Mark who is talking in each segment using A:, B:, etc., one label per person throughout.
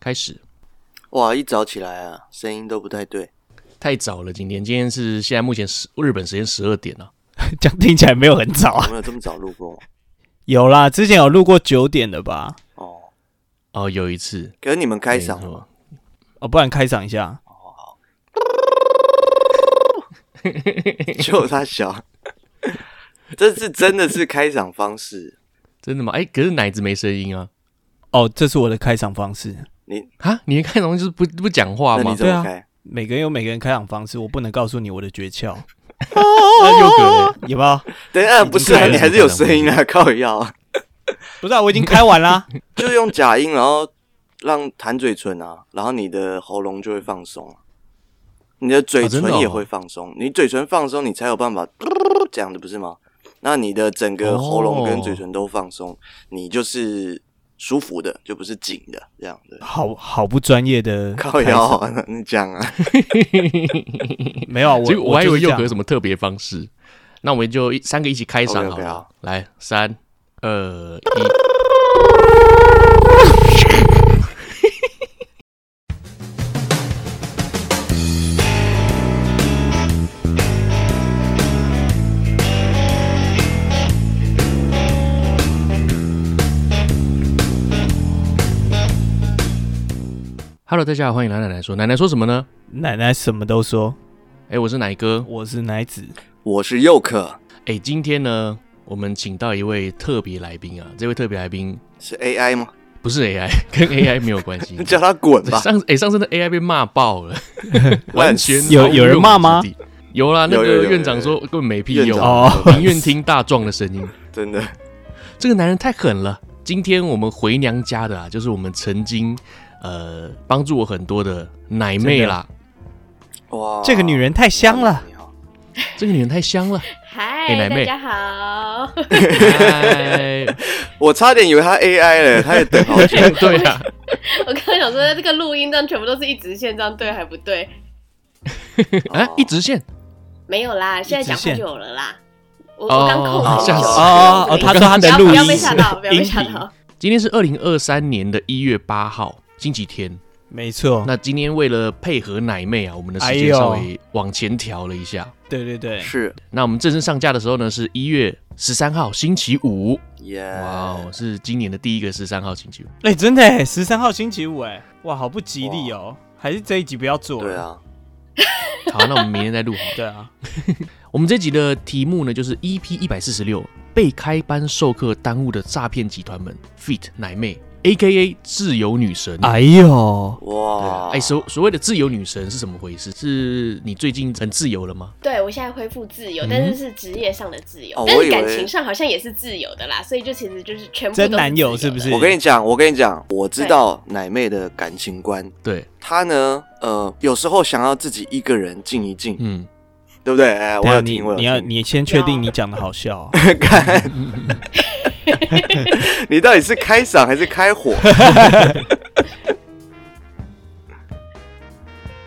A: 开始。
B: 哇，一早起来啊，声音都不太对。
A: 太早了，今天今天是现在目前十日本时间十二点啊了、
C: 这样听起来没有很早
B: 有
C: 啊。
B: 没有这么早录过？
C: 有啦，之前有录过九点的吧？
B: 哦，
A: 哦，有一次哎
B: 可是你们开嗓
A: 没错
B: 了吗？
C: 哦，不然开场一下。
B: 就他小， 这是真的是开嗓方式。
A: 真的吗？哎、可是奶子没声音啊！
C: 哦，这是我的开场方式。
B: 你
A: 啊，你的开场就是不不讲话
B: 那你
A: 吗？
B: 怎
C: 对
B: 么
C: 啊
B: 开？
C: 每个人有每个人开场方式，我不能告诉你我的诀 窍，
A: 那又可嘞，
C: 有没有？
B: 等一下不是啊，
A: 开了
B: 你还是有声音啊，靠腰啊，
C: 不是、啊，我已经开完啦。
B: 就是用假音，然后让弹嘴唇啊，然后你的喉咙就会放松啊，你的嘴
A: 哦真的
B: 唇
A: 哦
B: 也会放松。你嘴唇放松，你才有办法这样的，不是吗？那你的整个喉咙跟
A: 哦
B: 嘴唇都放松，你就是舒服的，就不是紧的这样的。
C: 好好不专业 的
B: 靠
C: 开
B: 腰
C: 场，
B: 啊，你讲啊，
C: 没有啊，
A: 所以
C: 我
A: 我还以为又可有
C: 有
A: 什么特别方式。那我们就一三个一起开场
B: OK，OK，
A: 好了。
B: 好
A: 来，三二一，Hello，大家好，欢迎来奶奶说。奶奶说什么呢？
C: 奶奶什么都说，
A: 哎、我是奶哥。
C: 我是奶子，
B: 我是佑可，
A: 哎、今天呢，我们请到一位特别来宾啊，这位特别来宾
B: 是 AI 吗？
A: 不是 AI，跟 AI 没有关系
B: 你。叫他滚吧。
A: 上哎、上次的 AI 被骂爆了，完全
C: 有
A: 毫无
C: 有人骂
A: 用
C: 吗
A: 武之地？有啦，那
B: 有有有
A: 个
B: 有
A: 院长说根本没屁
B: 院
A: 用
B: 长，
C: 哦
A: 宁愿听大壮的声音。
B: 真的
A: 这个男人太狠了。今天我们回娘家的啊，就是我们曾经呃帮助我很多的奶妹啦。
B: 哇，
C: 这个女人太香了。
A: 这个女人太香 了，
D: 嗨、
A: 哎奶妹
D: 大家好，
A: 哎，
B: 我差点以为他 AI 了，他也等好久。
A: 对啊，
D: 我刚刚想说这个录音这样全部都是一直线，这样对还不对？
A: 啊，一直线，
D: 没有啦，现在讲话
C: 线
D: 就有了啦。我
A: 哦
D: 我刚扣
A: 哦
D: 好久
A: 吓死
C: 哦哦，他说他
D: 不
C: 的
D: 要
C: 录
D: 不
C: 音
D: 要被吓到，不要被吓
C: 音频
D: 到。
A: 今天是二零二三年的一月八号，星期天。
C: 没错，
A: 那今天为了配合奶妹啊，我们的时
C: 哎
A: 间
C: 呦
A: 稍微往前调了一下。
C: 对对对，
B: 是
A: 那我们正式上架的时候呢，是一月十三号星期五。
B: 耶，
A: 哇哦，是今年的第一个十三号星期五。
C: 哎、真的，十三号星期五，哎，哇，好不吉利哦，还是这一集不要做。
B: 对，啊，
A: 好，那我们明天再录好了。
C: 对啊，
A: 我们这集的题目呢，就是 EP 一百四十六被开班授课耽误的诈骗集团们，Fit 奶妹，A.K.A 自由女神。
C: 哎呦，啊
B: 哇，
A: 哎，所所谓的自由女神是怎么回事？是你最近很自由了吗？
D: 对我现在恢复自由，
A: 嗯
D: 但是是职业上的自由，
B: 哦
D: 但
B: 我以
D: 是
B: 为
D: 感情上好像也是自由的啦，所以就其实就是全部都
C: 真
D: 是自
C: 男友
D: 由
C: 是不
D: 的
C: 是？
B: 我跟你讲，我跟你讲，我知道奶妹的感情观，
A: 对，
B: 她呢，呃，有时候想要自己一个人静一静，
A: 嗯，
B: 对不对？哎，我
C: 等一下
B: 有
C: 啊你
B: 听，我有
C: 你要
B: 听。
C: 你先确定你讲的好笑 哦、
B: 你到底是开嗓还是开火？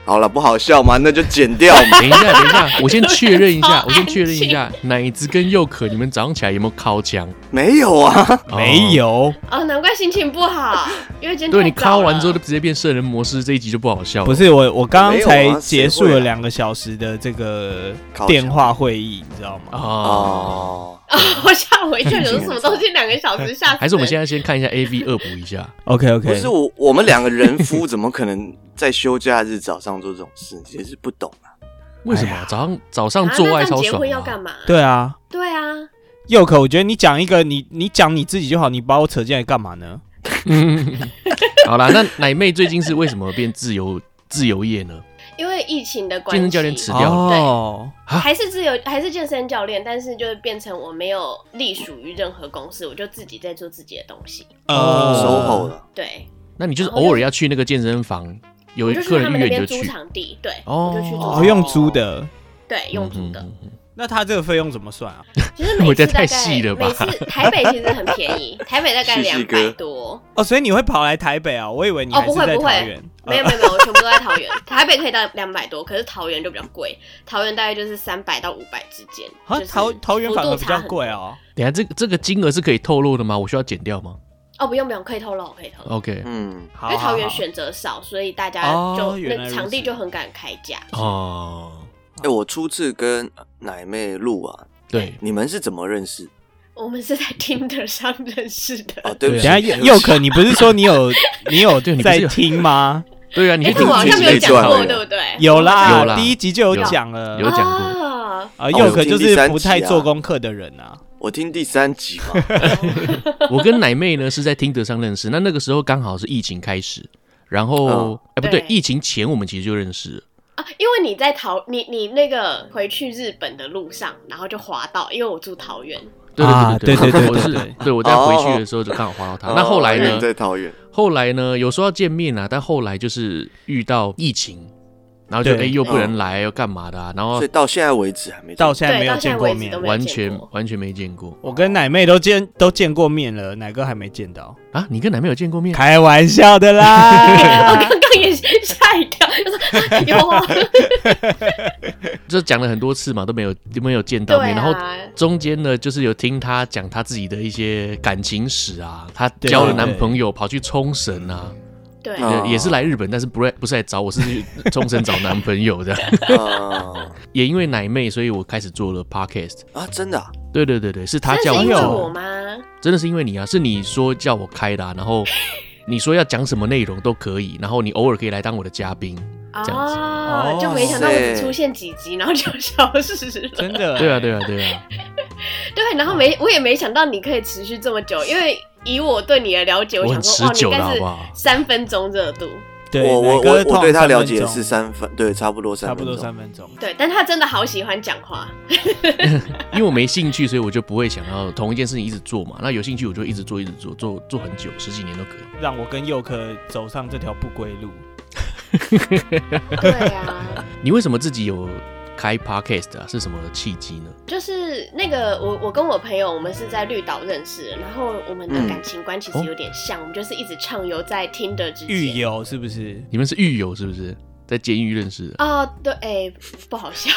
B: 好了，不好笑吗？那就剪掉 嘛。
A: 哎等一下，等一下，我先确认一
D: 超安
A: 下，
D: 静
A: 我先确认一下，奶子跟佑可，你们早上起来有没有敲 墙？
B: 没有啊，
C: 没
A: 哦。
C: 有，
D: 哦，难怪心情不好，因为今天
A: 对你
D: 太早
A: 敲
D: 了
A: 完之后 就直接变圣人模式，这一集就不好笑了。
C: 不是我，我刚
B: 没有啊
C: 才结束
B: 谁会
C: 了
B: 啊
C: 两个小时的这个
B: 靠
C: 电
B: 墙
C: 话会议，你知道吗？
A: 哦，
B: 哦，
D: 我吓我一跳，有时候什么东西两个小时吓死人。
A: 还是我们现在先看一下 A V 恶补一下。
C: OK OK，
B: 不是我，我们两个人夫 怎么可能在休假日早上做这种事？也是不懂啊。
A: 为什么、
C: 哎呀
A: 早上早上
D: 啊
A: 做爱
D: 那这
A: 超
D: 样结
A: 爽、
D: 婚要
A: 啊？
D: 干嘛？
C: 对啊，
D: 对啊，
C: 佑可，我觉得你讲一个，你你讲你自己就好，你把我扯进来干嘛呢？
A: 好啦，那奶妹最近是为什么变自由自由业呢？
D: 因为疫情的关系，
A: 健身教练辞掉了，
C: 哦，
A: 啊
D: 还是自由，还是健身教练，但是就是变成我没有隶属于任何公司，我就自己在做自己的东西。
C: 呃
A: 哦
B: 收后，了，
D: 对，
A: 那你就是偶尔要去那个健身房，有
D: 我就
A: 客
D: 去他
A: 人
D: 们
A: 预
D: 那
A: 约你
D: 边
A: 就
D: 租
A: 去。
D: 场地，对，
A: 哦
D: 我就去租
C: 哦，
D: 场，
C: 用租的，
D: 对，用租的。
A: 嗯嗯嗯
C: 那他这个费用怎么算啊？
D: 其 实
A: 我
D: 每
A: 觉得
D: 次大
A: 太细了
D: 概
A: 吧
D: 每次台北其实很便宜，台北大概
B: 细细
D: 两
B: 哥
D: 百多。
C: 哦，所以你会跑来台北啊？我以为你
D: 哦
C: 还是
D: 不会
C: 在
D: 不
C: 桃
D: 会
C: 园，
D: 没有没有没有，我全部都在桃园。 台北可以到两百多，可是桃园就比较贵，桃园大概就是三百到五百之间。
C: 啊
D: 就，是
C: 桃桃园
D: 幅
C: 反
D: 度
C: 而比
D: 差
C: 较
D: 很
C: 贵
D: 多。
C: 哦。
A: 等一下这个这个金额是可以透露的吗？我需要剪掉吗？
D: 哦，不用不用，可以透露，可以透露。
A: OK，
B: 嗯，
C: 好
A: 啊
C: 啊
D: 因为桃园
C: 好好
D: 选择少，所以大家
C: 哦
D: 就、
C: 原来
D: 那
C: 如此
D: 场地就很敢开价。
A: 哦，
B: 哎、我初次跟奶妹录啊，
A: 对，
B: 你们是怎么认识？
D: 我们是在 Tinder 上认识 的。
B: 哦，对不
A: 对
B: 起，
C: 等一下
B: 对
C: 佑
B: 不起
C: 佑可，你不是说你有你有
A: 对你不是
C: 在
A: 有
C: 听吗？
A: 对啊，你
D: 哎、
A: 去
D: 这
A: 听
D: 我好
A: 自
D: 像
A: 己
D: 没有
A: 被
D: 讲
A: 抓
D: 过，
A: 了
D: 对不对？
C: 有啦，
A: 有啦
C: 第一集就有
A: 有
C: 讲了。
A: 有讲过
D: 啊
C: 啊，
B: 哦
C: 佑可就
B: 我听第
C: 是
B: 三
C: 不
B: 集
C: 太
B: 啊
C: 做功课的人啊。
B: 我听第三集嘛，
A: 我跟奶妹呢是在听得上认识，那那个时候刚好是疫情开始，然
C: 嗯
A: 后
B: 哦
A: 哎、不对
D: 对，
A: 疫情前我们其实就认识了。
D: 啊，因为你在桃，你你那个回去日本的路上，然后就滑到，因为我住桃园，
A: 对
C: 啊
A: 对
C: 对对对
A: 我是
C: 对哦对
A: 对我在回去的时候就刚好滑到他。那后来
B: 哦
A: 呢
B: 你？在桃园，
A: 后来呢？有说要见面啊，但后来就是遇到疫情，然后就哎
C: 对嗯
A: 又不能来，要干嘛的啊？然后
B: 所以到现在为止还没
C: 到现在
D: 对
C: 没有
D: 到现
C: 见
D: 在
C: 过
D: 为止
C: 面
D: 都，没有
A: 完
D: 见
A: 全
D: 过
A: 完全没见过
C: 我跟奶妹都见都见过面了，奶哥还没见到，
A: 啊！你跟奶妹有见过面？
C: 开玩笑的
A: 嗯
D: 我
C: 啦。
D: 刚刚也吓一跳，就说啊 有啊，
A: 就讲了很多次嘛，都没有都没有见到
D: 对
A: 面，然后。
D: 啊，
A: 中间呢，就是有听她讲她自己的一些感情史啊，她交了男朋友跑去冲绳啊，
D: 对，
B: 对
A: 呃
B: 哦
A: 也是来日本，但是不是不是来找我，是去冲绳找男朋友的。
B: 啊
A: 也因为奶妹，所以我开始做了 podcast。
B: 啊，真的啊
A: 对对对对，是她
D: 真
A: 叫
D: 的
A: 我
D: 是因为我
A: 做，
D: 吗？
A: 真的是因为你啊，是你说叫我开的、啊，然后 你说要讲什么内容都可以，然后你偶尔可以来当我的嘉宾。这样子
D: 哦
C: 哦，
D: 就没想到我
B: 塞
D: 只出现几集，然后就消失了。
C: 真的，
A: 对啊，对啊，对啊，
D: 对，然后没我也没想到你可以持续这么久，因为以我对你的了解，
A: 我
D: 想
A: 很持
D: 说哇，你应
A: 久的
D: 该
A: 好
D: 是
A: 不好？
D: 三分钟热度，
C: 对，
B: 我我
C: 奶哥
B: 我
C: 通
B: 我
C: 常
B: 对他
C: 三分
B: 了解
C: 钟
B: 是三分，对，差不多三
C: 差不
B: 分
C: 多
B: 钟。
C: 三分钟。
D: 对，但他真的好喜欢讲 话，
A: 因为我没兴趣，所以我就不会想要同一件事情一直做嘛。那有兴趣我就一直做，一直做，做做很久，十几年都可以。
C: 让我跟佑可走上这条不归路。
D: 对啊。
A: 你为什么自己有开 podcast 啊？是什么契机呢？
D: 就是那个我，我跟我朋友，我们是在绿岛认识的，然后我们的
B: 嗯
D: 感情观其
A: 哦
D: 实有点像，我们就是一直畅游在 Tinder 之
C: 狱
D: 间。
C: 友是不是？
A: 你们是狱友是不是？在监狱认识的？
D: 哦，对，哎、不 好笑，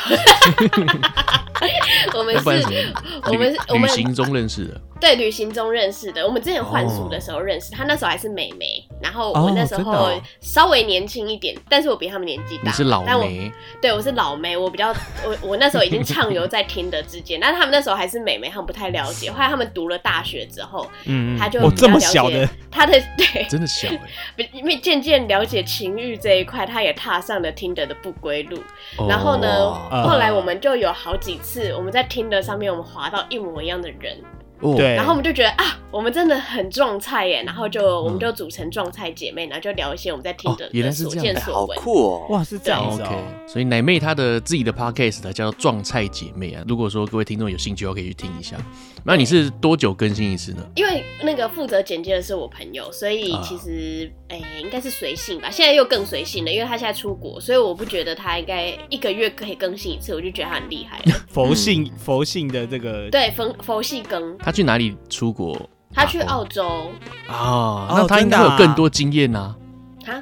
D: 我们
A: 要不然
D: 是
A: 什，么？
D: 我们是我
A: 旅
D: 们
A: 行中认识的。
D: 对，旅行中认识的。我们之前换宿的时候认识，他那时候还是美眉，然后
C: 哦
D: 我那时
C: 真的
D: 候
C: 哦
D: 稍微年轻一点，但是我比他们年纪
A: 你
D: 大。
A: 是老
D: 但我
A: 梅，
D: 对，我是老妹，我比较我我那时候已经畅游在听的之间， 但他们那时候还是美眉，他们不太了解。后来他们读了大学之后，
C: 嗯
D: 他就
C: 我
D: 比较
C: 这么
D: 了
C: 小
D: 解
C: 的，
D: 他的对，
A: 真的小哎、
D: 比因为渐渐了解情欲这一块，他也踏上了听的的不归路。 然后呢，
A: 哦
C: 呃
D: 后来我们就有好几次我们在听的上面，我们滑到一模一样的人，
A: 哦
C: 对，
D: 然后我们就觉得啊，我们真的很撞菜
A: 嗯
D: 耶，然后就我们就组成撞菜姐妹，然后就聊一些我们在听的
A: 哦原来
D: 的
A: 是
D: 所
A: 这样
D: 见
B: 哎，
D: 所
B: 好
D: 闻。
B: 酷哦！
C: 哇是这样子
A: OK，
C: 哦。
A: 所以奶妹她的自己的 podcast 呢叫做“撞菜姐妹”啊。如果说各位听众有兴趣的话，可以去听一下。那你是多久更新一次呢？
D: 因为那个负责剪接的是我朋友，所以
A: 啊
D: 其实哎、应该是随性吧。现在又更随性了，因为他现在出国，所以我不觉得他应该一个月可以更新一次，我就觉得他很厉害 了。
C: 佛性佛性的这个，
D: 对，佛佛系更，
A: 她去哪里出国？
D: 他去
A: 打工
D: 澳洲
A: 啊，
C: 哦
A: 那她应该
C: 真的
A: 有
C: 啊
A: 更多经验呐、
D: 哈。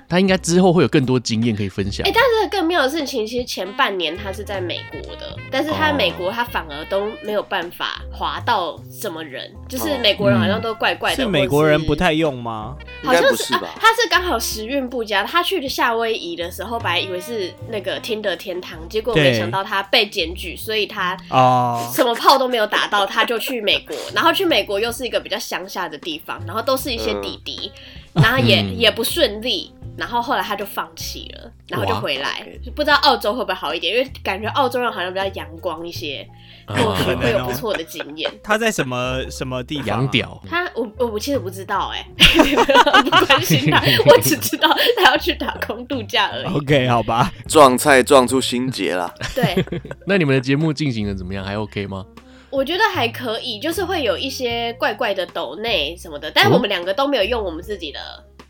A: 她应该之后会有更多经验可以分享。
D: 哎、但是更妙的事情，其实前半年他是在美国的，但是他
A: 哦
D: 美国他反而都没有办法滑到什么人，就是
B: 哦
D: 美国人好像都怪怪
C: 嗯
D: 的，
C: 是
D: 或
C: 美
D: 者
C: 国人
D: 是
C: 不太用吗？
B: 应
D: 好
B: 该
D: 像
B: 不
D: 是
B: 是吧
D: 啊，他是刚好时运不佳，他去夏威夷的时候，本来以为是那个听的天堂，结果
C: 对
D: 没想到他被检举，所以他。
C: 哦，
D: 什么炮都没有打到，他就去美国，然后去美国又是一个比较乡下的地方，然后都是一些
C: 嗯
D: 弟弟，然后也、
A: 嗯
D: 也不顺利，然后后来他就放弃了，然后就
A: 哇
D: 回来
B: OK，
D: 就不知道澳洲会不会好一点，因为感觉澳洲人好像比较阳光一些，
A: 啊
D: 或许
C: 可
D: 会
C: 能
D: 有
C: 哦
D: 不错的经验。
C: 他在什么什么地方
A: 洋
C: 啊？
A: 屌，
D: 他我我我其实不知道哎、 欸，不关 心他，我只知道他要去打工度假而已。
C: OK，好 吧，
B: 撞菜撞出心结 啦，
D: 对，
A: 那你们的节目进行的怎么样？还 OK 吗？
D: 我觉得还可以，就是会有一些怪怪的抖内什么的，但是
A: 哦
D: 我们两个都没有用我们自己的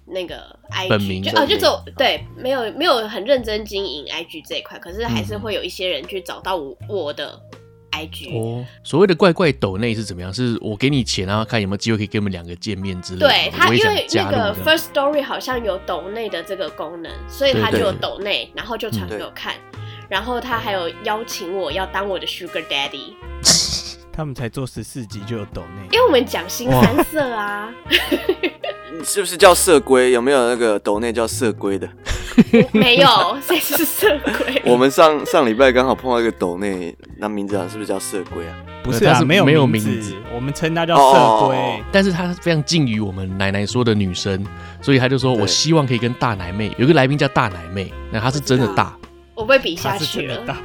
D: 那个 IG，
A: 本名
D: 就
A: 本
D: 哦
B: 名
D: 就只有对没有没有很认真经营 IG 这一块，可是还是会有一些人去找到我我的 IG，、
A: 哦，所谓的怪怪抖内是怎么样？是我给你钱，然后看有没有机会可以跟我们两个见面之类的。
D: 对他，
A: 我也
D: 因
A: 想
D: 为
A: 加
D: 那
A: 入
D: 个
A: 这样
D: First Story 好像有抖内的这个功能，所以他就
B: 对
D: 有
B: 对
D: 抖内，然后就
A: 嗯
D: 传给我看。然后他还有邀请我要当我的 Sugar Daddy，
C: 他们才做十四集就有抖内，
D: 因为我们讲新三色啊，
B: 你是不是叫色龟？有没有那个抖内叫色龟 的？
D: 没有， 谁是色鬼？
B: 我们上上礼拜刚好碰到一个抖内，那名字好像是不是叫色龟啊？
C: 不是
A: 但
C: 啊，
A: 是
C: 没有
A: 没有
C: 名
A: 名字
C: 我们称它叫色龟。
B: 哦
A: 但是他非常敬于我们奶奶说的女生，所以他就说
B: 对
A: 我希望可以跟大奶妹，有一个来宾叫大奶妹，那她是真的大，
D: 我被比
C: 它
D: 下
C: 是
D: 去
C: 真的
D: 了
C: 大，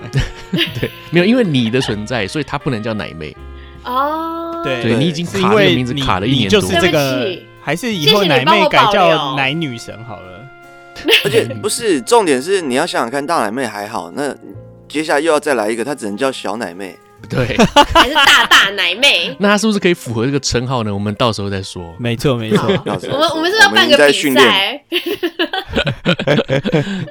A: 对，没有因为你的存在，所以她不能叫奶妹，
D: 哦。
C: 对
A: 对
B: 对
A: 你已经
C: 是因
A: 卡这个
C: 为
A: 名字
C: 你
A: 卡了一
C: 你
A: 年
C: 就
A: 多，
C: 是这
D: 对
C: 个
D: 不起，
C: 还是以后
D: 谢谢
C: 奶
D: 你帮
C: 妹
D: 我
C: 改
D: 保
C: 叫
D: 留
C: 奶女神好了。
B: 而且不是重点是你要想想看，大奶妹还好，那接下来又要再来一个，她只能叫小奶妹。
A: 对，。
D: 还是大大奶妹
A: 那她是不是可以符合这个称号呢？我们到时候再说。
C: 没错，没
D: 好
C: 错。
B: 要这
D: 我
B: 样
D: 们
B: 说
D: 我们是不是要办
B: 已经
D: 个
B: 在
D: 比
B: 训练，
D: 赛，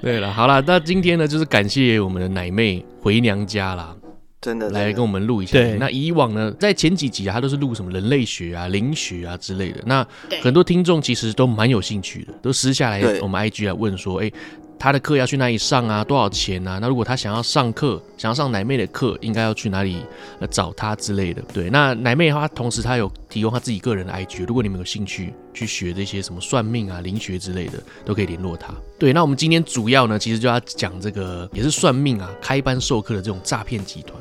A: 对了，好啦，那今天呢，就是感谢我们的奶妹回娘家啦，
B: 真的
A: 来
B: 真的
A: 跟我们录一下。
C: 对
A: 那以往呢，在前几集啊，他都是录什么人类学啊、灵学啊之类的。那
D: 对
A: 很多听众其实都蛮有兴趣的，都私下来
B: 对
A: 我们 IG 来问说，哎、他的课要去哪里上啊？多少钱啊？那如果他想要上课，想要上奶妹的课，应该要去哪里呃找他之类的？对，那奶妹她同时她有提供她自己个人的 IG，如果你们有兴趣去学这些什么算命啊、灵学之类的，都可以联络她。对，那我们今天主要呢，其实就要讲这个也是算命啊、开班授课的这种诈骗集团。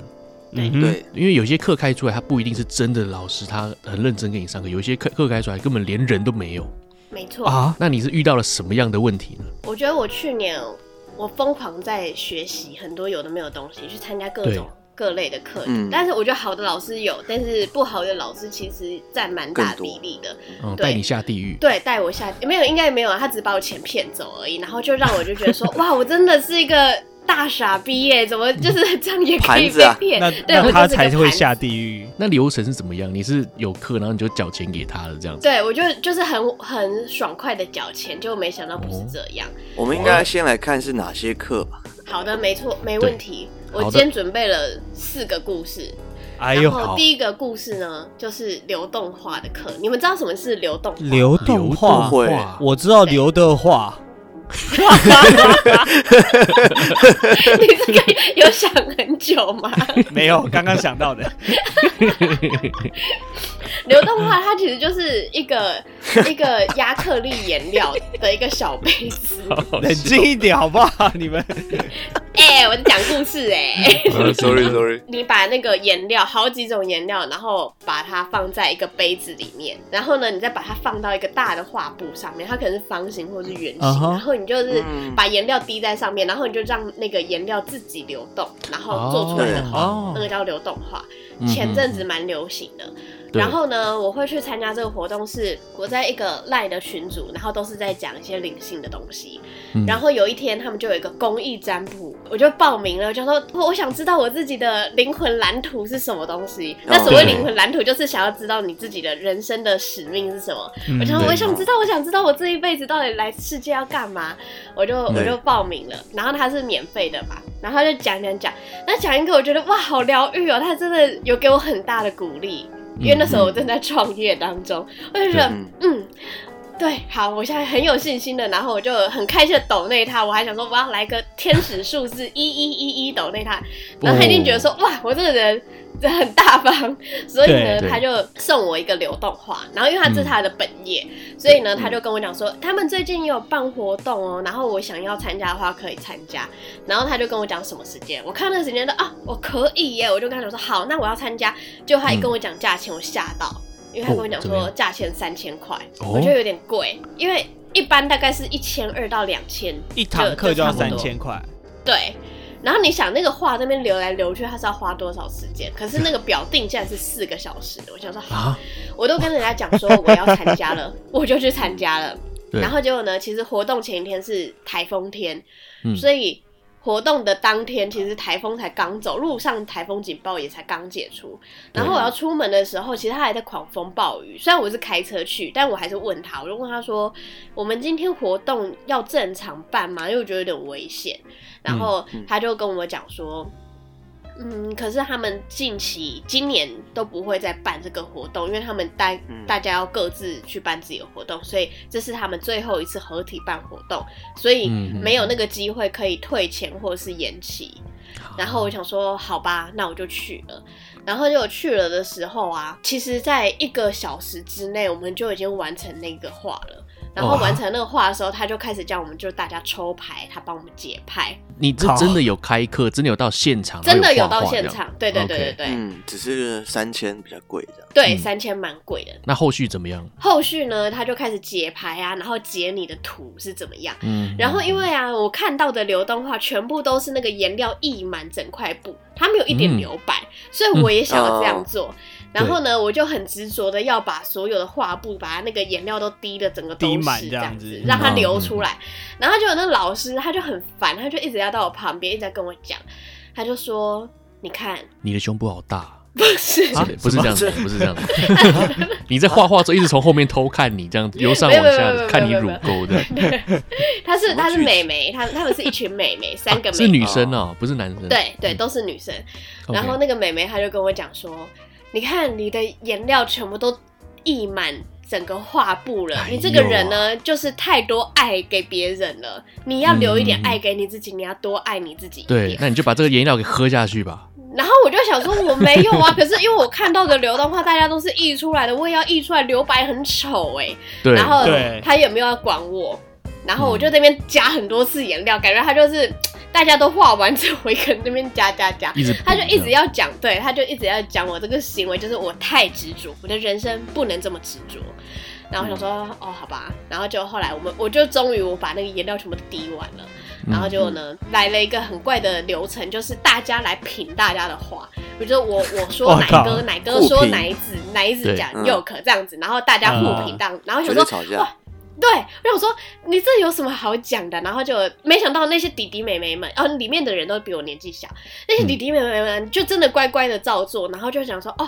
C: 嗯哼，
B: 对
A: 因为有些课开出来，他不一定是真的老师，他很认真给你上课；有些课课开出来根本连人都没有。
D: 没错。
C: 啊，
A: 那你是遇到了什么样的问题呢？
D: 我觉得我去年我疯狂在学习很多有的没有的东西，去参加各
A: 对
D: 种各类的课。
B: 嗯
D: 但是我觉得好的老师有，但是不好的老师其实占蛮大
B: 更多
D: 比例的。
A: 嗯，
D: 对
A: 带你下地狱。
D: 对，带我下没有，应该没有，啊，他只是把我钱骗走而已，然后就让我就觉得 说，哇，我真的是一个大傻逼耶，怎么就是这样也可
B: 盘
D: 以
B: 子
D: 被
B: 啊
D: 骗？
C: 那
D: 对，我
C: 那
D: 就
C: 他
D: 是个
C: 才会
D: 盘子
C: 下地狱。
A: 那流程是怎么样？你是有课，然后你就缴钱给他了，这样子？
D: 对，我就就是很很爽快的缴钱，就没想到不是这样。
B: 我们应该先来看是哪些课 吧。
D: 好的，没错，没问题。
A: 好
D: 我
A: 的
D: 今天准备了四个故事，
C: 哎
D: 然
C: 呦，
D: 后
C: 好
D: 第一个故事呢就是流动化的课。你们知道什么是流动化吗？
C: 流动
A: 动
C: 画，
B: 会
C: 我知道刘的话，
D: 你这个 有想很久 吗？
C: 没有，刚刚想到的。
D: 流动化它其实就是 一个一个亚克力颜料的一个小杯子。
C: 冷静一点好不好？你们
D: 哎、我在讲故事哎、
A: 哦
B: Sorry Sorry，
D: 你把那个颜料，好几种颜料，然后把它放在一个杯子里面，然后呢，你再把它放到一个大的画布上面，它可能是方形或是圆形
C: 嗯哼
D: 然后你就是
B: 嗯
D: 把颜料滴在上面，然后你就让那个颜料自己流动，然后做出来的
B: 哦
D: 画，
C: 哦
D: 那个叫流动画。
A: 嗯
D: 前阵子蛮流行的。
A: 对
D: 然后呢，我会去参加这个活动是，我在一个赖的群组，然后都是在讲一些灵性的东西。
A: 嗯
D: 然后有一天，他们就有一个公益占卜，我就报名了，就说哦我我想知道我自己的灵魂蓝图是什么东西。那所谓
A: 哦对
D: 灵魂蓝图，就是想要知道你自己的人生的使命是什么。
C: 嗯
D: 我想
A: 嗯对
D: 说，我想知道，我想知道我这一辈子到底来世界要干嘛，我就我
B: 对
D: 就报名了。然后他是免费的嘛，然后他就讲讲讲，那讲一个我觉得哇，好疗愈哦，他真的有给我很大的鼓励，
A: 嗯
D: 因为那时候我正在创业当中，我就觉得
B: 嗯
D: 嗯。对，好，我现在很有信心的，然后我就很开心的抖内他，我还想说我要来个天使数字一一一一抖内他，然后他一定觉得说、哇，我这个人很大方，所以呢，
A: 对
D: 他就送我一个流动画，然后因为他这是他的本业，嗯所以呢，他就跟我讲说，他们最近也有办活动哦，然后我想要参加的话可以参加，然后他就跟我讲什么时间，我看那个时间说啊，我可以耶，我就跟他讲说好，那我要参加，结果他一跟我讲价钱，我吓到，因为他跟我讲
A: 哦怎么
D: 说
A: 样
D: 价钱三千块，
A: 哦
D: 我觉得有点贵，因为一般大概是一千二到两千，
C: 一堂课就要
D: 差不多
C: 三千块，
D: 对。然后你想那个画那边流来流去，它是要花多少时间？可是那个表定竟然是四个小时，我想说好，
A: 啊，
D: 我都跟人家讲说我要参加了， 我就去参加了。
A: 对
D: 然后结果呢，其实活动前一天是台风天，
A: 嗯
D: 所以活动的当天其实台风才刚走，路上台风警报也才刚解除。然后我要出门的时候，其实它还在狂风暴雨。虽然我是开车去，但我还是问他，我就问他说：“我们今天活动要正常办吗？”因为我觉得有点危险。然后他就跟我讲说。嗯嗯，可是他们近期今年都不会再办这个活动，因为他们大
B: 嗯
D: 大家要各自去办自己的活动，所以这是他们最后一次合体办活动，所以
A: 嗯
D: 没有那个机会可以退钱或者是延期。
A: 嗯
D: 然后我想说，好吧，那我就去了。然后就去了的时候啊，其实，在一个小时之内，我们就已经完成那个画了。然后
A: 哇
D: 完成那个画的时候，他就开始叫我们就大家抽牌，他帮我们解牌，
A: 你这
C: 好
A: 真的有开课，真的有到现场，
D: 真的
A: 哦还
D: 有
A: 有画
D: 到
A: 画
D: 现
A: 这样。
D: 场。对对对对
A: OK
D: 对，
B: 嗯，只是三千比较贵这样。
D: 对，
A: 嗯
D: 三千蛮贵的。
A: 那后续怎么样？
D: 后续呢，他就开始解牌啊，然后解你的图是怎么样。
A: 嗯，
D: 然后因为啊，我看到的流动画全部都是那个颜料溢满整块布，它没有一点
A: 嗯
D: 留白，所以我也想要这样
B: 哦
D: 做。然后呢，我就很执着的要把所有的画布，把它那个颜料都滴的整个都
C: 滴满
D: 是
C: 这样
D: 子，
C: 子
D: 让它
A: 嗯
D: 流
A: 嗯
D: 出来。然后就有那老师，他就很烦，他就一直要到我旁边，一直在跟我讲，他就说：“你看，
A: 你的胸部好大，
D: 不是
A: 之类不是这样子
B: 什，
A: 不是这样子。你在画画的时候一 直从后面偷看你，这样子由上往
D: 没有没有没
A: 下
D: 有
A: 看你
D: 没有
A: 乳
D: 没有
A: 沟的，
D: 她是
B: 什么
D: 她是
B: 剧
D: 美眉，她她们是一群美眉，三个美
A: 是
D: 眉
A: 女生哦，不是男生。
D: 对对，都是女生。
A: OK，
D: 然后那个美眉她就跟我讲说：“你看你的颜料全部都溢满整个画布了，
A: 哎
D: 你这个人呢，就是太多爱给别人了，你要留一点爱给你自己，你要多爱你自己一
A: 对，
D: 点。”
A: 那你就把这个颜料给喝下去吧。
D: 然后我就想说我没有 啊，可是因为我看到的流动画大家都是溢出来的，我也要溢出来，留白很丑哎、
A: 对，嗯
D: 然后
C: 对
D: 他也没有要管我，然后我就在那边加很多次颜料，感觉他就是大家都画完之后，我一个人在那边加加加，
A: 一直
D: 他就一直
A: 要
D: 要讲，对，他就一直要讲我这个行为就是我太执着，我的人生不能这么执着。然后我想说，哦，好吧，然后就后来我们我就终于我把那个颜料全部都滴完了，然后结果呢来了一个很怪的流程，就是大家来评大家的画，比如说我我说
C: 哇
D: 奶
C: 靠
D: 哥，奶哥
B: 互
D: 说
B: 评
D: 哪一子，哪一子
A: 对
D: 讲
B: 嗯
D: 佑可这样子，然后大家互
C: 嗯
D: 评这样，然后想
B: 绝
D: 说
B: 对吵
D: 哇
B: 架，
D: 对，我想说你这有什么好讲的？然后就没想到那些弟弟妹妹们，哦，里面的人都比我年纪小，那些弟弟妹妹们就真的乖乖的照做，
C: 嗯
D: 然后就想说，哦，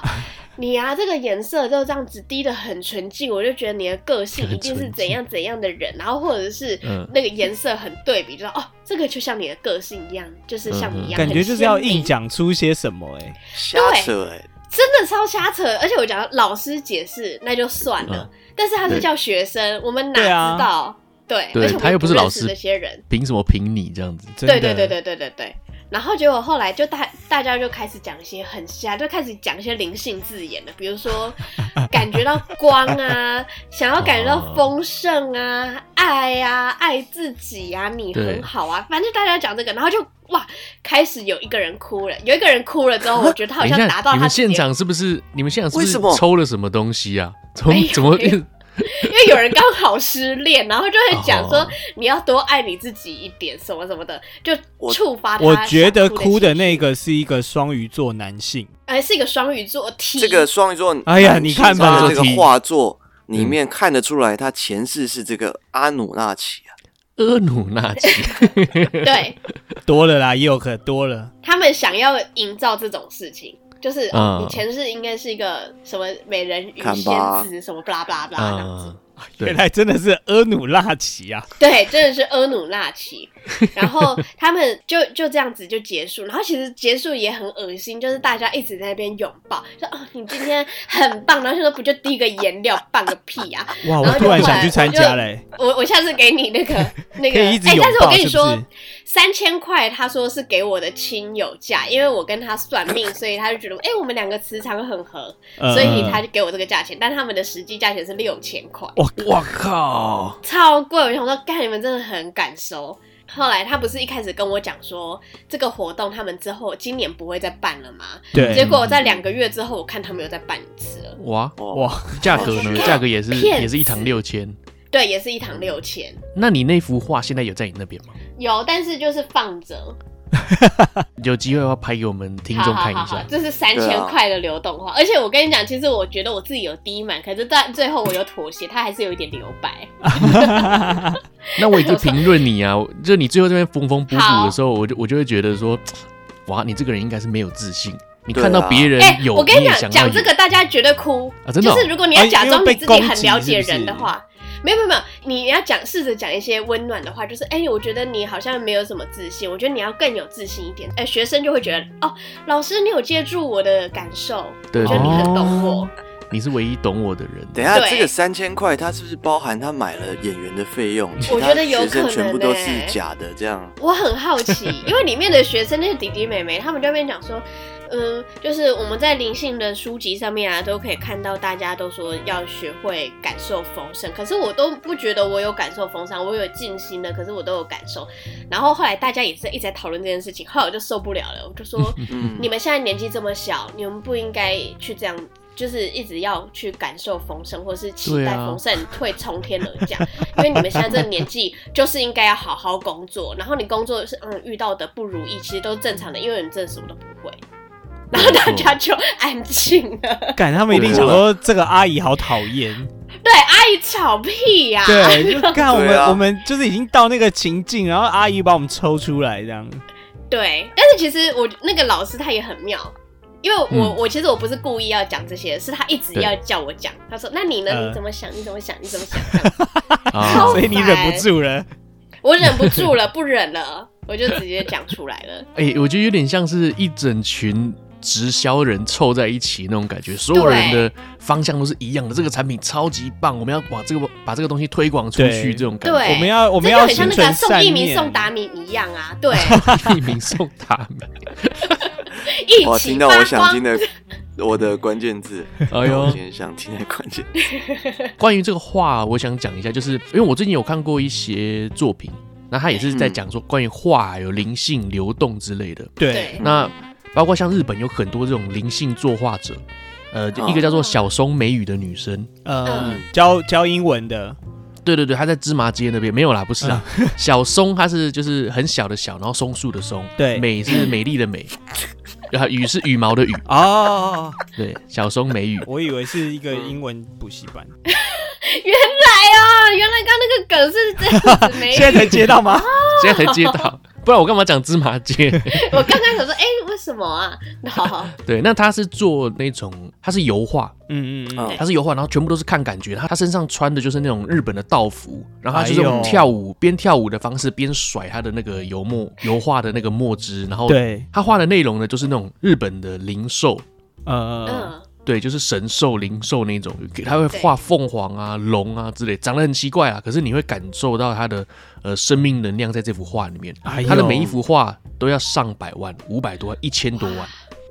D: 你啊这个颜色就这样子滴的很纯净，我就觉得你的个性一定是怎样怎样的人，然后或者是
A: 嗯
D: 那个颜色很对比，就说哦，这个就像你的个性一样，就是像你一样，
C: 嗯感觉
D: 很
C: 就是要
D: 鲜明
C: 硬讲出些什么哎、
B: 瞎扯哎、
D: 真的超瞎扯，而且我讲老师解释那就算了，
A: 嗯
D: 但是他是叫学生，我们哪
C: 对啊
D: 知道？对，
A: 对
D: 而且我们
A: 他又不是
D: 认
A: 老
D: 识
A: 师
D: 那些人，
A: 凭什么评你这样子？
C: 真的
D: 对对对对对对对。然后结果后来就大大家就开始讲一些很瞎，就开始讲一些灵性字眼了，比如 说感觉到光啊，想要感觉到丰盛啊，爱啊，爱自己啊，你
A: 对
D: 很好啊，反正大家讲这个，然后就哇，开始有一个人哭了，有一个人哭了之后，我觉得他好
A: 等一
D: 像达
A: 下，
D: 到
A: 你
D: 他
A: 们
D: 自己
A: 现
D: 的
A: 场是不是你们现场是不
B: 为
A: 是
B: 什么
A: 抽了什么东西啊？怎
D: 没
A: 么
D: 有
A: 怎么
D: 没有因为有人刚好失恋，然后就会讲说
A: 哦
D: 你要多爱你自己一点，什么什么的，就触发他
C: 我觉得哭的那
D: 个，
C: 个是一个双鱼座男性，
D: 哎，是一个双鱼座 T，
B: 这个双鱼座，
C: 哎呀你看吧
B: 这个画作里面看得出来，他前世是这个阿努纳奇啊，
A: 阿努纳 奇？
D: 对
C: 多了啦，也有可多了。
D: 他们想要营造这种事情。就是、哦
A: 嗯
D: 你前世应该是一个什么美人鱼
B: 看
D: 仙
B: 吧
D: 子，什么巴拉巴拉巴拉这样子。
A: 啊，对
C: 原来真的是阿努纳奇啊！
D: 对，真的是阿努纳奇。然后他们就就这样子就结束，然后其实结束也很恶心，就是大家一直在那边拥抱，说哦你今天很棒，然后就说不就滴个颜料，棒个屁啊！
C: 哇，
D: 然
C: 我
D: 后就
C: 突然想去参加嘞、
D: 我我下次给你 那个那个，
C: 可以
D: 哎
C: 一直、拥抱
D: 但是我跟你说
C: 是不是，
D: 三千块他说是给我的亲友价，因为我跟他算命，所以他就觉得哎、我们两个磁场很合，
C: 呃
D: 所以他就给我这个价钱，但他们的实际价钱是六千块，
C: 哇
A: 我靠！
D: 超贵。我想说，干你们真的很敢收。后来他不是一开始跟我讲说这个活动他们之后今年不会再办了吗？
A: 哎
C: 对
D: 结果在两个月之后，我看他们又再办一次了，
A: 哇，
B: 哇，
C: 哇，
A: 价格呢？价格也是
D: 骗子
A: 也是一堂六千。
D: 对，也是一堂六千，
A: 那你那幅画现在有在你那边吗？
D: 有，但是就是放着，
A: 有机会的话拍给我们听众看一
D: 好好好好
A: 下。
D: 这是三
B: 对
D: 千
B: 啊
D: 块的流动化，而且我跟你讲，其实我觉得我自己有低满，可是但最后我有妥协，它还是有一点留白。
A: 那我也就评论你啊，就你最后这边缝缝补补
D: 好
A: 的 时候，我就我就会觉得说，哇，你这个人应该是没有自信。你
B: 对啊
A: 看到别人
D: 哎、
A: 有，
D: 我跟你
A: 也
D: 讲，
A: 想要
D: 讲
A: 有
D: 这个大家绝对哭
A: 啊真的哦
D: 就是如果你要假
C: 啊因为
D: 装你
C: 被
D: 自己很
C: 攻击
D: 了解
C: 是不是
D: 人的话，没有没有没有，你要讲试着讲一些温暖的话，就是哎、我觉得你好像没有什么自信，我觉得你要更有自信一点。哎、学生就会觉得哦，老师你有接住我的感受，
A: 对
D: 我觉得你很懂我。
A: 哦你是唯一懂我的人。
B: 等一下，
D: 对
B: 这个三千块，他是不是包含他买了演员的费用？其
D: 我
B: 他
D: 觉得有
B: 学生
D: 可
B: 全部
D: 能
B: 都
D: 欸
B: 是假的，这样。
D: 我很好奇，因为里面的学生那些弟弟妹妹，他们就在那边讲说，嗯，就是我们在灵性的书籍上面啊，都可以看到大家都说要学会感受风声，可是我都不觉得我有感受风声，我有静心的，可是我都有感受。然后后来大家也是一直在讨论这件事情，后来我就受不了了，我就说，
B: 嗯，
D: 你们现在年纪这么小，你们不应该去这样。就是一直要去感受风声，或是期
A: 对
D: 待
A: 啊
D: 风声会从天而降， 因为你们现在这个年纪，就是应该要好好工作。然后你工作是嗯遇到的不如意，其实都是正常的，因为你真的什么都不会。 然后大家就安静了。
C: 感他们一定想说这个阿姨好讨 厌，
D: 对，阿姨吵屁呀、
C: 对，就看我
B: 对
C: 们、
B: 啊
C: 我们就是已经到那个情境，然后阿姨把我们抽出来这样。
D: 对，但是其实我那个老师他也很妙，因为我、
A: 嗯
D: 我其实我不是故意要讲这些，是他一直要叫我讲。他说：“那你呢？
C: 嗯
D: 你怎么想？你怎么想？你怎么想？”这样
A: 啊
D: 超
C: 所以你忍不住了，
D: 我忍不住了，不忍了，我就直接讲出来了。
A: 哎、我觉得有点像是一整群直销人凑在一起那种感觉，所有人的方向都是一样的。这个产品超级棒，我们要把这个把这个东西推广出去，
C: 对
A: 这种感觉。
D: 对，
C: 我们要我
D: 哎这
C: 们
D: 就
C: 要
D: 很像
C: 心
D: 那个
C: 存
D: 送
C: 善
D: 一名
C: 念。
D: 送达米一样啊，对，
A: 一名送他们，
D: 一
B: 我
D: 起
B: 听到我
D: 发
B: 想
D: 光
B: 听。的 我的关键字，
A: 哎呦
B: 我今天想听的关键字，
A: 关于这个话，我想讲一下，就是因为我最近有看过一些作品，那他也是在讲说关于话有灵性流动之类的。
C: 对，
D: 对，
A: 那包括像日本有很多这种灵性作画者，呃，就一个叫做小松美羽的女生，
C: 呃，
D: 嗯
C: 教教英文的，
A: 对对对，她在芝麻街那边没有啦，不是啊， 小松她是就是很小的小，然后松树的松，
C: 对
A: 美是美丽的美， 然后羽是羽毛的羽，
C: 哦，
A: 对，小松美羽。
C: 我以为是一个英文补习班，
D: 原来啊，原来刚那个梗是这样子，没
C: 现在才接到 吗？
A: 现在才接到， 不然我干嘛讲芝麻街？
D: 我刚刚想说，哎、为什么啊？好，
A: 对，那她是做那种，她是油画，
C: 嗯嗯嗯，
B: 嗯
A: 她是油画，然后全部都是看感觉。她她身上穿的就是那种日本的道服，然后她就是
C: 哎呦
A: 用跳舞边跳舞的方式边甩她的那个油墨油画的那个墨汁，然后
C: 对，
A: 她画的内容呢就是那种日本的灵兽，
C: 呃，
D: 嗯，
A: 对，就是神兽、灵兽那种，
C: 嗯
A: 他会画凤凰啊、龙啊之类，长得很奇怪啊，可是你会感受到他的呃生命能量在这幅画里面。
C: 哎呦
A: 他的每一幅画都要上百万、五百多万、一千多万。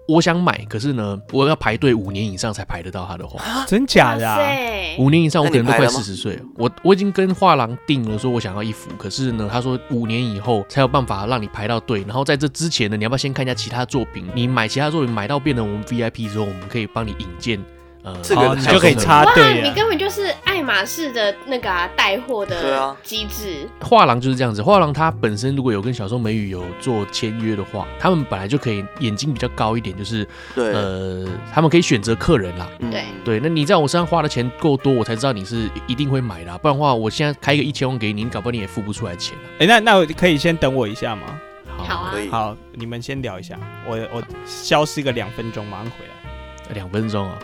A: 我想买，可是呢，我要排队五年以上才排得到他的画。
C: 真假的啊？
D: 塞
A: 五年以上，我可能都快
B: 哎那你排了
A: 四十
B: 吗
A: 岁了。我我已经跟画廊定了，说我想要一幅，可是呢，他说五年以后才有办法让你排到队。然后在这之前呢，你要不要先看一下其他作品？你买其他作品买到变成我们 VIP 之后，我们可以帮你引荐。呃，
B: 这个
C: 哦，你就可以插
D: 哇，
C: 队
D: 你
C: 了。
D: 根本就是爱马仕的那个啊带货
B: 对
D: 的
B: 啊
D: 机制，
A: 画廊就是这样子，画廊它本身如果有跟小松美羽有做签约的话，他们本来就可以眼睛比较高一点，就是
B: 对，
A: 呃，他们可以选择客人啦。
B: 嗯
D: 对
A: 对，那你在我身上花的钱够多，我才知道你是一定会买的啊、不然的话，我现在开个一千万给你，你搞不好你也付不出来钱、啊、
C: 哎，那那我可以先等我一下吗？
A: 好，
D: 好啊
B: 可，以，
C: 好，你们先聊一下，我我消失个两分钟，马上回来。
A: 两分钟啊，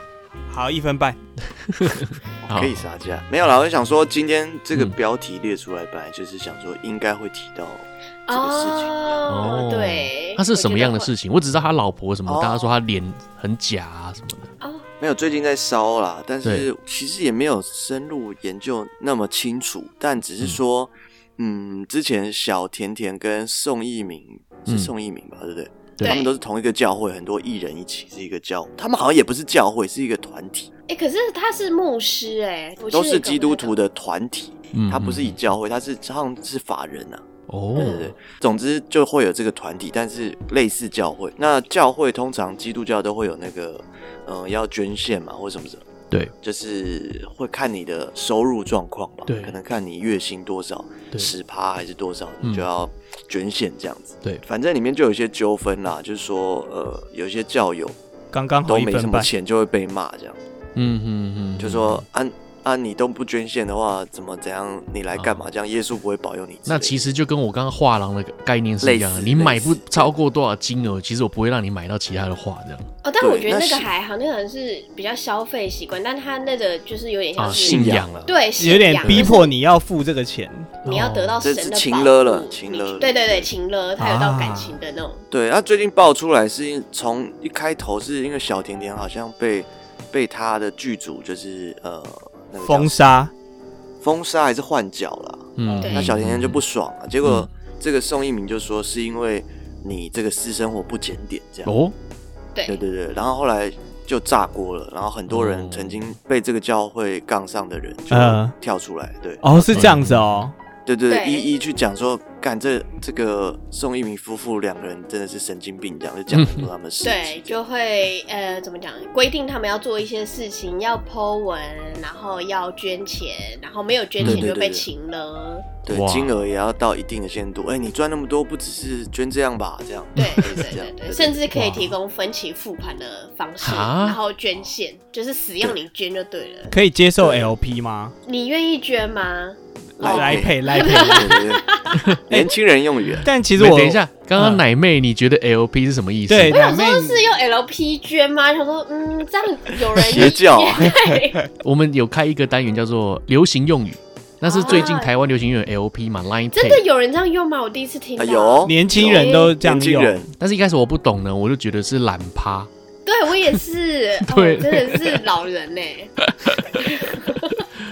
C: 好，一分半。
A: 好
B: 可以杀价。没有啦，我就想说，今天这个
A: 嗯
B: 标题列出来，本来就是想说应该会提到这个事情。
D: 哦，对，
A: 他是什么样的
D: 我觉
A: 事情？我只知道他老婆什么，
B: 哦
A: 大家说他脸很假啊什么的。
D: 得会？哦，
B: 没有，最近在烧啦，但是其实也没有深入研究那么清楚，但只是说，嗯之前小甜甜跟宋一鸣是
A: 嗯
B: 宋一鸣吧，对不对？
A: 对
B: 他们都是同一个教会，很多艺人一起是一个教，他们好像也不是教会，是一个团体，
D: 哎、可是他是牧师哎、我
B: 都
D: 其实也
B: 是
D: 搞不
B: 基督
D: 太
B: 徒
D: 懂，
B: 的团体，
A: 嗯
B: 他不是以
A: 嗯
B: 教会，他是好像是法人啊。
A: 哦
B: 对对对，总之就会有这个团体，但是类似教会。那教会通常基督教都会有那个，嗯、要捐献嘛，或什么什么。
A: 对，
B: 就是会看你的收入状况吧，
A: 对
B: 可能看你月薪多少，
A: 对
B: 十趴还是多少，
A: 嗯
B: 你就要捐献这样子。
A: 对
B: 反正里面就有一些纠纷啦，就是说，呃，有一些教友
C: 刚刚好
B: 都
C: 一
B: 没什
C: 分
B: 么
C: 半，
B: 钱，就会被骂这样，
A: 嗯嗯嗯，
B: 就说啊啊，啊，你都不捐献的话，怎么怎样？你来干嘛？这样耶稣不会保佑你之类
A: 啊
B: 的。
A: 那其实就跟我刚刚画廊的概念是一样的，
B: 类似
A: 你买不
B: 类似
A: 超过多少金额，其实我不会让你买到其他的画这样
D: 哦，但我
B: 对
D: 觉得
B: 那
D: 那
B: 是
D: 个还好，那个人是比较消费习惯，但他那个就是有点像
A: 啊，
D: 是
A: 信仰了。
D: 对，信
C: 有点
D: 仰
C: 逼
D: 就是
C: 迫你要付这个钱。
D: 你要得到
B: 哦这
D: 神
B: 是
D: 的
B: 情
D: 保
B: 勒了
D: 护
B: 情
D: 你
B: 勒了
D: 对对对，情勒，他有到
C: 啊
D: 感情的那种。
B: 对，啊他最近爆出来是因从一开头是因为小甜甜好像被被他的剧组就是呃那个叫
C: 封杀，
B: 封杀还是换角了，
A: 嗯，
D: 哦对
B: 那小甜甜就不
A: 嗯
B: 爽了、结果这个宋一鸣就说是因为你这个私生活不检点这样，
A: 哦，
D: 对
B: 对对对，然后后来就炸锅了，然后很多人
A: 哦
B: 曾经被这个教会杠上的人就
C: 嗯
B: 跳出来，对，
C: 哦，是这样子哦。
B: 对对对，
D: 对
B: 一一去讲说，干这这个宋一鸣夫妇两个人真的是神经病，这样就 讲很多他们的事情。
D: 对，就会呃怎么讲？规定他们要做一些事情，要 Po 文，然后要捐钱，然后没有捐
A: 对
D: 钱
B: 对
D: 就
B: 对
D: 被
B: 对
D: 情 勒。
B: 对
A: 哇
B: 金额也要到一定的限度。哎、你赚那么多，不只是捐这样吧？这样
D: 对对
B: 类似
D: 对
B: 这样
D: 对对，
B: 对
D: 甚至可以
C: 哇
D: 提供分期付款的方式，
A: 啊
D: 然后捐献，就是死要你捐就对了。
C: 可以接受
B: 对
C: LP 吗？
D: 你愿意捐吗？
B: 来
C: 来
B: 配
C: 配来配。
B: 对对对， 年轻人用语啊。
C: 但其
A: 其
C: 实我
A: 等一，下，刚刚
C: 嗯
A: 奶妹，你觉得 LP 是什么意思？
C: 对
D: 我想
C: 奶妹
D: 说是用 LP 捐吗？想说嗯，这样有人
B: 邪教啊
D: 对
A: 我们有开一个单元叫做流行用语，那是最近台湾流行用语 LP 嘛，Line
D: 啊真的
A: Pay。
D: 有人这样用吗？我第一次听到。
B: 啊有
C: 年轻人都这样
B: 年轻
C: 用，
B: 人，
A: 但是一开始我不懂呢，我就觉得是懒趴。
D: 对我也 是，哦、
A: 对
D: 真的是老人欸呢、
B: 哎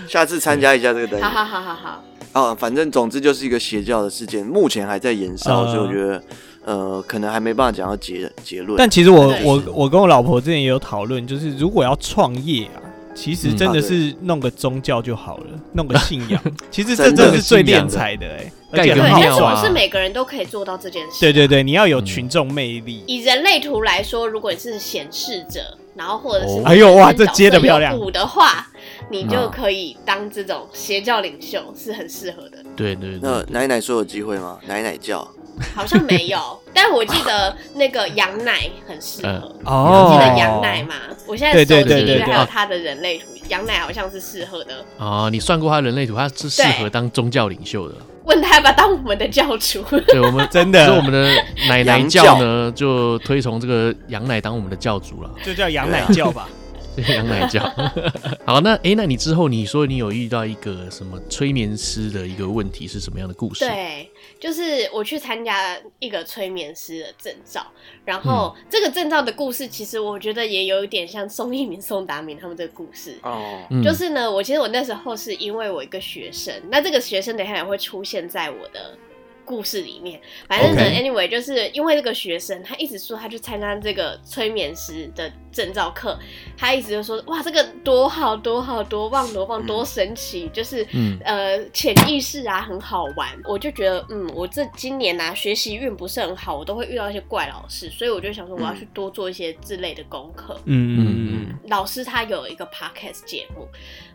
B: 下次参加一下这个单
D: 好
B: 元
D: 好好好好，
B: 啊。反正总之就是一个邪教的事件，目前还在延烧，
C: 嗯
B: 所以我觉得呃，可能还没办法讲到结结论。
C: 但其实我
D: 对
C: 我我跟我老婆之前也有讨论，就是如果要创业啊，其实
A: 嗯
C: 真的是弄个宗教就好了，弄个信 仰。其实这
B: 真的
C: 真的是最敛财的哎，而且
A: 盖个
D: 对，
C: 很
A: 庙
C: 好
D: 但是
A: 啊嗯
D: 我是每个人都可以做到这件事。
C: 对对对，你要有群众魅力。
D: 以人类图来说，如果你是显示者，然后或者是
A: 哦
D: 你
C: 哎呦哇这接得
D: 的
C: 漂亮
D: 五的话，你就
A: 嗯
D: 可以当这种邪教领袖，是很适合的。
A: 对对对
B: 那，奶奶说有机会吗？奶奶教
D: 好像没 有，但我记得那个羊奶很适
C: 嗯
D: 合。
A: 哦
D: 记得羊奶嘛？我现在
C: 对
D: 手
C: 对
D: 机
A: 对
D: 里
A: 对
D: 面
A: 对
D: 还有他的人类图，羊奶好像是适合的。
A: 啊，你算过他人类图，他是适合
D: 对
A: 当宗教领袖的。
D: 问他要不要当我们的教主？
A: 对我们
C: 真的
A: 所以我们的
D: 呃
A: 奶奶
B: 洋
A: 教呢，就推崇这个羊奶当我们的教主了，
C: 就叫羊奶教吧。
A: 这个羊奶教。 好，那诶，那你之后你说你有遇到一个什么催眠师的一个问题是什么样的故事？
D: 对，就是我去参加一个催眠师的证照，然后
A: 嗯
D: 这个证照的故事，其实我觉得也有一点像宋一鸣、宋达明他们这个故事。
B: 哦，
A: 嗯，
D: 就是呢，我其实我那时候是因为我一个学生，那这个学生等一下也会出现在我的故事里面。反正呢
C: OK
D: anyway，就是因为这个学生，他一直说他去参加这个催眠师的证照课，他一直就说哇，这个多好多好多棒多棒多神奇，就是
A: 嗯
D: 呃潜意识啊很好玩。我就觉得嗯，我这今年啊学习运不是很好，我都会遇到一些怪老师，所以我就想说我要去多做一些之类的功课。
A: 嗯
C: 嗯嗯嗯，
D: 老师他有一个 podcast 节目，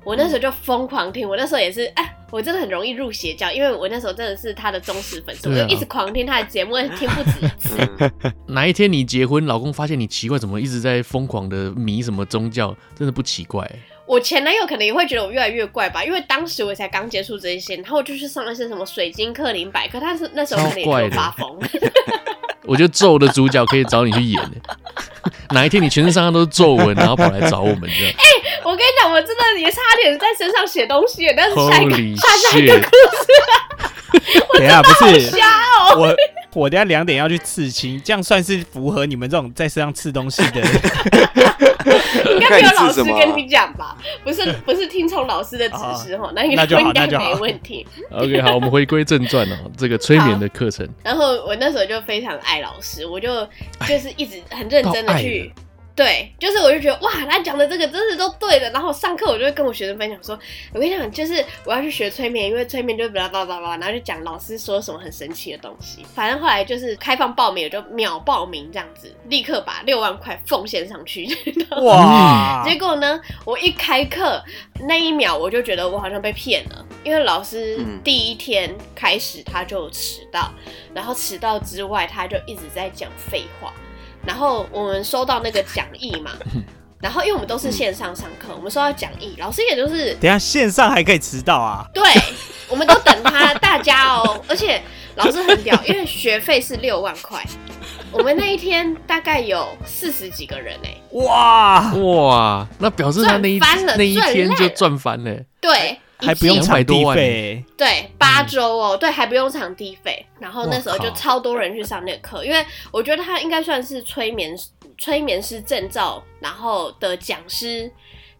D: 我那时候就疯狂听，我那时候也是，哎，我真的很容易入邪教，因为我那时候真的是他的忠实粉丝，我
A: 对啊
D: 就一直狂听他的节目，而且听不止一 次。
B: 嗯
A: 哪一天你结婚，老公发现你奇怪，怎么一直在疯狂的迷什么宗教，真的不奇怪、
D: 我前男友可能也会觉得我越来越怪吧，因为当时我才刚接触这一些，然后我就去上了一些什么水晶课、灵摆课，但是那时候可能也
A: 超怪
D: 就
A: 的
D: 发疯。
A: 我觉得咒的主角可以找你去演、 欸哪一天你全身上下都是皱纹，然后跑来找我们这样
D: 我跟你讲，我真的也差点在身上写东西，但是下一 个
A: ，Holy
D: 下下一个
A: shit！
C: 等一下不是
D: 瞎哦。
C: 我。我等一下两点要去刺青，这样算是符合你们这种在身上刺东西的。
D: 应
B: 看
D: 该没有老
B: 你吃
D: 师
B: 什么啊
D: 跟你讲吧？不是不是听从老师的指示哈，那应
C: 那
D: 该
C: 就好
D: 应该
C: 那就好
D: 没问题。
A: OK，好，我们回归正传 哦，这个催眠的课程，
D: 然后我那时候就非常爱老师，我就就是一直很认真
A: 到
D: 的
A: 爱
D: 去
A: 了。
D: 对，就是我就觉得哇，他讲的这个真是都对的。然后上课我就会跟我学生分享说，我跟你讲，就是我要去学催眠，因为催眠就巴拉巴拉巴拉，然后就讲老师说什么很神奇的东西。反正后来就是开放报名，我就秒报名这样子，立刻把六万块奉献上去。
A: 嗯
C: 哇，
D: 结果呢，我一开课那一秒，我就觉得我好像被骗了，因为老师
B: 嗯
D: 第一天开始他就迟到，然后迟到 之外，他就一直在讲废话。然后我们收到那个讲义嘛，然后因为我们都是线上上课，我们说要讲义，老师也就是
C: 等一下线上还可以迟到啊？
D: 对，我们都等他大家哦，而且老师很屌，因为学费是六万块，我们那一天大概有四十几个人哎、
C: 哇，
A: 哇，那表示他那一
D: 赚翻了
A: 那一天
D: 赚烂
A: 就
D: 了
A: 赚翻嘞，
D: 对，一
C: 还不用
D: 季
C: 场地
A: 200多万
C: 费，
D: 对，八周哦，对，还不用场地费。然后那时候就
C: 哇靠
D: 超多人去上那个课，因为我觉得他应该算是催眠催眠师证照，然后的讲师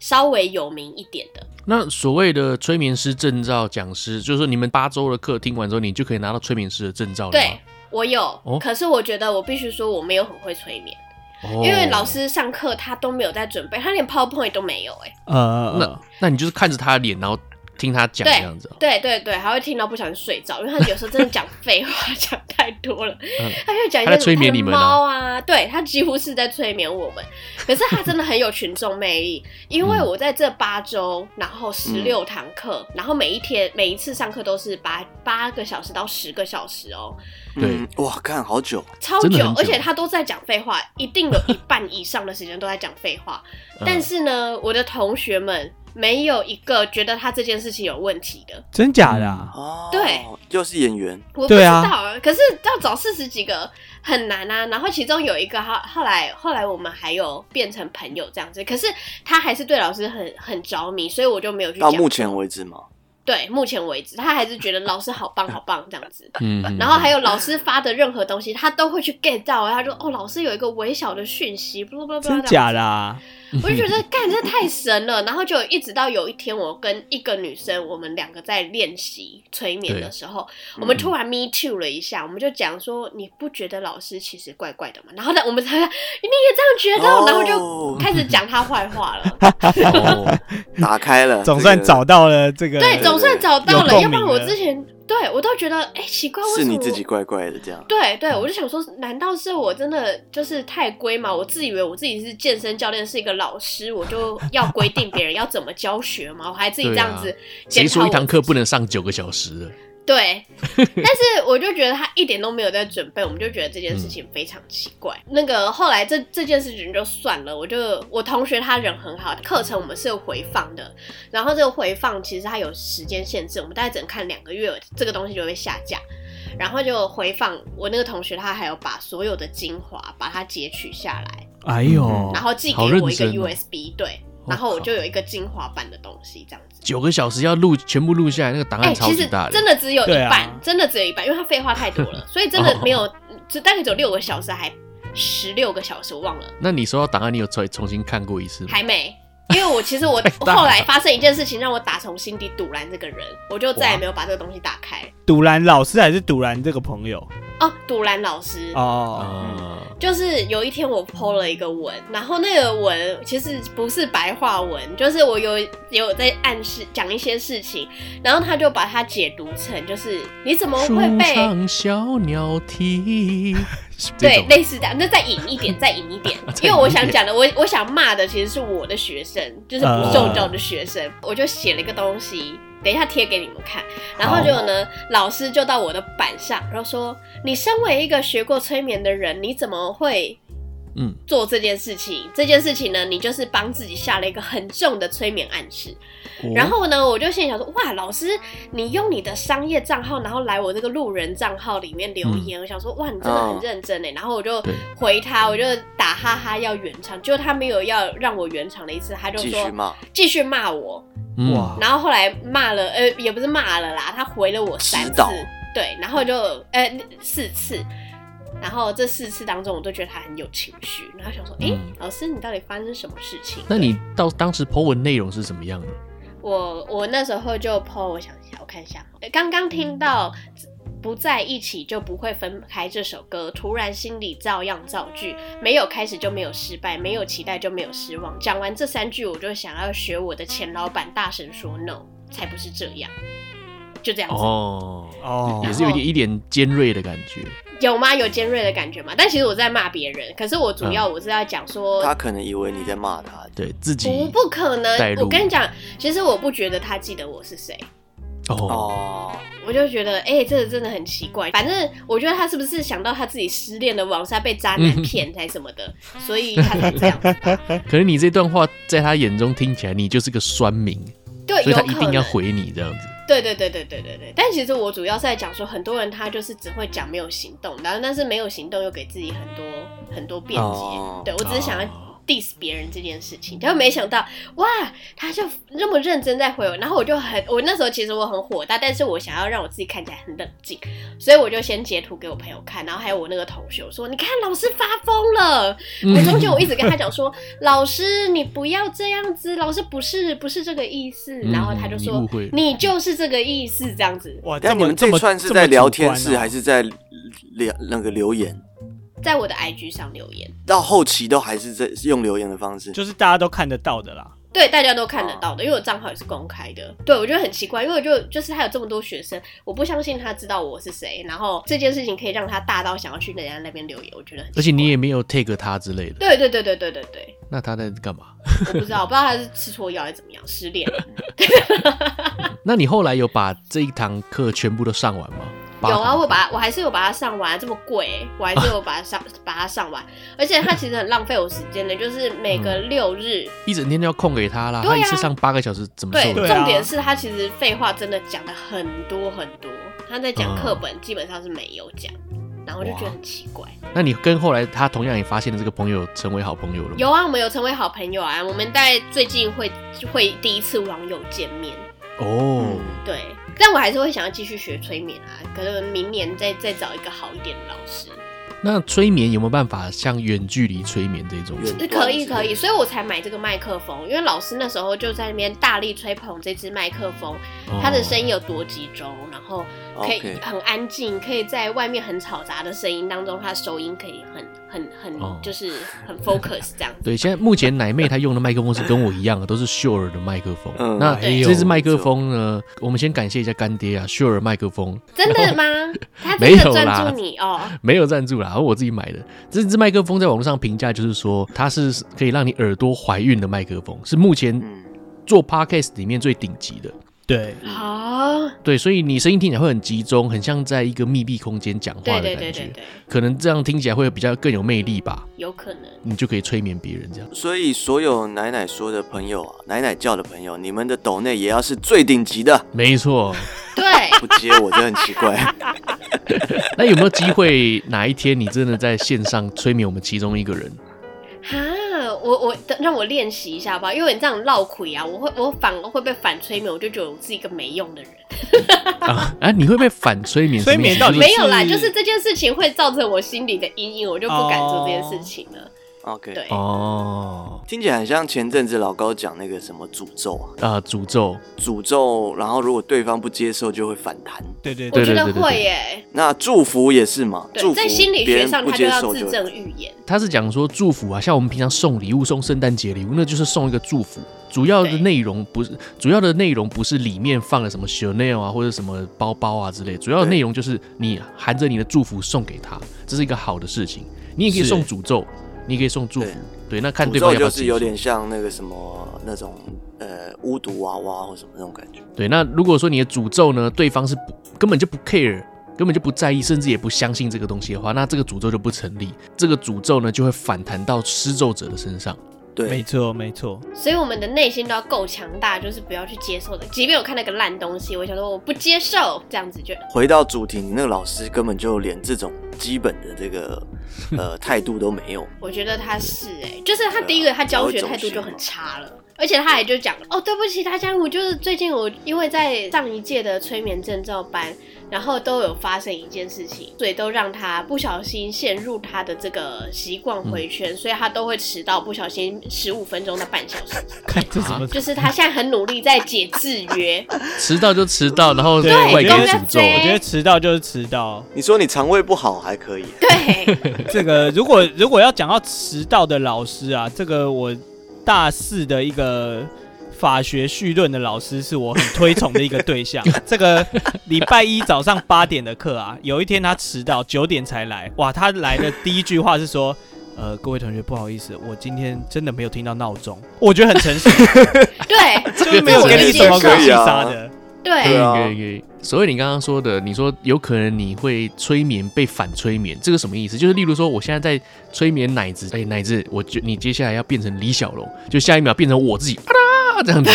D: 稍微有名一点的。
A: 那所谓的催眠师证照讲师，就是说你们八周的课听完之后，你就可以拿到催眠师的证照了
D: 对
A: 吗？
D: 我有，
A: 哦
D: 可是我觉得我必须说我没有很会催眠，
A: 哦
D: 因为老，师上课他都没有在准备，他连 PowerPoint 都没有、欸，哎。
C: 呃
A: 那，那你就是看着他的脸，然后听他讲
D: 对
A: 这样子哦。
D: 对对对，还会听到不小心睡着，因为他有时候真的讲废话讲太多了，
A: 嗯
D: 他就讲一
A: 他
D: 些
A: 在催眠你们啊
D: 他的猫啊，对他几乎是在催眠我们。可是他真的很有群众魅力，因为我在这八周，然后十
A: 嗯
D: 六堂课，然后每一天每一次上课都是八八个小时到十个小时哦，
A: 对
B: 嗯，哇，看好久，
D: 超
A: 真的很久
D: 而且他都在讲废话，一定有一半以上的时间都在讲废话。
A: 嗯
D: 但是呢，我的同学们没有一个觉得他这件事情有问题的。
C: 真假的啊？
B: 哦，
D: 对，
B: 又是演员，
D: 我不知
C: 对
D: 道
C: 啊
D: 啊，可是要找四十几个很难啊。然后其中有一个后后来后来我们还有变成朋友这样子，可是他还是对老师很很着迷，所以我就没有去
B: 到
D: 讲。
B: 目前为止嘛，
D: 对目前为止，他还是觉得老师好棒好棒这样子。
A: 嗯，嗯
D: 然后还有老师发的任何东西，他都会去 get 到。他说：“哦，老师有一个微小的讯息，不不不，
C: 真假的啊？
D: 我就觉
B: 嗯
D: 得干这太神了，然后就一直到有一天，我跟一个女生，我们两个在练习催眠的时候，
B: 嗯
D: 我们突然 me too 了一下，我们就讲说，你不觉得老师其实怪怪的吗？然后呢，我们才你也这样觉得，
B: 哦
D: 然后就开始讲他坏话 了。
A: 哦
B: 打开了，
C: 总算
B: 这个
C: 找到了这个，
D: 对，总算找到
C: 有
D: 了，
C: 共
D: 要不然
C: 鸣
D: 我
C: 了
D: 之前对我都觉得，哎，奇怪，为
B: 是
D: 什么
B: 你自己
D: 我
B: 怪怪的这样，
D: 对
A: 嗯
D: 对，我就想说，难道是我真的就是太龟毛？我自以为我自己是健身教练，是一个老师，我就要规定别人要怎么教学吗？我还自己这样子
A: 对啊谁
D: 检讨我自己、
A: 说一堂课不能上九个小时的？
D: 对，但是我就觉得他一点都没有在准备，我们就觉得这件事情非常奇怪。那个后来这这件事情就算了，我就我同学他人很好，课程我们是有回放的，然后这个回放其实它有时间限制，我们大概只能看两个月，这个东西就会下架。然后就回放，我那个同学他还有把所有的精华把它截取下来，
C: 哎
A: 嗯
C: 呦
D: 然，后寄给
A: 好认
D: 我一个
A: 真哦
D: USB，、对，
A: 我
D: 然后我
A: 靠
D: 就有一个精华版的东西这样子。
A: 九个小时要录全部录下来，那个档案超
D: 哎其
A: 级
D: 实
A: 大
D: 真的只有一
C: 对啊
D: 半，真的只有一半，因为他废话太多了，所以真
A: 哦
D: 的没有，只大概只有六个小时，还十六个小时，我忘了，
A: 那你收到档案，你有重重新看过一次吗？
D: 还没。因为我其实我
A: 大了
D: 后来发生一件事情，让我打从心底堵拦这个人，我就再也没有把这个东西打开。
C: 堵拦老师还是堵拦这个朋友？
D: 哦，堵拦老师，
C: 哦，
D: 嗯
A: 啊，
D: 就是有一天我 PO 了一个文，然后那个文其实不是白话文，就是我有有在暗示讲一些事情，然后他就把它解读成就是你怎么
A: 树
D: 会被
A: 上小鸟 啼，这
D: 对
A: 种，，
D: 类似这样，那再引一点，再引一点
A: 再
D: 因
A: 引
D: 为我想
A: 一点
D: 讲的，我我想骂的其实是我的学生，就是不受教的学生，我就写了一个东西，等一下贴给你们看。然后
C: 好
D: 结果呢，老师就到我的板上，然后说：“你身为一个学过催眠的人，你怎么会
A: 嗯，
D: 做这件事情？这件事情呢，你就是帮自己下了一个很重的催眠暗示。”
C: 嗯
A: 嗯
D: 然后呢，我就心里想说，哇，老师，你用你的商业账号，然后来我这个路人账号里面留言，我想说，哇，你真的很认真哎。然后我就
A: 对
D: 回他，我就打哈哈要圆场，结果他没有要让我圆场的意思，他就
B: 继续
D: 说
B: 骂，
D: 继续骂我。
A: 嗯
C: 哇，
D: 然后后来骂了，呃，也不是骂了啦，他回了我三
B: 指
D: 次
B: 导，
A: 哦
D: 对，然后就呃四次。然后这四次当中，我都觉得他很有情绪，然后想说，哎、
A: 嗯
D: 老师，你到底发生什么事情？
A: 那你到当时 Po 文内容是什么样的？
D: 我我那时候就 PO，我想一下，我看一下，呃刚刚听到不在一起就不会分开这首歌，突然心里照样造句，没有开始就没有失败，没有期待就没有失望。讲完这三句，我就想要学我的前老板大声说 no，才不是这样，就这样子，
A: 哦，
C: 哦
A: 也是有一点一点尖锐的感觉，
D: 有吗？有尖锐的感觉吗？但其实我在骂别人，可是我主要我是在讲说。
B: 他可能以为你在骂他，
A: 嗯对自己
D: 不不可
A: 带
D: 能！
A: 入
D: 我跟你讲，其实我不觉得他记得我是谁，
A: 哦，
B: 哦，
D: 我就觉得，哎、这个真的很奇怪。反正我觉得他是不是想到他自己失恋的网站被渣
A: 嗯
D: 男骗才什么的，所以他才这样子吧。
A: 可能你这段话在他眼中听起来，你就是个酸民，
D: 对，
A: 所以
D: 有
A: 他
D: 可
A: 一
D: 能。
A: 定要回你这样子。
D: 对对对对对对对。但其实我主要是在讲说，很多人他就是只会讲没有行动，然后但是没有行动又给自己很多很多辩解。
B: 哦
D: 对我只是想要
A: 哦
D: diss 别人这件事情，但没想到哇，他就那么认真在回我，然后我就很，我那时候其实我很火大，但是我想要让我自己看起来很冷静，所以我就先截图给我朋友看，然后还有我那个同学我说，你看老师发疯了。
A: 嗯
D: 我中间我一直跟他讲说，老师你不要这样子，老师不是不是这个意思，
A: 嗯
D: 然后他就
A: 你
D: 说
A: 误会了
D: 你就是这个意思这样子，
C: 哇，这
B: 但你
C: 么
B: 们这
C: 么
B: 一串是
C: 这
B: 在
C: 么
B: 聊
C: 主
B: 天
C: 观
B: 室
C: 哦
B: 还是在聊那个留言？
D: 在我的 IG 上留言，
B: 到后期都还是在用留言的方式，
C: 就是大家都看得到的啦？
D: 对，大家都看得到的，因为我账号也是公开的。对，我觉得很奇怪，因为我就就是他有这么多学生，我不相信他知道我是谁，然后这件事情可以让他大到想要去人家那边留言，我觉得很奇 怪。
A: 而且你也没有 take 他之类的，
D: 对对对对对对对，
A: 那他在干嘛？
D: 我不知道，我不知道他是吃错药还是怎么样，失恋了。
A: 那你后来有把这一堂课全部都上完吗？八
D: 有啊，
A: 堂
D: 我把我还是有把它上完，这么贵、我还是有把它上把它上完， 而且它其实很浪费我时间的，就是每个
A: 嗯
D: 六日，
A: 一整天都要空给他啦，
D: 对啊
A: 他一次上八个小时，怎么
D: 对，
A: 受得
C: 对
A: 了？
C: 啊
D: 重点是他其实废话真的讲的很多很多，他在讲课
A: 嗯
D: 本基本上是没有讲，然后我就觉得很奇怪。
A: 那你跟后来他同样也发现了这个朋友成为好朋友了吗？
D: 有啊，我们有成为好朋友啊，我们在最近会会第一次网友见面，
A: 哦
B: 嗯，
D: 对，但我还是会想要继续学催眠啊，可能明年再再找一个好一点的老师。
A: 那催眠有没有办法像远距离催眠这种？
B: 远
D: 可以可以，所以我才买这个麦克风，因为老师那时候就在那边大力吹捧这支麦克风，它哦的声
A: 音
D: 音有多集中，然后可以
B: OK
D: 很安静，可以在外面很嘈杂的声音当中，它的收音可以很很很、
A: 哦
D: 就是很 focus 这样子。
A: 对，现在目前奶妹她用的麦克风是跟我一样的，都是 Shure 的麦克风。
B: 嗯
A: 那
C: 哎呦
A: 这支麦克风呢，我们先感谢一下干爹啊，Shure 麦克风
D: 真的吗？他
A: 没
D: 真的
A: 有啦
D: 专注你哦。
A: 没有赞助啦，我自己买的。这支麦克风在网络上评价就是说，它是可以让你耳朵怀孕的麦克风，是目前
B: 嗯，
A: 做 podcast 里面最顶级的。
C: 对，
A: 嗯
D: 哦，
A: 对，所以你声音听起来会很集中，很像在一个密闭空间讲话
D: 对
A: 的感觉。
D: 对对对对，
A: 可能这样听起来会比较更有魅力吧，
D: 有可能。
A: 你就可以催眠别人这样。
B: 所以所有奶奶说的朋友啊，奶奶叫的朋友，你们的抖内也要是最顶级的，
A: 没 错，
D: 对，
B: 不接我真的很奇怪。
A: 那有没有机会哪一天你真的在线上催眠我们其中一个 人？
D: 哈，我我等让我练习一下吧，因为你这样绕亏啊，我会我反而会被反催眠，我就觉得我是一个没用的人。
A: 啊啊！你会被反催眠？
C: 催眠
A: 什么意思
C: 到底
A: 就是
D: 没有啦，
C: 是
D: 就是这件事情会造成我心里的阴影，我就不敢做这件事情了。
B: OK，
D: 对，
A: 哦
B: 听起来很像前阵子老高讲那个什么诅咒啊，
A: 啊，诅咒
B: 诅咒，然后如果对方不接受就会反弹。
C: 对对
D: 我
C: 对，
D: 觉得
A: 对对对对
D: 会耶。
B: 那祝福也是嘛，祝
D: 对，
B: 福
D: 在心理
B: 别
D: 学
B: 人
D: 上，
B: 不
D: 它就
B: 接
D: 要
B: 受
D: 自
B: 就
D: 证预言。
A: 他是讲说祝福啊，像我们平常送礼物、送圣诞节礼物，那就是送一个祝福。主要的
D: 对
A: 内容不是主要的内容不是里面放了什么 Chanel 啊或者什么包包啊之类，主要的内容就是你含着你的祝福送给他，这是一个好的事情。你也可以
C: 是
A: 送诅咒，你也可以送祝福对，
B: 对，
A: 那看
B: 诅
A: 对方
B: 咒
A: 要不要
B: 就
A: 接
B: 是
A: 受
B: 有。点像那个什么那种呃巫毒娃娃或什么那种感觉。
A: 对，那如果说你的诅咒呢，对方是不根本就不 care，根本就不在意，甚至也不相信这个东西的话，那这个诅咒就不成立。这个诅咒呢，就会反弹到施咒者的身上。
C: 没
B: 对，
C: 错没错，
D: 所以我们的内心都要够强大，就是不要去接受的。即便我看那个烂东西，我想说我不接受，这样子就
B: 回到主题，你那个老师根本就连这种基本的这个呃态度都没有。
D: 我觉得他是哎、就是他第一个他教学态度就很差
B: 啊
D: 了。而且他还就讲哦，对不起大家，我就是最近我因为在上一届的催眠证照班，然后都有发生一件事情，所以都让他不小心陷入他的这个习惯回
B: 嗯
D: 圈，所以他都会迟到，不小心十五分钟到半小时。
C: 看这什么？
D: 就是他现在很努力在解制 约，
A: 迟到就迟到，然后
C: 对
A: 怪给
C: 都在
A: 诅咒。
D: 追
C: 我觉得迟到就是迟到。
B: 你说你肠胃不好还可以，
D: 对，
C: 这个如果如果要讲到迟到的老师啊，这个我大四的一个法学绪论的老师是我很推崇的一个对 象。这个礼拜一早上八点的课啊，有一天他迟到九点才来，哇，他来的第一句话是说。呃，各位同学，不好意思，我今天真的没有 听到闹钟，我觉得很诚实，
D: 对，
C: 就是没有给你什么
D: 这
C: 可
D: 我能
C: 以啊
D: 接
C: 杀的。
B: 对
D: 对
B: 啊
A: 可以可以可以。所以你刚刚说的，你说有可能你会催眠被反催眠，这个什么意思？就是例如说，我现在在催眠奶子，哎、奶子，我觉你接下来要变成李小龙，就下一秒变成我自己，啊啦这样子。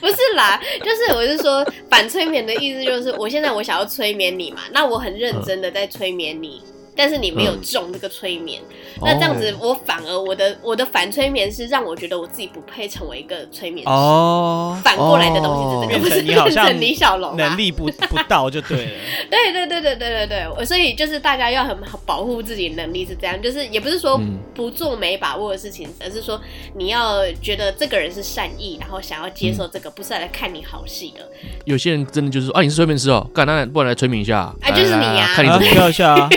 D: 不是啦，就是我是说反催眠的意思就是，我现在我想要催眠你嘛，那我很认真的在催眠你。但是你没有中这个催眠，那这样
A: 哦
D: 子我反而我的我的反催眠是让我觉得我自己不配成为一个催眠师。
C: 哦，
D: 反过来的东西是这
C: 变
D: 个，不是
C: 成你好像
D: 变成李小龙啊
C: 能力不不到就 对了。
D: 对对对对对对对，我所以就是大家要很好保护自己的能力是这样，就是也不是说
A: 嗯
D: 不做没把握的事情，而是说你要觉得这个人是善意，然后想要接受这个，不是来看你好戏的。
A: 有些人真的就是说，啊，你是催眠师哦，干，那不然来催眠一下，
D: 哎
A: 来
D: 就是
A: 来
D: 你
A: 来
D: 呀
A: 看你
C: 啊
A: 怎么。
C: 跳一下啊，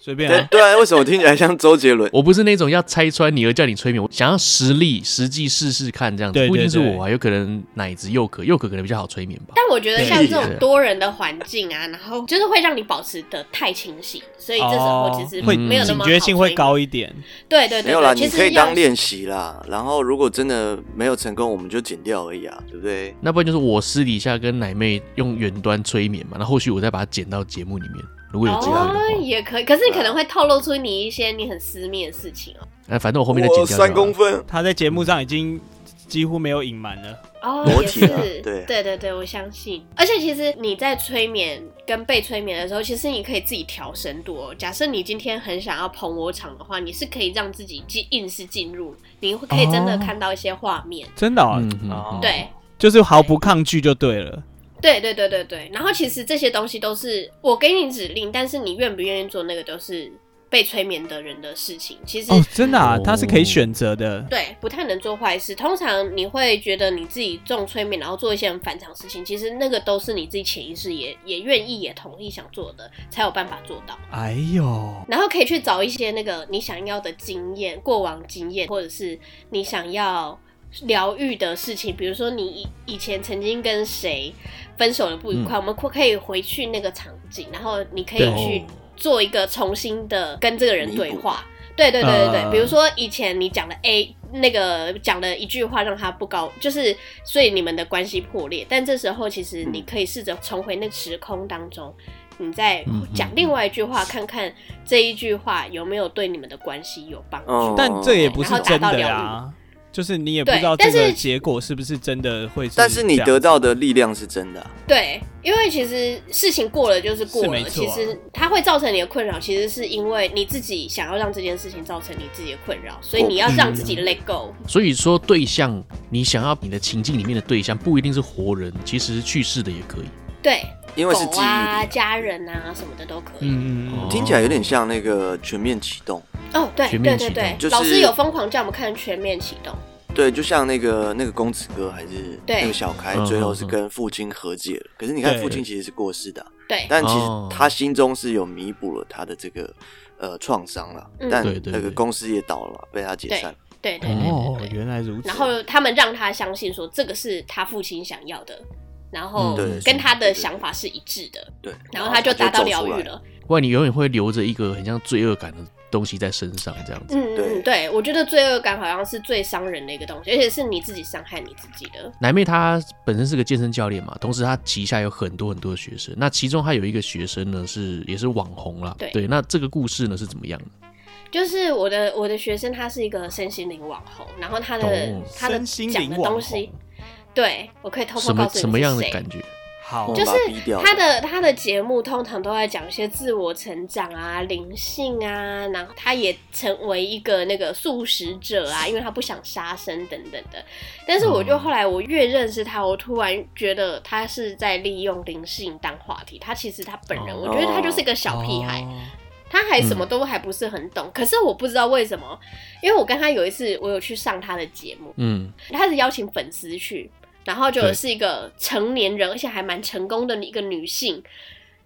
C: 随便
B: 对
C: 啊。
B: 对啊，为什么听起来像周杰伦？
A: 我不是那种要拆穿你而叫你催眠，我想要实力实际试试看这样子，
C: 对
A: 不一定是
C: 对对
A: 我啊，有可能奶子佑可，佑可可能比较好催眠吧。
D: 但我觉得像这
A: 对
D: 种
A: 对
D: 多人的环境啊，然后就是会让你保持的太清醒，所以这时候其实
C: 哦会
D: 没有那
C: 警
D: 么
C: 觉
D: 好
C: 性会
D: 追
C: 高一点。
D: 对对
B: 没
D: 对
B: 有啦，
D: 对，其
B: 你可
D: 实
B: 以
D: 要
B: 当练习啦。然后如果真的没有成功，我们就剪掉而已啊，对不对？
A: 那不然就是我私底下跟奶妹用远端催眠嘛，那后续我再把它剪到节目里面，如果有机会的话
D: 哦，也可以，可是你可能会透露出你一些你很私密的事情哦。
A: 哎、反正我后面再剪掉就好了。
B: 分，
C: 他在节目上已经几乎没有隐瞒了。
D: 哦，
B: 裸
D: 也
B: 体
D: 是
B: 啊，对
D: 对对对我相信。而且其实你在催眠跟被催眠的时候，其实你可以自己调深度哦。假设你今天很想要捧我场的话，你是可以让自己进硬是进入，你会可以真的
C: 哦
D: 看到一些画面。
C: 真的、哦
A: 嗯嗯
C: 哦
A: 嗯
D: 对，
C: 就是毫不抗拒就对了。
D: 对对对对对，然后其实这些东西都是我给你指令，但是你愿不愿意做那个都是被催眠的人的事情。其实、
C: 哦，真的啊
A: 哦，
C: 他是可以选择的。
D: 对不太能做坏事，通常你会觉得你自己中催眠，然后做一些很反常的事情，其实那个都是你自己潜意识也也愿意也同意想做的，才有办法做到。
C: 哎
A: 哦
C: 呦，
D: 然后可以去找一些那个你想要的经验、过往经验，或者是你想要疗愈的事情，比如说你以以前曾经跟谁分手了不愉快，我们可可以回去那个场景，然后你可以
A: 嗯对
D: 去
A: 哦
D: 做一个重新的跟这个人
B: 弥补
D: 对话。对对对对
A: 啊
D: 对，
C: 呃
D: 比如说以前你讲了 A 那个讲了一句话让他不高，就是所以你们的关系破裂，但这时候其实
A: 嗯
D: 你可以试着重回那个时空当中，你再
A: 嗯嗯
D: 讲另外一句话，看看这一句话有没有对你们的关系有帮助。
B: 哦
C: 但这也不是真
D: 然后达到
C: 的
D: 疗
C: 啊，就是你也不知道
D: 对
C: 这
D: 但
C: 个
D: 是
C: 结果是不是真的会
B: 但是你
C: 这样
B: 得到的力量是真的啊、
D: 对，因为其实事情过了就是过
C: 是
D: 了，
C: 没错
D: 其
C: 啊
D: 实它会造成你的困扰，其实是因为你自己想要让这件事情造成你自己的困扰，所以你要让自己
B: 哦
D: let go。
A: 所以说，对象你想要你的情境里面的对象不一定是活人，其实去世的也可以。
D: 对，
B: 因为是
D: 狗
B: 记忆力
D: 啊、家人啊什么的都可以。
C: 嗯嗯嗯
A: 哦
B: 听起来有点像那个全面启动，
D: 哦，对
A: 全
D: 对
A: 面
D: 对
A: 启动
D: 对，
B: 就是
D: 老师有疯狂叫我们看全面启动。
B: 对，就像那个那个公子哥还是
D: 对
B: 那个小开
A: 嗯，
B: 最后是跟父亲和解了。可是你看，
C: 对
B: 父亲其实是过世的啊，
D: 对，
B: 但其实
A: 哦
B: 他心中是有弥补了他的这个呃创伤了
D: 嗯。
B: 但
A: 对对
B: 那个
A: 对
B: 公司也倒了嘛，被他解散。
D: 对对对
A: 哦
D: 对对
C: 嗯
D: 对。
C: 原来如此。
D: 然后他们让他相信说这个是他父亲想要的，然后
A: 嗯
B: 对
D: 跟他的
B: 对对
D: 想法是一致的，
B: 对，
D: 然后他就达到
B: 走出
D: 疗
B: 来
D: 愈。了。
A: 不然你永远会留着一个很像罪恶感的东西在身上，这样子。
D: 嗯，
B: 对
D: 嗯，对，我觉得罪恶感好像是最伤人的一个东西，而且是你自己伤害你自己的。
A: 奶妹她本身是个健身教练嘛，同时她旗下有很多很多的学生，那其中她有一个学生呢是也是网红啦，
D: 对
A: 那这个故事呢是怎么样的？
D: 就是我的我的学生，他是一个身心灵网红，然后他的、
A: 哦
D: 他的
C: 身心
D: 讲的
C: 灵网
D: 东西
C: 红，
D: 对我可以偷偷
A: 什
D: 告
A: 么
D: 诉你
A: 什么样的
D: 是谁
A: 感觉？
C: 好，
D: 就
B: 把它逼
D: 是
B: 掉
D: 他的他的节目通常都在讲一些自我成长啊、灵性啊，然后他也成为一个那个素食者啊，因为他不想杀生等等的。但是我就
A: 嗯
D: 后来我越认识他，我突然觉得他是在利用灵性当话题。他其实他本人，
A: 哦
D: 我觉得他就是个小屁孩，
C: 哦
D: 他还什么都还不是很懂。可是我不知道为什么，因为我跟他有一次我有去上他的节目，
A: 嗯，
D: 他是邀请粉丝去，然后就
A: 对
D: 是一个成年人，而且还蛮成功的一个女性。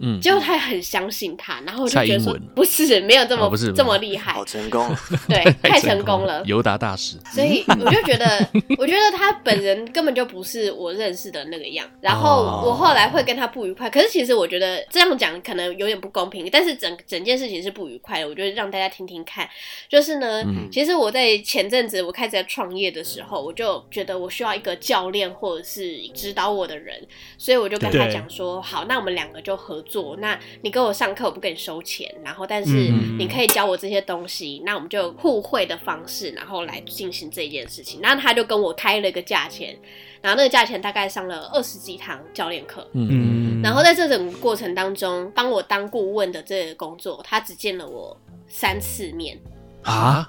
A: 嗯，
D: 结果他也很相信他，然后我就
A: 蔡
D: 觉得
A: 英
D: 说
A: 文
D: 不是没有这么、
A: 哦不是
D: 这么厉害
B: 好，成 功，啊
D: 对，哎太成功了。
A: 尤达大师。
D: 所以我就觉得， 我觉得他本人根本就不是我认识的那个样。然
A: 哦
D: 后我后来会跟他不愉快，可是其实我觉得这样讲可能有点不公平，但是整整件事情是不愉快的。我觉得让大家听听看，就是呢，
A: 嗯
D: 其实我在前阵子我开始在创业的时候，我就觉得我需要一个教练或者是指导我的人，所以我就跟他
C: 对
D: 讲说，好，那我们两个就合作。那你跟我上课，我不跟你收钱，然后但是
C: 嗯
D: 你可以教我这些东西，那我们就有互惠的方式，然后来进行这件事情。那他就跟我开了一个价钱，然后那个价钱大概上了二十几堂教练课。
A: 嗯
D: 然后在这整个过程当中，帮我当顾问的这个工作，他只见了我三次面。
A: 啊，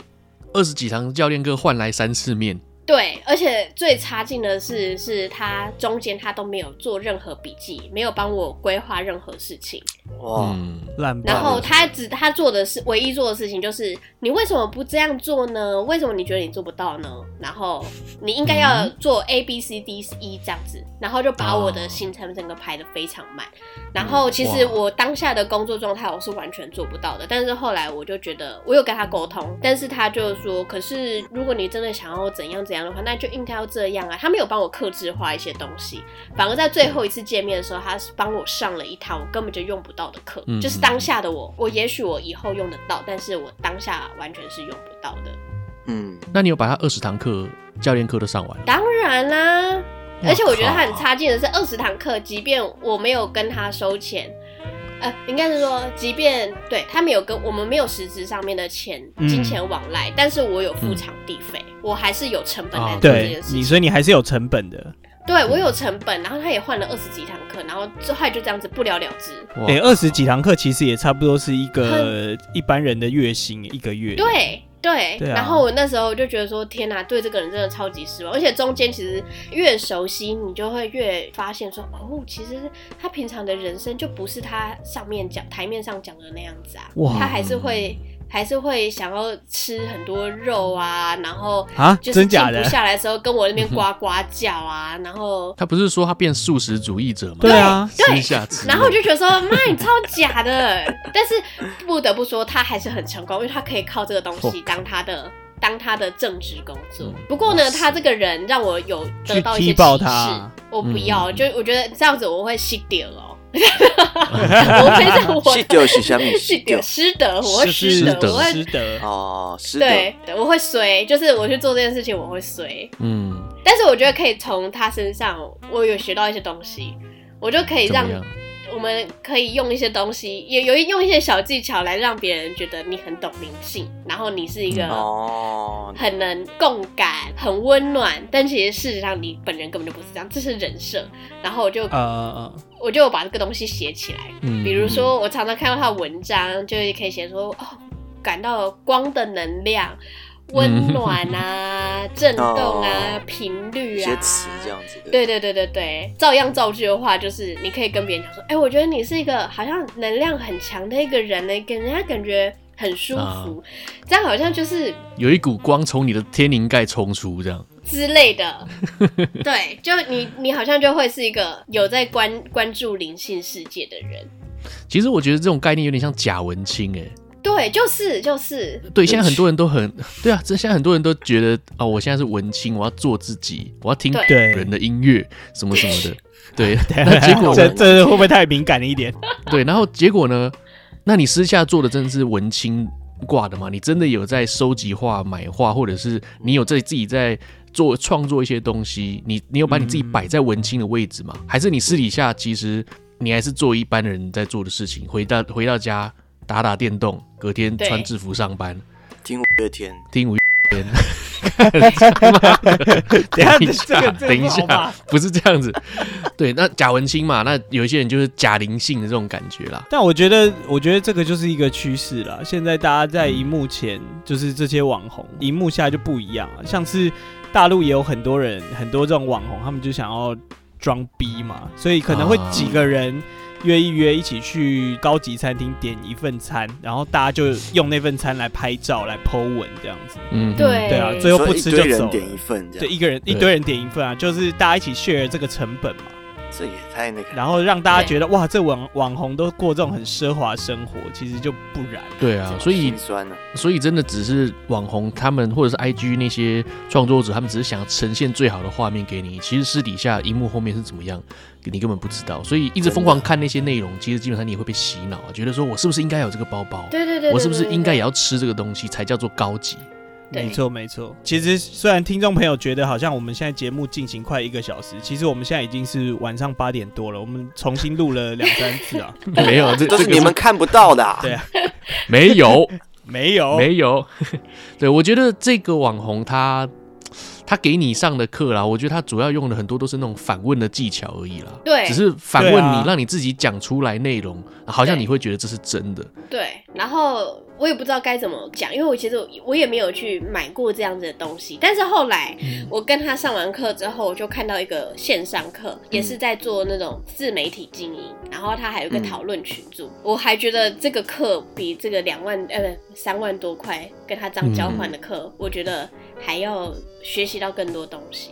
A: 二十几堂教练课换来三次面，
D: 对，而且最差劲的是，是他中间他都没有做任何笔记，没有帮我规划任何事情。
B: 哇，
A: 嗯，
C: 烂爆
D: 然后
C: 了
D: 他只他做的是唯一做的事情就是，你为什么不这样做呢？为什么你觉得你做不到呢？然后你应该要做 A B C D E 这样子，然后就把我的行程整个排的非常满。然后其实
A: 哇
D: 我当下的工作状态我是完全做不到的，但是后来我就觉得我有跟他沟通，但是他就说，可是如果你真的想要怎样怎样的话，那就应该要这样啊。他没有帮我克制化一些东西，反而在最后一次见面的时候，他是帮我上了一堂我根本就用不到的课，
A: 嗯
D: 就是当下的我，我也许我以后用得到，但是我当下完全是用不到的。
B: 嗯，
A: 那你有把他二十堂课教练课都上完了？
D: 当然啦，
A: 哇
D: 而且我觉得他很
A: 靠
D: 差劲的是，二十堂课，即便我没有跟他收钱，呃，应该是说，即便对他没有跟我们没有实质上面的钱
C: 嗯啊
D: 金钱往来，但是我有付场地费，我还是有成本来
A: 哦
D: 做这件
C: 对
D: 事情。
C: 你，所以你还是有成本的。
D: 对我有成本，然后他也换了二十几堂课，然后最后就这样子不了了之。
A: 哇
C: 哎，二十几堂课其实也差不多是一个一般人的月薪一个月。
D: 对对，
C: 对啊
D: 然后我那时候就觉得说，天哪，对这个人真的超级失望。而且中间其实越熟悉，你就会越发现说，哦，其实他平常的人生就不是他上面讲台面上讲的那样子啊
C: 哇，
D: 他还是会还是会想要吃很多肉啊，然后
C: 啊
D: 就是
C: 真
D: 静
C: 假的
D: 不下来的时候跟我那边呱呱 叫啊，然后。
A: 他不是说他变素食主义者吗？
C: 对啊
A: 私下吃肉，
D: 然后我就觉得说，妈，你超假的。但是不得不说，他还是很成功，因为他可以靠这个东西当他的。当他的正职工作，不过呢，他这个人让我有得到一
C: 去踢
D: 些
C: 爆
D: 启
C: 他
D: 示
C: 啊。
D: 我不要，
A: 嗯
D: 就我觉得这样子我会吸点哦，我会让我
B: 是丢是下面
D: 失德失德，我
C: 就
D: 会
C: 是
D: 失
A: 失德
D: 德，我会
C: 失德。
B: 哦，是的，
D: 对，我会衰，就是我去做这件事情我会衰。
A: 嗯，
D: 但是我觉得可以从他身上，我有学到一些东西，我就可以
A: 嗯怎
D: 让
A: 么样？
D: 我们可以用一些东西，也有一用一些小技巧来让别人觉得你很懂灵性，然后你是一个
B: 嗯哦，
D: 很能共感、很温暖，但其实事实上你本人根本就不是这样，这是人设。然后我就、
A: 哦
B: 嗯
C: 呃，
D: 我就把这个东西写起来，
A: 嗯
D: 比如说我常常看到他的文章，就是可以写说哦，感到光的能量。温暖啊，震动啊
B: 嗯哦，
D: 频
B: 一
D: 率啊，
B: 些词这样子的，
D: 对对对对对，照样造句的话，就是你可以跟别人讲说，哎、我觉得你是一个好像能量很强的一个人呢，给人家感觉很舒服，
A: 啊
D: 这样好像就是
A: 有一股光从你的天灵盖冲出，这样
D: 之类 的。对，就你你好像就会是一个有在关关注灵性世界的人。
A: 其实我觉得这种概念有点像贾文清哎、
D: 对，就是就是，
A: 对，现在很多人都很对啊，这现在很多人都觉得啊、我现在是文青，我要做自己，我要听
D: 对
A: 古人的音乐什么什么的， 对。那结果
C: 这这会不会太敏感了 一点？
A: 对，然后结果呢？那你私下做的真的是文青挂的吗？你真的有在收集画、买画，或者是你有在自己在做创作一些东西？你你有把你自己摆在文青的位置吗？还是你私底下其实你还是做一般人在做的事情？回到回到家打打电动，隔天
D: 对
A: 穿制服上班，
B: 听五月天，
A: 听五月 天。
C: 等
A: 等
C: 一下
A: 一
C: 这个
A: 下，
C: 这个
A: 等一
C: 不好
A: 下
C: 吧，
A: 不是这样子。对，那假文青嘛，那有一些人就是假灵性的这种感觉啦。
C: 但我觉得，我觉得这个就是一个趋势啦。现在大家在荧幕前，就是这些网红，荧幕下就不一样了。像是大陆也有很多人，很多这种网红，他们就想要装逼嘛，所以可能会
A: 啊
C: 几个人约一约，一起去高级餐厅点一份餐，然后大家就用那份餐来拍照、来 po 文这样子。
A: 嗯，
D: 对
C: 对啊，最后
B: 所
C: 不
B: 以一
C: 吃
B: 堆
C: 就
B: 人
C: 走了。
B: 点一份这啊
C: 对，
B: 样，
C: 一个人一
A: 对
C: 堆人点一份啊，就是大家一起 share 这个成本嘛。
B: 这也太那个了。
C: 然后让大家
D: 对
C: 觉得哇，这网网红都过这种很奢华生活，其实就不然。
A: 对啊，所以
B: 心酸呢、
A: 所以真的只是网红他们或者是 IG 那些创作者，他们只是想呈现最好的画面给你，其实私底下荧幕后面是怎么样，你根本不知道。所以一直疯狂看那些内容，其实基本上你也会被洗脑啊，觉得说我是不是应该有这个包包，
D: 对对对，
A: 我是不是
D: 对对
A: 应该也
D: 对
A: 要吃这个东西才叫做高级？
D: 对
C: 没错，没错。其实虽然听众朋友觉得好像我们现在节目进行快一个小时，其实我们现在已经是晚上八点多了，我们重新录了两三次 啊。
A: 没有，这
B: 都
A: 这
B: 是
A: 个
B: 你们看不到的、啊。
C: 对啊，
A: 没有。
C: 没
D: 哦
C: 有，
A: 没有。 对，我觉得这个网红他他给你上的课啦，我觉得他主要用的很多都是那种反问的技巧而已啦。
D: 对
A: 只是反问你，
C: 对啊
A: 让你自己讲出来内容，好像
D: 对
A: 你会觉得这是真的。
D: 对，然后我也不知道该怎么讲，因为我其实我也没有去买过这样子的东西。但是后来
A: 嗯
D: 我跟他上完课之后，我就看到一个线上课，
A: 嗯
D: 也是在做那种自媒体经营，然后他还有一个
B: 嗯
D: 讨论群组。我还觉得这个课比这个两万呃不三万多块跟他这样交换的课，我觉得还要学习到更多东西。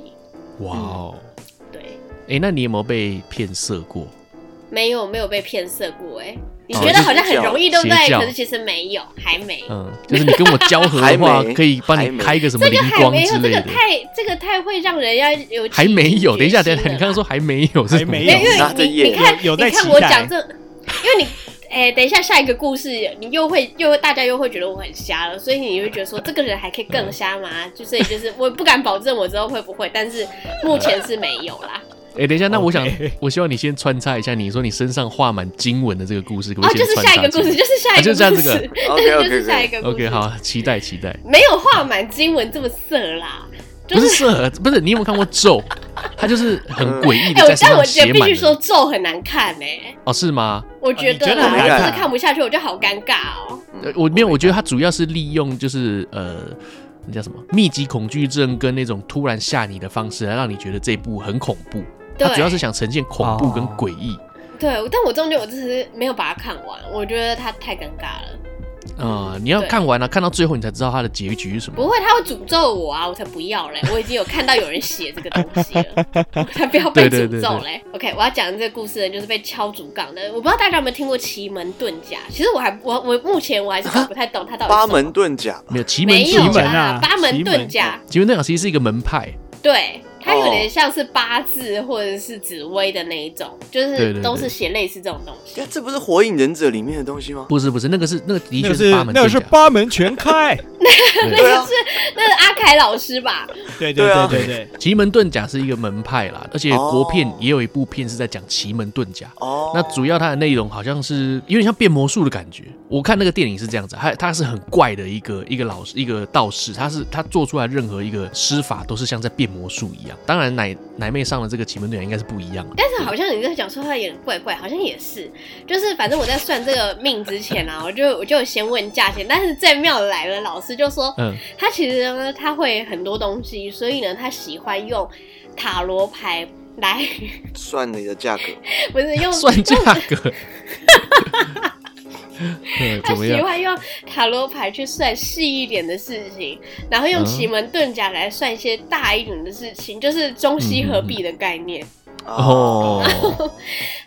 A: 哇哦，
D: 对，
A: 哎、那你有没有被骗色过？
D: 没有没有被骗色过哎、你
A: 哦
D: 觉得好像很容易，对不
A: 邪
D: 对？
A: 教
D: 可是其实没有，还没。
A: 嗯，就是你跟我交合的话
B: 还，没
A: 可以帮
B: 还
A: 你
B: 没
A: 开个什么
D: 这个
A: 灵
D: 还
A: 光
D: 没有，
A: 之
D: 这
A: 类
D: 个
A: 的。
D: 太这个太会让人家有
A: 还没有，等一下，等一下，
D: 下，
A: 你刚刚说还没有，是哎
C: 还
A: 什么
C: 没
A: 意思
D: 没有，因为
B: 那这
D: 你你
B: 也
D: 看
C: 有有在
D: 你看
C: 期
D: 我
C: 待
D: 讲这，因为你哎，等一下下一个故事，你又会又会大家又会觉得我很瞎了，所以你会觉得说这个人还可以更瞎吗？就所以就是我不敢保证我之后会不会，但是目前是没有 啦。
A: 哎、等一下，那 我想
C: OK
A: 我希望你先穿插一下，你说你身上画满经文的这个故事，给我，
D: 哦
A: 先
D: 就是
A: 穿
D: 下
A: 插
D: 一个
A: 进
D: 故事，
A: 来。
D: 就是下
A: 啊
D: 一
A: 就
D: 个
A: 是这样
D: 故
A: 这个
D: 事，但
B: OK，OK，OK
D: 是就是下一个故
A: OK，
D: 事。
A: 好，期待期待。
D: 没有画满经文这么色啦，就
A: 不是色盒，不是你有没有看过 咒？他就是很诡异
D: 哎，
A: 的
D: 我
A: 在身
D: 但我
A: 上
D: 觉
A: 写
D: 得
A: 满
D: 必
A: 了。
D: 须说咒很难看哎、
A: 哦，是吗？
D: 我觉得
C: 你觉得
D: 啦，
C: 很
D: 我
B: 尴
D: 就是
B: 尬
D: 看不下去，我就好尴尬哦。
A: 呃，我没有，我觉得他主要是利用就是呃，那叫什么密集恐惧症跟那种突然吓你的方式，来让你觉得这一部很恐怖。
D: 对
A: 他主要是想呈现恐怖跟诡异。
D: 对，但我中间我只是没有把它看完，我觉得它太尴尬了。
A: 啊、你要
D: 哦对哦
A: 看完了、看到最后你才知道他的结局是什么。
D: 不会，他会诅咒我啊，我才不要嘞！我已经有看到有人写这个东西了， 我才不要被
A: 对对对
D: 诅咒嘞。OK，我要讲的这个故事呢，就是被敲竹杠的。我不知道大家有没有听过奇门遁甲，其实我还我我目前我还是搞不太懂它到底是
B: 八
D: 什么
B: 门遁甲，
A: 没有奇门
D: 没
A: 遁
D: 有
C: 奇门
A: 甲，
D: 啦
C: 啊，
D: 八门
C: 奇
D: 遁
C: 门
D: 甲，
A: 奇门遁甲其实是一个门派。
D: 对，它有
B: 哦
D: 点像是八字或者是紫薇的那一种，就
A: 对
D: 是
A: 对
D: 都
A: 对
D: 是写类似这种东西
B: 呀。，这不是火影忍者里面的东西吗？
A: 不是不是，那个是那个的
C: 那
A: 确
C: 个是
A: 八门
C: 那个
A: 遁
C: 是
A: 甲，
C: 八门全开。
B: 对啊，
D: 那是阿凯老师吧？
C: 对
B: 对啊
C: 对对对，
A: 奇门遁甲是一个门派啦，而且国片
B: 哦
A: 也有一部片是在讲奇门遁甲。
B: 哦，
A: 那主要它的内容好像是有点像变魔术的感觉。我看那个电影是这样子，它它是很怪的一个一个老师一个道士，他是他做出来任何一个施法都是像在变魔术一样。当然奶奶妹上了这个奇门遁甲应该是不一样的，
D: 但是好像你在讲说话有点怪怪，好像也是，就是反正我在算这个命之前啊，我就我就先问价钱，但是最妙的来了，老师就说
A: 嗯，
D: 他其实呢他会很多东西，所以呢他喜欢用塔罗牌来，
B: 算你的价格，
D: 不是 用
A: 算价
D: 用
A: 格。 嗯
D: 他
A: 怎么
D: 喜
A: 样？
D: 欢用塔罗牌去算细一点的事情，然后用
A: 嗯
D: 奇门遁甲来算一些大一点的事情，就是中西合璧的概念。
A: 哦，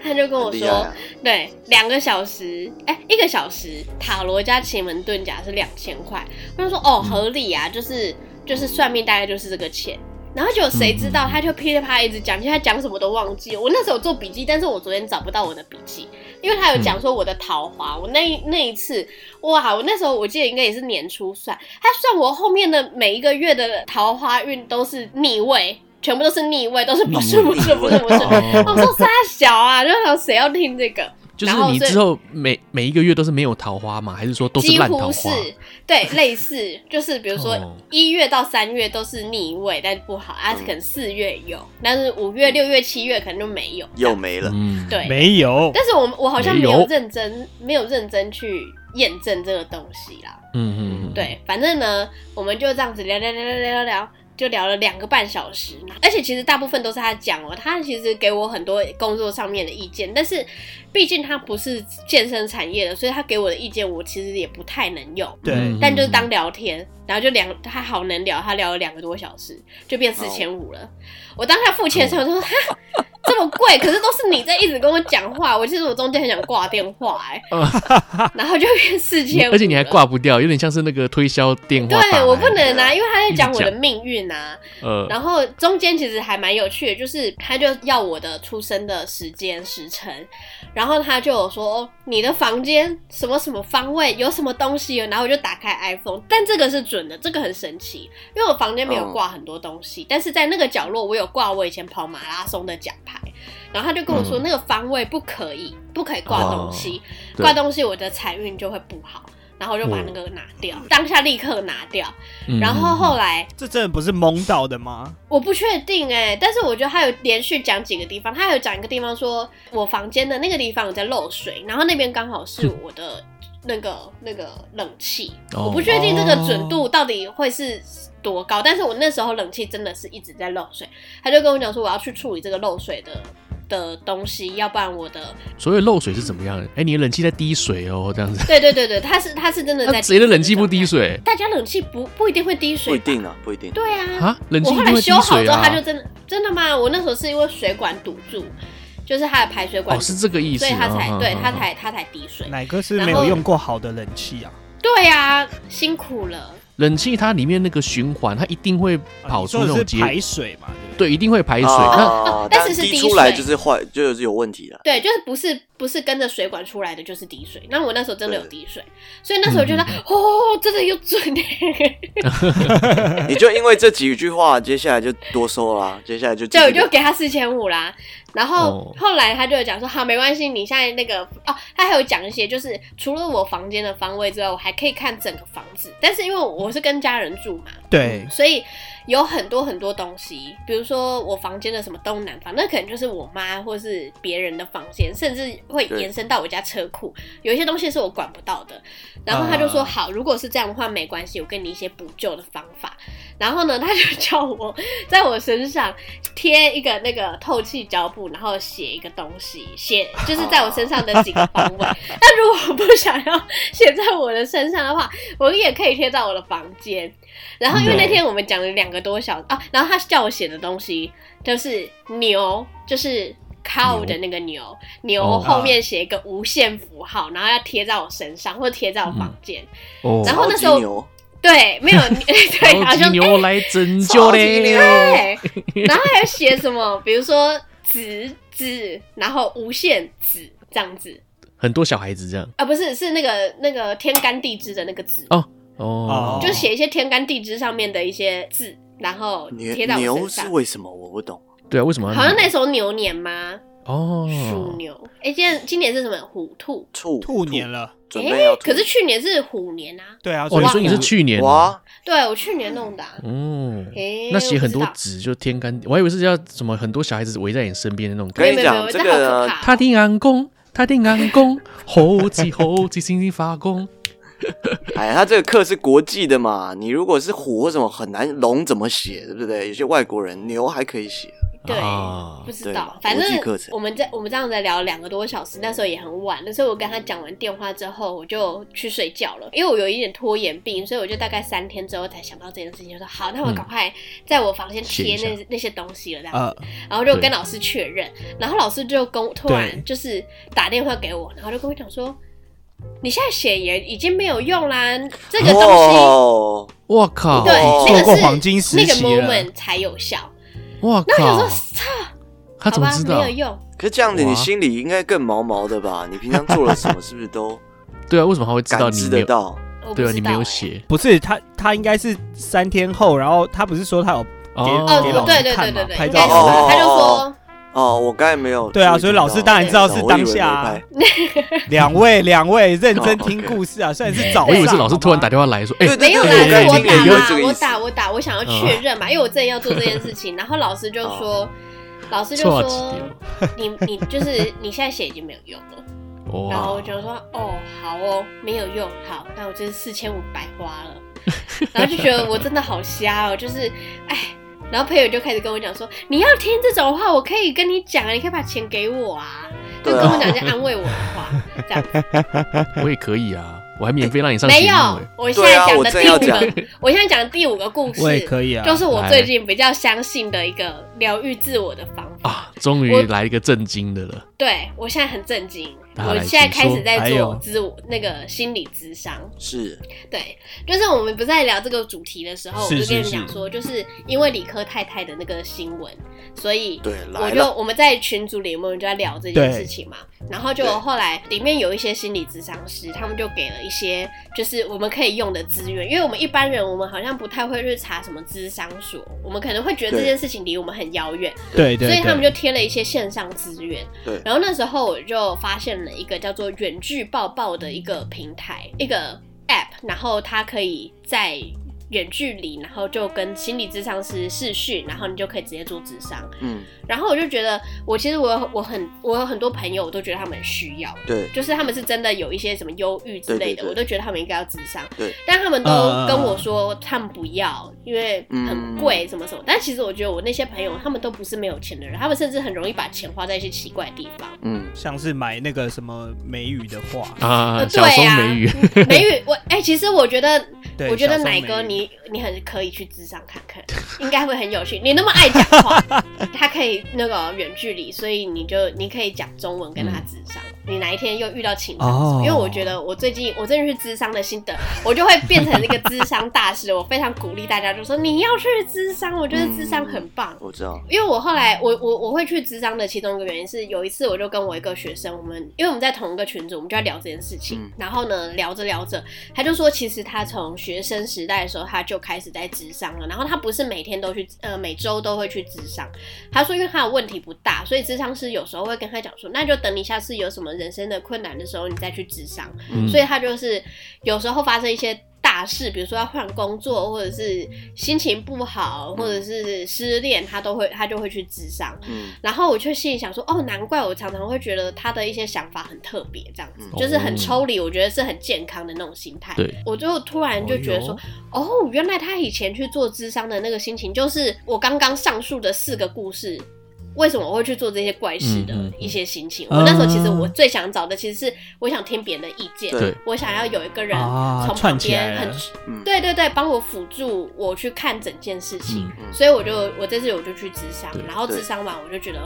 D: 他就
B: 啊
D: 跟
B: 很
D: 我
B: 厉
D: 说，
B: 害啊，
D: 对，两个小时，哎、一个小时，塔罗加奇门遁甲是两千块。我就说哦，合理啊，就是就是算命大概就是这个钱。然后结果谁知道，他就噼里啪啦一直讲，其实他讲什么都忘记。我那时候有做笔记，但是我昨天找不到我的笔记，因为他有讲说我的桃花，我那一那一次，哇，我那时候我记得应该也是年初算，他算我后面的每一个月的桃花运都是逆位，全部都是逆位，都是不是
A: 逆
D: 不
A: 位
D: 是不是不
A: 哦
D: 是。我哦说傻小啊，就想谁要听这个？
A: 就是
D: 然后
A: 你
D: 所以
A: 之后每每一个月都是没有桃花吗？还是说都是
D: 几
A: 烂桃
D: 乎是
A: 花？
D: 对类似，就是比如说
A: 哦嗯
D: 一月到三月都是逆位，但不好啊，可能四月有，但是五月、六月、七月可能就没有。
B: 又没了。
A: 嗯，
D: 对，
C: 没有，
D: 但是我我好像
A: 没
D: 没
A: 有
D: 有认真，没有认真去验证这个东西啦。
A: 嗯嗯嗯，
D: 对，反正呢，我们就这样子聊聊聊聊聊聊聊，就聊了两个半小时。而且其实大部分都是他讲哦，他其实给我很多工作上面的意见，但是毕竟他不是健身产业的，所以他给我的意见我其实也不太能用。
C: 对
A: 嗯
D: 但就是当聊天，然后就两他好
A: 哦
D: 能聊，他聊了两个多小时，就变四千五了。我当下付钱的时候我说哈，这么贵，可是都是你在一直跟我讲话。我其实我中间很想挂电话、欸，然后就变四千，
A: 哦而且你还。挂不掉，有点像是那个推销电话打来。
D: 对，我不能啊，因为他
A: 一
D: 在
A: 直
D: 讲我的
A: 讲
D: 命运啊。
A: 呃，
D: 然后中间其实还蛮有趣的，就是他就要我的出生的时间时辰，然后他就有说、哦你的房间什么什么方位有什么东西哦，然后我就打开 iPhone，但这个是准的，这个很神奇，因为我房间没有挂很多东西，但是在那个角落我有挂我以前跑马拉松的奖牌，然后他就跟我说、
A: 嗯
D: 那个方位不可以，不可以挂东西，
A: 哦对
D: 挂东西我的财运就会不好。然后我就把那个拿掉，当下立刻拿掉。
A: 嗯
D: 然后后来
C: 这真的不是蒙到的吗？
D: 我不确定哎、但是我觉得他有连续讲几个地方，他有讲一个地方说，我房间的那个地方有在漏水，然后那边刚好是我的那个那个冷气，
A: 哦
D: 我不确定这个准度到底会是多高，但是我那时候冷气真的是一直在漏水，他就跟我讲说我要去处理这个漏水的的东西，要不然我的，
A: 所谓漏水是怎么样的？哎，你的冷气在滴水哦，这样子。
D: 对对对对，他是他是真的在，
A: 那谁的啊冷气不滴？水
D: 大家冷气不不一定会滴
B: 不
D: 水
B: 一
D: 吧，
B: 定啊，不一定。
D: 对啊，
A: 啊？冷气
D: 我
A: 一定
D: 后来
A: 会滴
D: 修好
A: 水
D: 之后，
A: 啊
D: 它就。真的真的吗？我那时候是因为水管堵住，就是它的排水
A: 哦，
D: 管堵住，
A: 是这个意思。
D: 所以它才、
A: 嗯
D: 对它。
A: 嗯嗯嗯
D: 才它才滴水。
C: 哪个是没有用过好的冷气啊？
D: 对啊，辛苦了。
A: 冷气它里面那个循环，它一定会
C: 啊
A: 跑
C: 你
A: 出
C: 说
A: 那
C: 的
A: 种
C: 是排
A: 结，
C: 水哦嘛，对不对？
A: 对，一定会排水。那
B: 啊，
D: 但是是
B: 滴
D: 滴
B: 出来
D: 水
B: 就是坏，就是有问题了。
D: 对，就是不是不是跟着水管出来的，就是滴水。那我那时候真的有滴水，所以那时候觉得、
A: 嗯
D: 哦，真的有准欸
B: 你就因为这几句话，接下来就多收啦，接下来就
D: 对，我
B: 继续
D: 就给他四千五啦。然后
A: 哦
D: 后来他就有讲说，好，没关系，你现在那个哦，他还有讲一些，就是除了我房间的方位之外，我还可以看整个房子。但是因为我是跟家人住嘛，
C: 对，
D: 所以有很多很多东西，比如说我房间的什么东南方，那可能就是我妈或是别人的房间，甚至会
B: 对
D: 延伸到我家车库，有一些东西是我管不到的。然后他就说：“
C: 啊
D: 好，如果是这样的话，没关系，我给你一些补救的方法。”然后呢，他就叫我在我身上贴一个那个透气胶布，然后写一个东西，写就是在我身上的几个方 位。但如果我不想要 写在我的身上的话，我也可以贴在我的房间。然后因为那天我们讲了两个多小时啊，然后他叫我写的东西就是牛，就是。cow
A: 牛
D: 的那个牛，牛
A: 哦
D: 后面写一个无限符号，然后要贴在我身上或贴在我房间。
A: 哦，
D: 然后那时
B: 超级
D: 候
B: 牛，
D: 对， 没有 对，好
A: 超级
D: 像
A: 牛来拯救嘞！
D: 对，然后还有写什么，比如说子子，然后无限子这样子
A: 很多小孩子这样
D: 啊，不是是那个那个天干地支的那个子，
A: 哦哦
C: 哦，
D: 就写一些天干地支上面的一些字，然后贴
B: 牛
D: 在我
B: 牛
D: 身
B: 是
D: 上。
B: 为什么？我不懂。
A: 对啊，为什么要
D: 好像那时候牛年吗？
A: 哦
D: 鼠牛，哎、今年今年是什么？虎兔。
B: 兔
C: 兔年，了，
B: 准
D: 诶
B: 备要吐
D: 可是去年是虎年啊。
C: 对啊，
A: 哦，
C: 所以
A: 你说你是去年
B: 哇，
D: 对，我去年弄的、啊。
A: 哦，
D: 诶
A: 那写很
D: 我
A: 多
D: 不知道
A: 纸就天干地，我还以为是要什么很多小孩子围在你身边的那种感
B: 跟
A: 觉。
B: 你哎讲，这
D: 没有没
B: 个
D: 有这好可怕
A: 他听安公，他听安公，猴子猴子星星发光。
B: 哎，他这个课是国际的嘛，你如果是虎或什么很难，龙怎么写，对不对？有些外国人牛还可以写，
D: 对，
A: 啊
D: 不知
B: 对
D: 道
B: 嘛，
D: 反
B: 国
D: 正
B: 际课程
D: 我们在我们这样子聊两个多小时，那时候也很晚了，所以我跟他讲完电话之后，我就去睡觉了，因为我有一点拖延病，所以我就大概三天之后才想到这件事情，就说好，那我
A: 嗯
D: 赶快在我房间
A: 写
D: 贴
A: 一
D: 那那些东西了，这样
C: 呃，
D: 然后就
A: 对
D: 跟老师确认，然后老师就跟我突然
C: 对
D: 就是打电话给我，然后就跟我讲说，你现在写也已经没有用啦，这个东西、
B: 哦，
A: 我靠！
D: 对
B: 哦
D: 那
C: 错过
D: 个是
C: 黄金时
D: 那个
C: 期了
D: moment 才有效。
A: 我
D: 那我想
A: 靠
D: 说，！操，
A: 他
D: 好
A: 怎么
D: 吧
A: 知，
D: 没
A: 道
D: 有？用。
B: 可是这样子，
A: 哇
B: 你心里应该更毛毛的吧？你平常做了什么，是不是 都
A: 对啊，为什么他会知道
B: 感
A: 你
B: 知
A: 没
B: 得
A: 有？
B: 到？
D: 我不
A: 对啊，
D: 知
A: 你没有
D: 道欸
A: 写
C: 不是他，他应该是三天后，然后他不是说他有
D: 哦，
C: 给
D: 对
C: 老
A: 哦
C: 师
D: 对对
C: 看
D: 对
C: 嘛
D: 对对，
C: 拍
D: 应
C: 照
D: 该是
B: 哦哦
D: 吧，他就
B: 哦
D: 说
B: 哦，我刚才没有注意到。哎
C: 对啊所以老师当然知道是当下啊
B: 我以为没
C: 两位两位认真听
B: 哦，OK
C: 故 事啊，虽然是早上，
A: 哎我以为是老师突然打
C: 电
A: 电话来说，哎
B: 对，对
D: 没有啦，
A: 对
B: 对
D: 是
A: 对
D: 我
A: 对
D: 打
A: 对
D: 嘛，
B: 对
D: 我
B: 对
D: 打我打，我想要确认嘛，因为我真的要做这件事 情。然后老师就说，老师就
A: 哦错啊几
D: 说
A: 丢，
D: 你你就是你现在写已经没有用了。然后我
A: 哇！
D: 就说哦，好哦，没有用，好，那我就是四千五白花了。然后就觉得我真的好瞎哦，就是哎，然后朋友就开始跟我讲说，你要听这种话，我可以跟你讲啊，你可以把钱给我啊，就
B: 对啊
D: 跟我讲一些安慰我的话，这样子。
A: 我也可以啊，我还免费让你上
D: 没
A: 节目
D: 有
A: 哎。，
D: 我现在讲的第
B: 对啊我
D: 五
B: 正要
D: 个，我现在讲的第五个故事，
C: 我也可以啊，
D: 就是我最近比较相信的一个疗愈自我的方
A: 啊，终于
D: 我
A: 来一个震惊的了。
D: 对我现在很震惊，
A: 好
D: 我
A: 来
D: 现在
A: 请
D: 开
A: 说
D: 始在
C: 哎
D: 做
C: 呦
D: 咨那个心理咨商。
B: 是
D: 对，就是我们不是在聊这个主题的时候，
C: 是
D: 我就跟你
C: 是
D: 们讲
C: 是
D: 说，就是因为理科太太的那个新闻，所以
B: 对
D: 我
B: 来
D: 就
B: 了，
D: 我们在群组里面我们就在聊这件事情嘛，然后就
B: 对
D: 后来里面有一些心理咨商师，他们就给了一些就是我们可以用的资源，因为我们一般人我们好像不太会去查什么咨商所，我们可能会觉得这
B: 对
D: 件事情离我们很遥远，
C: 对对，
D: 所以他们就
C: 对
D: 贴了一些线上资源。
B: 对
D: 然后那时候我就发现了一个叫做“远距抱抱”的一个平台，一个 app，然后它可以在远距离，然后就跟心理咨商师视讯，然后你就可以直接做咨商。
B: 嗯，
D: 然后我就觉得，我其实我有我很我有很多朋友，我都觉得他们很需要，
B: 对
D: 就是他们是真的有一些什么忧郁之类
B: 对对
D: 的，
B: 对
D: 我都觉得他们应该要智商。
B: 对，
D: 但他们都
C: 嗯
D: 跟我说他们不要，因为很
B: 嗯
D: 贵什么什么。但其实我觉得我那些朋友，他们都不是没有钱的人，他们甚至很容易把钱花在一些奇怪的地 方。
B: 嗯，
C: 像是买那个什么美语的话，
A: 啊，
D: 呃
A: 小
D: 对
A: 松
D: 啊
A: 美语，
D: 美语，我哎、其实我觉得，
C: 对
D: 我觉得
C: 小松
D: 奶
C: 美
D: 哥
C: 语
D: 你你很可以去智商看看，应该会很有趣。你那么爱讲话，他可以那个远距离，所以你就你可以讲中文跟他智商。你哪一天又遇到情商什么，因为我
C: 嗯哦
D: 觉得我最近我真的是智商的心得，我就会变成一个智商大师。我非常鼓励大家，就说你要去智商，我觉得智商很棒。
B: 我知道，
D: 因为我后来我我我会去智商的其中一个原因是，有一次我就跟我一个学生，我们因为我们在同一个群组，我们就在聊这件事情。
B: 嗯
D: 然后呢，聊着聊着，他就说，其实他从学生时代的时候他就开始在智商了。然后他不是每天都去，呃，每周都会去智商。他说，因为他的问题不大，所以智商师有时候会跟他讲说，那就等你下次有什么人生的困难的时候，你再去智商。
A: 嗯
D: 所以他就是有时候发生一些大事，比如说要换工作，或者是心情不好，或者是失恋，他都会他就会去智商。
B: 嗯，
D: 然后我却心里想说，哦，难怪我常常会觉得他的一些想法很特别，这样子、
B: 嗯
D: 就是很抽离，我觉得是很健康的那种心态。
A: 对，
D: 我就突然就觉得说，哦，原来他以前去做智商的那个心情，就是我刚刚上述的四个故事，为什么我会去做这些怪事的
A: 嗯嗯嗯
D: 一些心情。
C: 嗯
D: 我那时候其实我最想找的其实是我想听别人的意见，
A: 对
D: 我想要有一个人
C: 啊
D: 从旁
C: 串起
D: 边
C: 来
D: 很
C: 了，
B: 嗯
D: 对对对，帮我辅助我去看整件事情。
A: 嗯
D: 所以我就我这次我就去智商
A: 对，
D: 然后
B: 对
D: 智商完我就觉得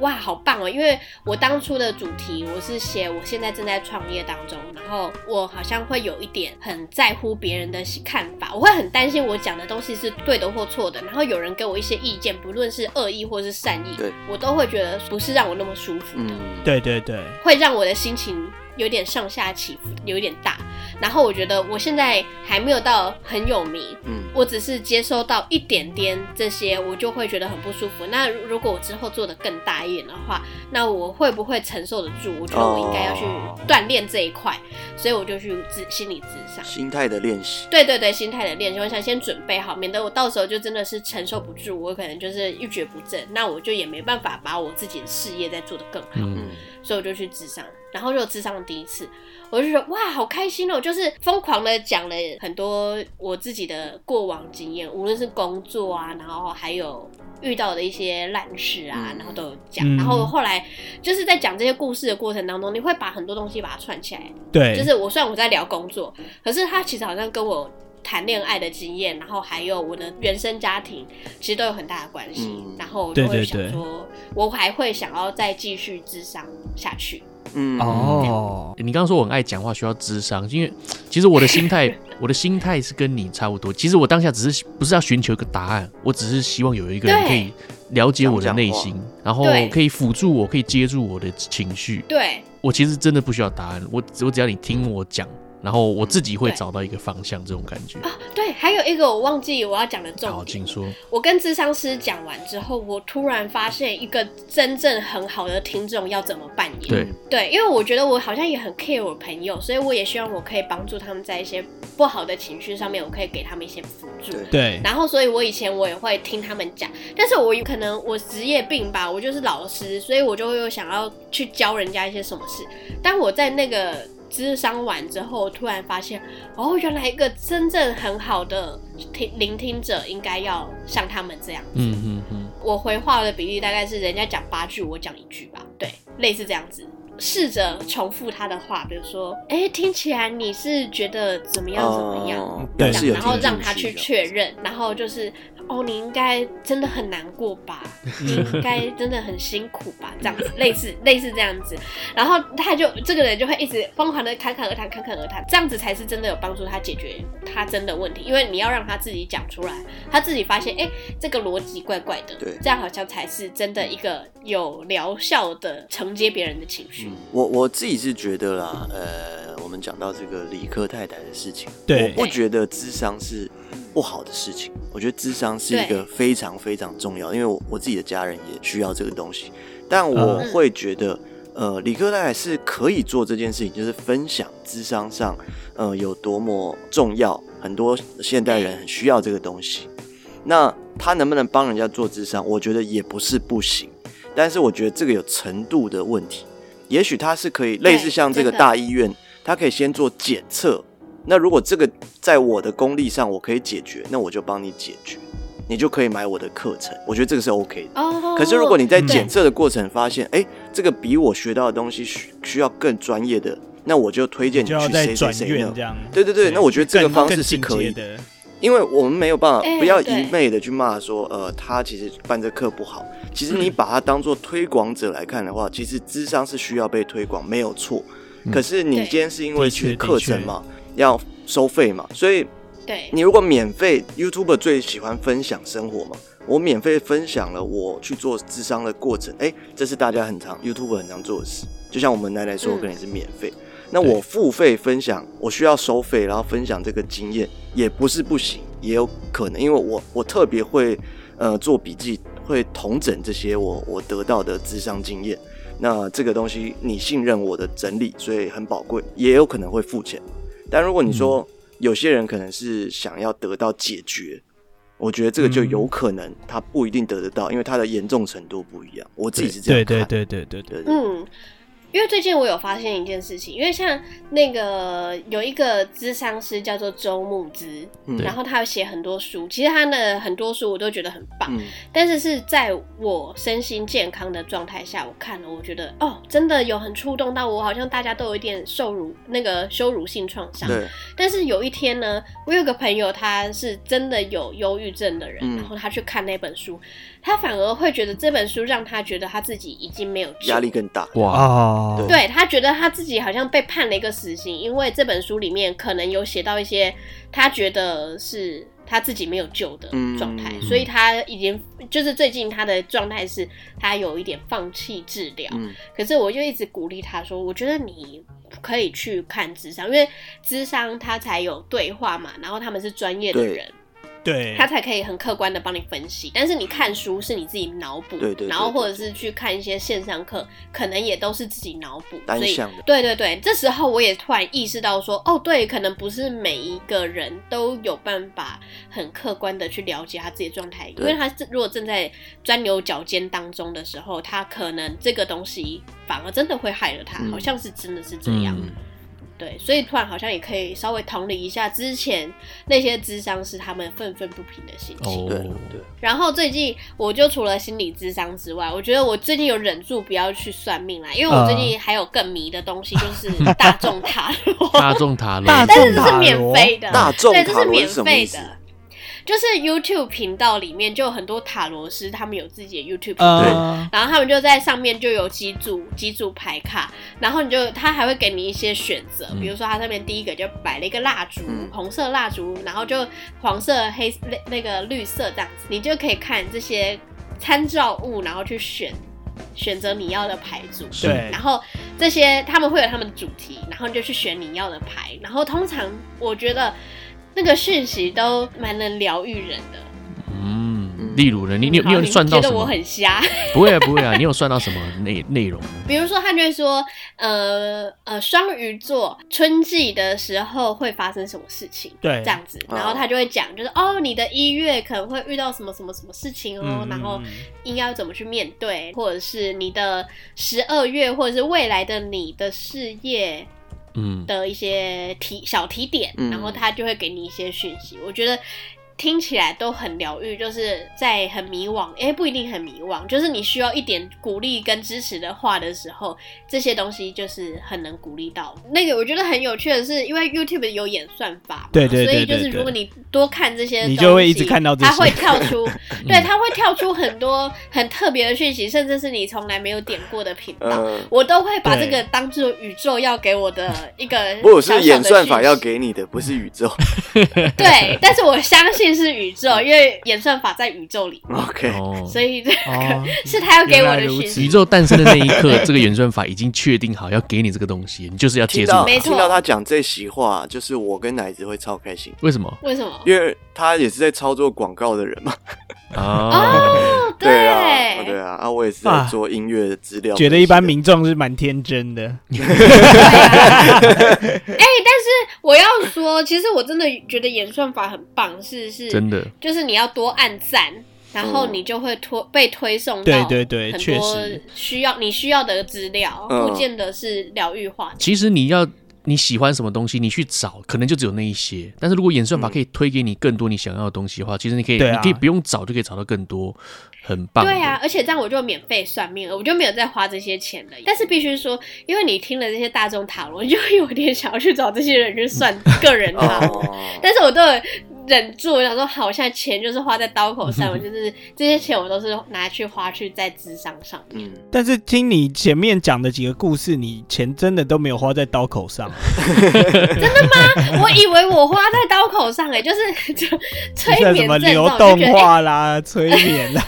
D: 哇，好棒哦！因为我当初的主题我是写我现在正在创业当中，然后我好像会有一点很在乎别人的看法，我会很担心我讲的东西是对的或错的，然后有人给我一些意见，不论是恶意或是善意
B: 对，
D: 我都会觉得不是让我那么舒服的。
B: 嗯，
C: 对对对，
D: 会让我的心情有点上下起伏，有点大。然后我觉得我现在还没有到很有名，
B: 嗯，
D: 我只是接收到一点点这些，我就会觉得很不舒服。那如果我之后做的更大一点的话，那我会不会承受得住？我觉得我应该要去
B: 哦
D: 锻炼这一块，所以我就去自心理咨商。
B: 心态的练习，
D: 对对对，心态的练习，我想先准备好，免得我到时候就真的是承受不住，我可能就是一蹶不振，那我就也没办法把我自己的事业再做得更好。
A: 嗯，
B: 嗯，
D: 所以我就去智商，然后就有智商的第一次，我就觉得哇，好开心哦！就是疯狂的讲了很多我自己的过往经验，无论是工作啊，然后还有遇到的一些烂事啊，
B: 嗯
D: 然后都有讲。
C: 嗯
D: 然后后来就是在讲这些故事的过程当中，你会把很多东西把它串起来。
C: 对，
D: 就是我虽然我在聊工作，可是他其实好像跟我。谈恋爱的经验，然后还有我的原生家庭，其实都有很大的关系。
B: 嗯
D: 然后我就
C: 对
D: 会
C: 对
D: 想
C: 对
D: 说，我还会想要再继续智商下去。
B: 嗯，
C: 哦，
A: 你刚刚说我很爱讲话，需要智商，因为其实我的心 态，我的心态是跟你差不多。其实我当下只是不是要寻求一个答案，我只是希望有一个人
D: 对
A: 可以了解我的内心，然后
D: 对
A: 可以辅助我，可以接住我的情绪。
D: 对
A: 我其实真的不需要答案，我我只要你听我讲，然后我自己会找到一个方向，这种感觉。
D: 啊，对，还有一个我忘记我要讲的重
A: 好，
D: 点
A: 请。说。
D: 我跟智商师讲完之后，我突然发现一个真正很好的听众要怎么扮演。
A: 对
B: 嗯
D: 对，因为我觉得我好像也很 care 我朋友，所以我也希望我可以帮助他们在一些不好的情绪上面，我可以给他们一些辅助。
B: 对
C: 对，
D: 然后，所以我以前我也会听他们讲，但是我有可能我职业病吧，我就是老师，所以我就会有想要去教人家一些什么事。当我在那个智商完之后，我突然发现，哦，原来一个真正很好的听聆听者应该要像他们这样。
A: 嗯嗯嗯，
D: 我回话的比例大概是人家讲八句，我讲一句吧，对，类似这样子。试着重复他的话，比如说，哎、听起来你是觉得怎么样怎么样，
B: 哦
C: 对
B: 表示有
D: 然后
B: 听进
D: 让他去
B: 这样
D: 确认，然后就是哦，你应该真的很难过吧？你应该真的很辛苦吧？这样子，类似类似这样子，然后他就这个人就会一直疯狂的侃侃而谈，侃侃而谈，这样子才是真的有帮助他解决他真的问题，因为你要让他自己讲出来，他自己发现，哎、这个逻辑怪怪的，
B: 对
D: 这样好像才是真的一个有疗效的承接别人的情绪。
B: 我我自己是觉得啦，呃，我们讲到这个理科太太的事情，
C: 对
B: 我不觉得智商是不好的事情，我觉得智商是一个
D: 对
B: 非常非常重要，因为我我自己的家人也需要这个东西，但我
D: 嗯
B: 会觉得。呃，理科太太是可以做这件事情，就是分享智商上，呃，有多么重要，很多现代人很需要这个东西。那他能不能帮人家做智商，我觉得也不是不行，但是我觉得这个有程度的问题。也许他是可以类似像这个
D: 真的
B: 大医院，他可以先做检测。那如果这个在我的功力上我可以解决，那我就帮你解决，你就可以买我的课程。我觉得这个是 OK 的。
D: 哦，
B: 可是如果你在
C: 嗯
B: 检测的过程发现，哎、这个比我学到的东西需需要更专业的，那我就推荐你
C: 就要
B: 去
C: 再
B: 谁谁
C: 转
B: 谁
C: 院
B: 那
C: 这。样。
B: 对对对，那我觉得这个
C: 更
B: 方式
C: 更
B: 是
C: 进
B: 可
C: 阶
B: 以的。
C: 的。
B: 因为我们没有办法，
D: 哎
B: 不要
D: 对
B: 一昧的去骂说，呃，他其实办这课不好。其实你
C: 嗯
B: 把他当做推广者来看的话，其实智商是需要被推广，没有错。可是你
D: 对
B: 今天是因为
C: 嗯的确
B: 是课程嘛，要收费嘛，所以
D: 对
B: 你如果免费，YouTuber 最喜欢分享生活嘛。我免费分享了我去做智商的过程，哎、这是大家很常 YouTuber 很常做的事。就像我们奶奶说，
D: 嗯
B: 可能也是免费。那我付费分享，我需要收费，然后分享这个经验，也不是不行，也有可能，因为我我特别会呃做笔记，会统整这些我我得到的智商经验。那这个东西你信任我的整理，所以很宝贵，也有可能会付钱。但如果你说、
C: 嗯
B: 有些人可能是想要得到解决，我觉得这个就有可能他不一定得得到，因为他的严重程度不一样。我自己是这
C: 对
B: 样看
C: 嗯对对对对对，
B: 对对
D: 嗯，因为最近我有发现一件事情，因为像那个有一个咨商师叫做周牧之，
B: 嗯
D: 然后他有写很多书，其实他的很多书我都觉得很棒，
B: 嗯
D: 但是是在我身心健康的状态下，我看了，我觉得哦，真的有很触动到我，好像大家都有一点受辱那个羞辱性创伤，
B: 对，
D: 但是有一天呢，我有个朋友，他是真的有忧郁症的人，
B: 嗯
D: 然后他去看那本书，他反而会觉得这本书让他觉得他自己已经没有救
B: 压力更大。
A: 哇，
C: 啊，
B: 对
D: 对他觉得他自己好像被判了一个死刑，因为这本书里面可能有写到一些他觉得是他自己没有救的状态，
B: 嗯
D: 所以他已经就是最近他的状态是他有一点放弃治疗，
B: 嗯
D: 可是我就一直鼓励他说，我觉得你可以去看智商，因为智商他才有对话嘛，然后他们是专业的
B: 对
D: 人，
C: 对
D: 他才可以很客观的帮你分析。但是你看书是你自己脑补，
B: 对对对
D: 然后或者是去看一些线上课，可能也都是自己脑补，
B: 单
D: 所以
B: 向的
D: 对对对，这时候我也突然意识到说，哦，对，可能不是每一个人都有办法很客观的去了解他自己的状态，因
B: 对
D: 为他是如果正在钻牛角尖当中的时候，他可能这个东西反而真的会害了他，
B: 嗯
D: 好像是真的是这样。
A: 嗯，
D: 对，所以突然好像也可以稍微同理一下之前那些智商是他们愤愤不平的心
A: 哦
D: 情。
B: 对对，
D: 然后最近我就除了心理智商之外，我觉得我最近有忍住不要去算命啦，因为我最近还有更迷的东西，就是大众塔罗。
A: 大众塔罗，
C: 大
D: 但
C: 众
D: 是这是免费的，
B: 大众
D: 对，
B: 塔
D: 这是
B: 罗
D: 免
B: 是什么
D: 费
B: 意思
D: 的。就是 YouTube 频道里面就有很多塔罗师，他们有自己的 YouTube 频道，
C: 呃，
D: 然后他们就在上面就有几组几组牌卡，然后你就他还会给你一些选择，
A: 嗯
D: 比如说他上面第一个就摆了一个蜡烛，
B: 嗯
D: 红色蜡烛，然后就黄色、黑那那个绿色这样子，你就可以看这些参照物，然后去选选择你要的牌组。
A: 是
C: 对
D: 然，后这些他们会有他们的主题，然后你就去选你要的牌。然后通常我觉得那个讯息都蛮能疗愈人的。
A: 嗯，例如呢，你你有你有
D: 好
A: 算到
D: 觉
A: 什
D: 得我
A: 么？
D: 很 瞎？
A: 不会啊，不会啊，你有算到什么内内容呢？
D: 比如说，他就会说，呃呃，双鱼座春季的时候会发生什么事情，
C: 对
D: 这样子，
B: 哦
D: 然后他就会讲，就是哦，你的一月可能会遇到什么什么什么事情哦，
C: 嗯
D: 然后应该要怎么去面对，或者是你的十二月，或者是未来的你的事业
A: 嗯，
D: 的一些提小提点，
B: 嗯
D: 然后他就会给你一些讯息，我觉得。听起来都很疗愈，就是在很迷惘，哎、不一定很迷惘，就是你需要一点鼓励跟支持的话的时候，这些东西就是很能鼓励到。那个我觉得很有趣的是，因为 YouTube 有演算法嘛，
C: 对对对
D: 所以就
C: 对对
D: 是如果你多看这些东西，
C: 你就会一直看到这些
D: 它会跳 出，对，它会跳出很多很特别的讯息，甚至是你从来没有点过的频道。
B: 嗯，
D: 我都会把
C: 对
D: 这个当做宇宙要给我的一个
B: 不过我是
D: 小小的
B: 演算法
D: 讯息
B: 要给你的，不是宇宙。
D: 对，但是我相信是宇宙，因为演算法在宇宙
C: 嗯
D: 里，
B: OK，
A: 哦，
D: 所以这个、
C: 哦
D: 是他要给我的
C: 原来如
D: 讯
C: 此
D: 息
A: 宇。宙诞生的那一刻，这个演算法已经确定好要给你这个东西，你就是要接
B: 听
A: 住
B: 到
A: 它。
D: 没错
B: 听到他讲这席话，就是我跟奶子会超开心，
A: 为什么
D: 为什么？
B: 因为他也是在操作广告的人嘛。
A: 啊？
D: 哦，
B: 对啊，对啊，啊，我也是在做音乐的资料分析的。
C: 觉得一般民众是蛮天真的，
D: 对啊哎、但是我要说，其实我真的觉得演算法很棒，是是，
A: 真的，
D: 就是你要多按赞，然后
B: 嗯
D: 你就会推、被推送到
C: 对对对，
D: 很
C: 确
D: 多
C: 实，
D: 需要你需要的资料，
B: 嗯
D: 不见得是疗愈化的。
A: 其实你要你喜欢什么东西，你去找，可能就只有那一些。但是如果演算
D: 嗯
A: 法可以推给你更多你想要的东西的话，其实你可以，
C: 对啊
A: 你可以不用找就可以找到更多，很棒。
D: 对啊，，而且这样我就免费算命了，我就没有再花这些钱了。但是必须说，因为你听了这些大众塔罗，你就会有点想要去找这些人去算 个人塔罗。
B: 哦，
D: 但是我都有忍住，我想说，好，我现在钱就是花在刀 口上，我就是这些钱我都是拿去花去在智商上面。
B: 嗯，
C: 但是听你前面讲的几个故事，你钱真的都没有花在刀口上，
D: 我以为我花在刀口上、欸，哎，就是 就 催
C: 像什
D: 眠
C: 么
D: 症这
C: 流
D: 种，我
C: 动
D: 就觉得、欸、
C: 化啦、 催眠 啦，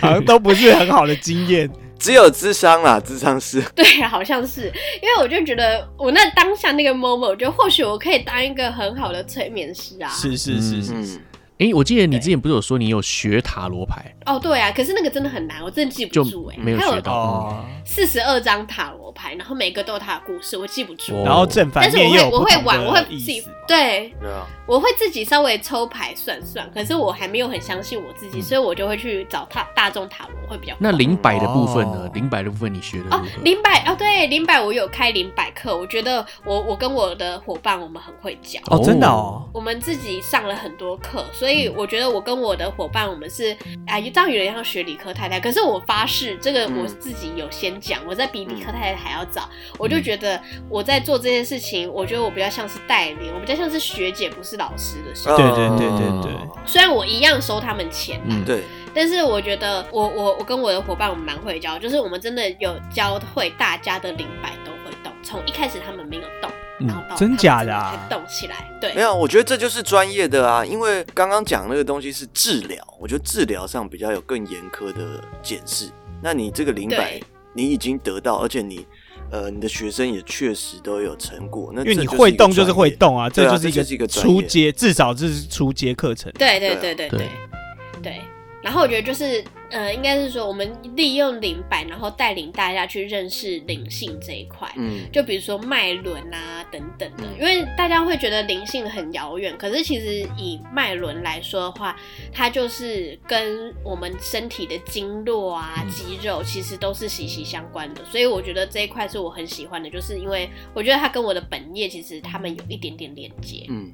C: 好像都不是很好的经验。
B: 只有智商啦，智商是
D: 对，啊好像是，因为我就觉得我那当下那个 moment，我觉得或许我可以当一个很好的催眠师 啊。
C: 是是是是，
B: 嗯，
A: 诶，我记得你之前不是有说你有学塔罗牌，
D: 哦，对啊，可是那个真的很难，我真的记不
A: 就
D: 住哎、
A: 没有
D: 还
A: 学到
C: 哦，
D: 四十二张塔罗牌，然后每个都有它的故事，我记不住。
A: 哦
C: 然后正反
D: 但是
C: 面
D: 我
C: 也
D: 会
C: 有
D: 我
C: 不
D: 会
C: 同
D: 玩，我会
C: 的
D: 自
C: 意
D: 己
C: 思。
D: 对，
B: 对啊，
D: 我会自己稍微抽牌算算，可是我还没有很相信我自己，所以我就会去找塔大众塔罗会比较快。
A: 嗯那零百的部分呢
C: 哦？
A: 零百的部分你学的如
D: 哦
A: 何？，
D: 零百哦，对，零百我有开零百课，我觉得我我跟我的伙伴我们很会教，
C: 哦，真的哦，
D: 我们自己上了很多课，
C: 嗯
D: 所以我觉得我跟我的伙伴，我们是啊，当然有点像学理科太太，可是我发誓，这个
B: 嗯
D: 我自己有先讲，我在比理科太太还要早，
C: 嗯
D: 我就觉得我在做这件事情，我觉得我比较像是带领，我比较像是学姐，不是老师的事。
C: 对对对
A: 嗯
C: 对对，
D: 虽然我一样收他们钱，
A: 嗯，
B: 对，
D: 但是我觉得我我我跟我的伙伴我们蛮会教，就是我们真的有教会大家的灵摆都会动，从一开始他们没有动，
A: 嗯
D: 然后到
C: 真
D: 他们
C: 假
D: 真
C: 的啊
D: 才动起来，对
B: 没。有，我觉得这就是专业的啊，因为刚刚讲那个东西是治疗，我觉得治疗上比较有更严苛的检视。那你这个零百
D: 对，
B: 你已经得到，而且你呃，你的学生也确实都有成果。那
C: 因为
B: 这
C: 你
B: 就是
C: 会
B: 一个
C: 动就是
B: 专
C: 会
B: 业，
C: 动啊，
B: 对啊
C: 就是
B: 这就是一个专业
C: 初阶，至少这是初阶课程。
D: 对
B: 对
D: 对
B: 啊
D: 对对
A: 对
D: 对对。然后我觉得就是，呃，应该是说我们利用灵摆，然后带领大家去认识灵性这一块。
B: 嗯，
D: 就比如说脉轮啊等等的
B: 嗯，
D: 因为大家会觉得灵性很遥远，可是其实以脉轮来说的话，它就是跟我们身体的经络啊
A: 嗯、
D: 肌肉其实都是息息相关的，所以我觉得这一块是我很喜欢的，就是因为我觉得它跟我的本业其实他们有一点点连接。
B: 嗯，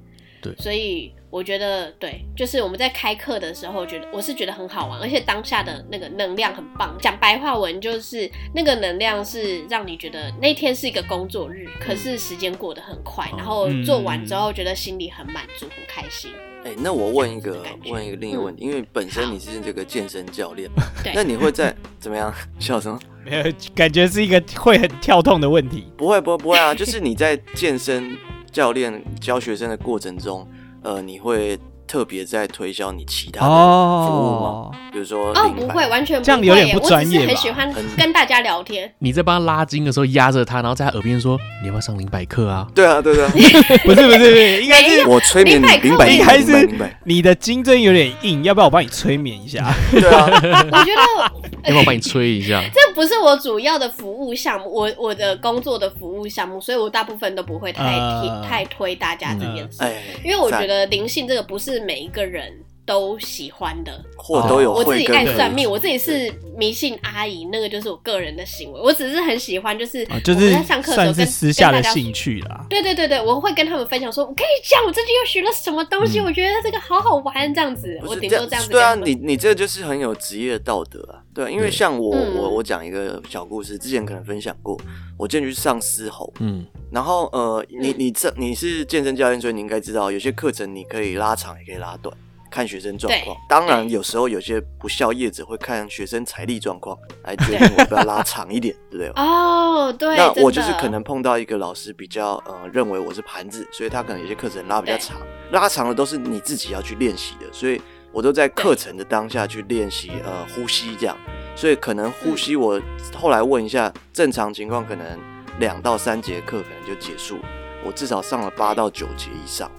D: 所以我觉得对，就是我们在开课的时候，觉得我是觉得很好玩，而且当下的那个能量很棒。讲白话文就是那个能量是让你觉得那天是一个工作日，可是时间过得很快，然后
C: 嗯
D: 做完之后觉得心里很满足、很开心。
B: 哎、那我问一
D: 这
B: 个
D: 样子的感，觉
B: 问一个另一个问题，因为本身你是这个健身教练嘛，
D: 对
B: 那你会在怎么样 笑什么？
C: 没有，感觉是一个会很跳动的问题。
B: 不会，不会，不会啊！ 就是你在健身教练教学生的过程中，呃，你会特别在推销你其他的
C: 哦，
B: 比如说
D: 哦，
B: 领
D: 不
B: 牌
D: 会，完全不会
C: 这样有点不专业吧
D: 我只是很喜欢
B: 很
D: 跟大家聊天。
A: 你在帮他拉筋的时候压着他，然后在他耳边说：“你要不要上零百课啊
B: 对啊，对对啊，
C: 不是不是不 是，应 该是
B: 我催眠你
D: 零
B: 零
D: 百
B: 百
D: 克
B: 零
C: 还
B: 百
C: 是
B: 零百零百，
C: 你的金针有点硬，要不要我帮你催眠一下？
B: 对啊，
D: 我觉得？”
A: 要不要帮你吹一下？
D: 这不是我主要的服务项目，我我的工作的服务项目，所以我大部分都不会太、
C: 呃
D: 太推大家这件事。
C: 嗯
B: 哎，
D: 因为我觉
B: 赞
D: 得灵性这个不是每一个人都喜欢的。
B: 或都有
D: 我自
B: 慧
D: 己
B: 根
D: 爱
B: 可以
D: 算命，我自己是迷信阿姨，那个就是我个人的行为。我只是很喜欢，就是
C: 啊，就
D: 我
C: 是
D: 在上课的时候
C: 算是
D: 跟
C: 私下的。
D: 跟大
C: 兴
D: 家
C: 趣啦。
D: 对对对对，我会跟他们分享说，我跟你讲，我最近又学了什么东西，
A: 嗯
D: 我觉得这个好好玩，这样子，
B: 不
D: 我
B: 是
D: 顶
B: 这
D: 多这样子跟
B: 对啊，
D: 他们。
B: 你你这就是很有职业道德啊。对啊，因为
A: 对
B: 像我
D: 嗯
B: 我我讲一个小故事，之前可能分享过，我进去上狮吼，
A: 嗯，
B: 然后呃，你
D: 嗯
B: 你这你是健身教练，所以你应该知道，有些课程你可以拉长，也可以拉短，看学生状况
D: 对。
B: 当然，
D: 对
B: 有时候有些不孝业者会看学生财力状况 来决定我要不要拉长一点，对不对？
D: 哦，对，
B: 那我就
D: 真
B: 是
D: 的
B: 可能碰到一个老师比较呃认为我是盘子，所以他可能有些课程拉比较长，拉长的都是你自己要去练习的，所以我都在课程的当下去练习呃呼吸这样，所以可能
D: 嗯
B: 呼吸我后来问一下，正常情况可能两到三节课可能就结束，我至少上了八到九节以上吧。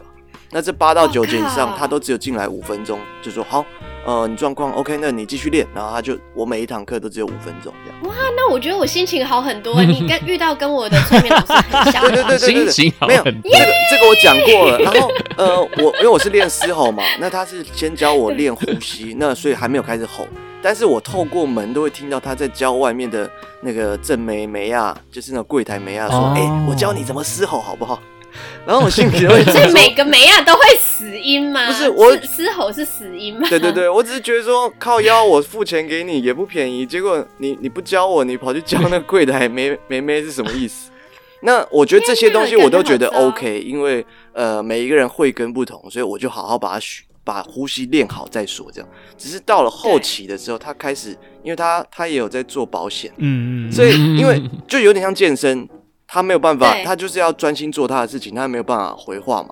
B: 那这八到九节以
D: 我
B: 上，
D: 靠
B: 他都只有进来五分钟，就说好，呃，你状况 OK，那你继续练，然后他就我每一堂课都只有五分钟这样。
D: 那我觉得我心情好很 多。你跟遇到跟我的催眠老师很像，啊
B: 对 对对对对
A: 心
B: 对，
A: 情好
B: 没有
A: 很多
B: 这个这个我讲过了。然后呃，我因为我是练嘶吼嘛，那他是先教我练呼吸，那所以还没有开始吼。但是我透过门都会听到他在教外面的那个正梅梅亚，就是那个柜台梅亚说：“
A: 哦
B: 哎、我教你怎么嘶吼好不好？”然后我心里 就会
D: 所以
B: 想
D: 每
B: 说。
D: 个梅亚都会死音吗？
B: 不是我
D: 嘶嘶吼是死音吗？
B: 对对对，我只是觉得说靠腰，我付钱给你也不便宜，结果你你不教我，你跑去教那个柜台梅梅梅是什么意思？那我觉得这些东西我都觉得
D: 天哪
B: OK，因为呃每一个人慧根不同，所以我就好好把它学把呼吸练好再说。这样，只是到了后期的时候，他开始，因为他他也有在做保险，
C: 嗯嗯，
B: 所以因为就有点像健身，他没有办法，
D: 对
B: 他就是要专心做他的事情，他没有办法回话嘛，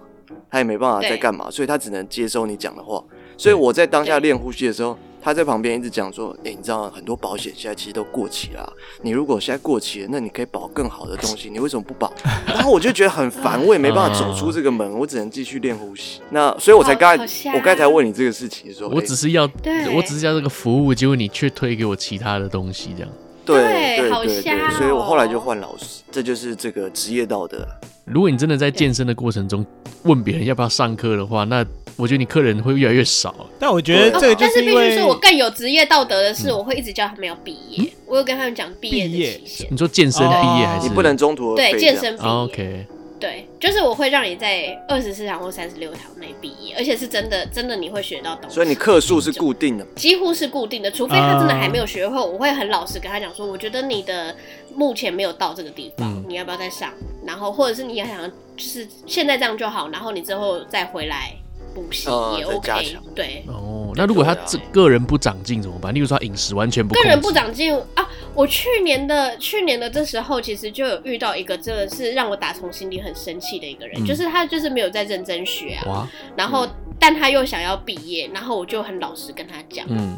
B: 他也没办法
D: 对
B: 在干嘛，所以他只能接收你讲的话。所以我在当下
D: 对
B: 练呼吸的时候，他在旁边一直讲说：“哎、你知道很多保险现在其实都过期了啊、你如果现在过期了，那你可以保更好的东西，你为什么不保？” 然后我就觉得很烦，我也没办法
A: 哦
B: 走出这个门，我只能继续练呼吸。那所以我才刚才
D: 好吓
B: 我刚才问你这个事情说，
A: 我
B: 诶
A: 只是要
D: 对，
A: 我只是要这个服务，结果你却推给我其他的东西，这样。
B: 对
D: 对
B: 对
D: 好
B: 对
D: 瞎
B: 对，所以我后来
D: 哦
B: 就换老师，这就是这个职业道德啊。
A: 如果你真的在健身的过程中问别人要不要上课的话，那我觉得你客人会越来越少。
C: 但我觉得这个
D: 哦
C: 就
D: 但是必
C: 因
D: 须
C: 为嗯
D: 说，我更有职业道德的是，我会一直叫他们要毕业。我有跟他们讲毕业
C: 毕业
D: 的期限，
A: 你说健身
C: 哦
A: 毕业还是
B: 你不能中途而废
D: 对，
B: 这样
D: 健身毕业。
A: 哦？OK，
D: 对，就是我会让你在二十四堂或三十六堂内毕业，而且是真的，真的你会学到东西。
B: 所以你课数是固定的，
D: 几乎是固定的，除非他真的还没有学会，我会很老实跟他讲说，我觉得你的目前没有到这个地方，
A: 嗯
D: 你要不要再上？然后或者是你想就是现在这样就好，然后你之后再回来补习
B: 哦
D: 也
B: 再
D: OK、
B: 加强
D: 对，
A: 哦，那如果他
B: 对啊
A: 自个人不长进怎么办？例如说他饮食完全不
D: 个
A: 控制
D: 人不长进啊！我去年的去年的这时候，其实就有遇到一个真的是让我打从心里很生气的一个人，
A: 嗯
D: 就是他就是没有在认真学啊，
A: 哇，
D: 然后但他又想要毕业，然后我就很老实跟他讲，
A: 嗯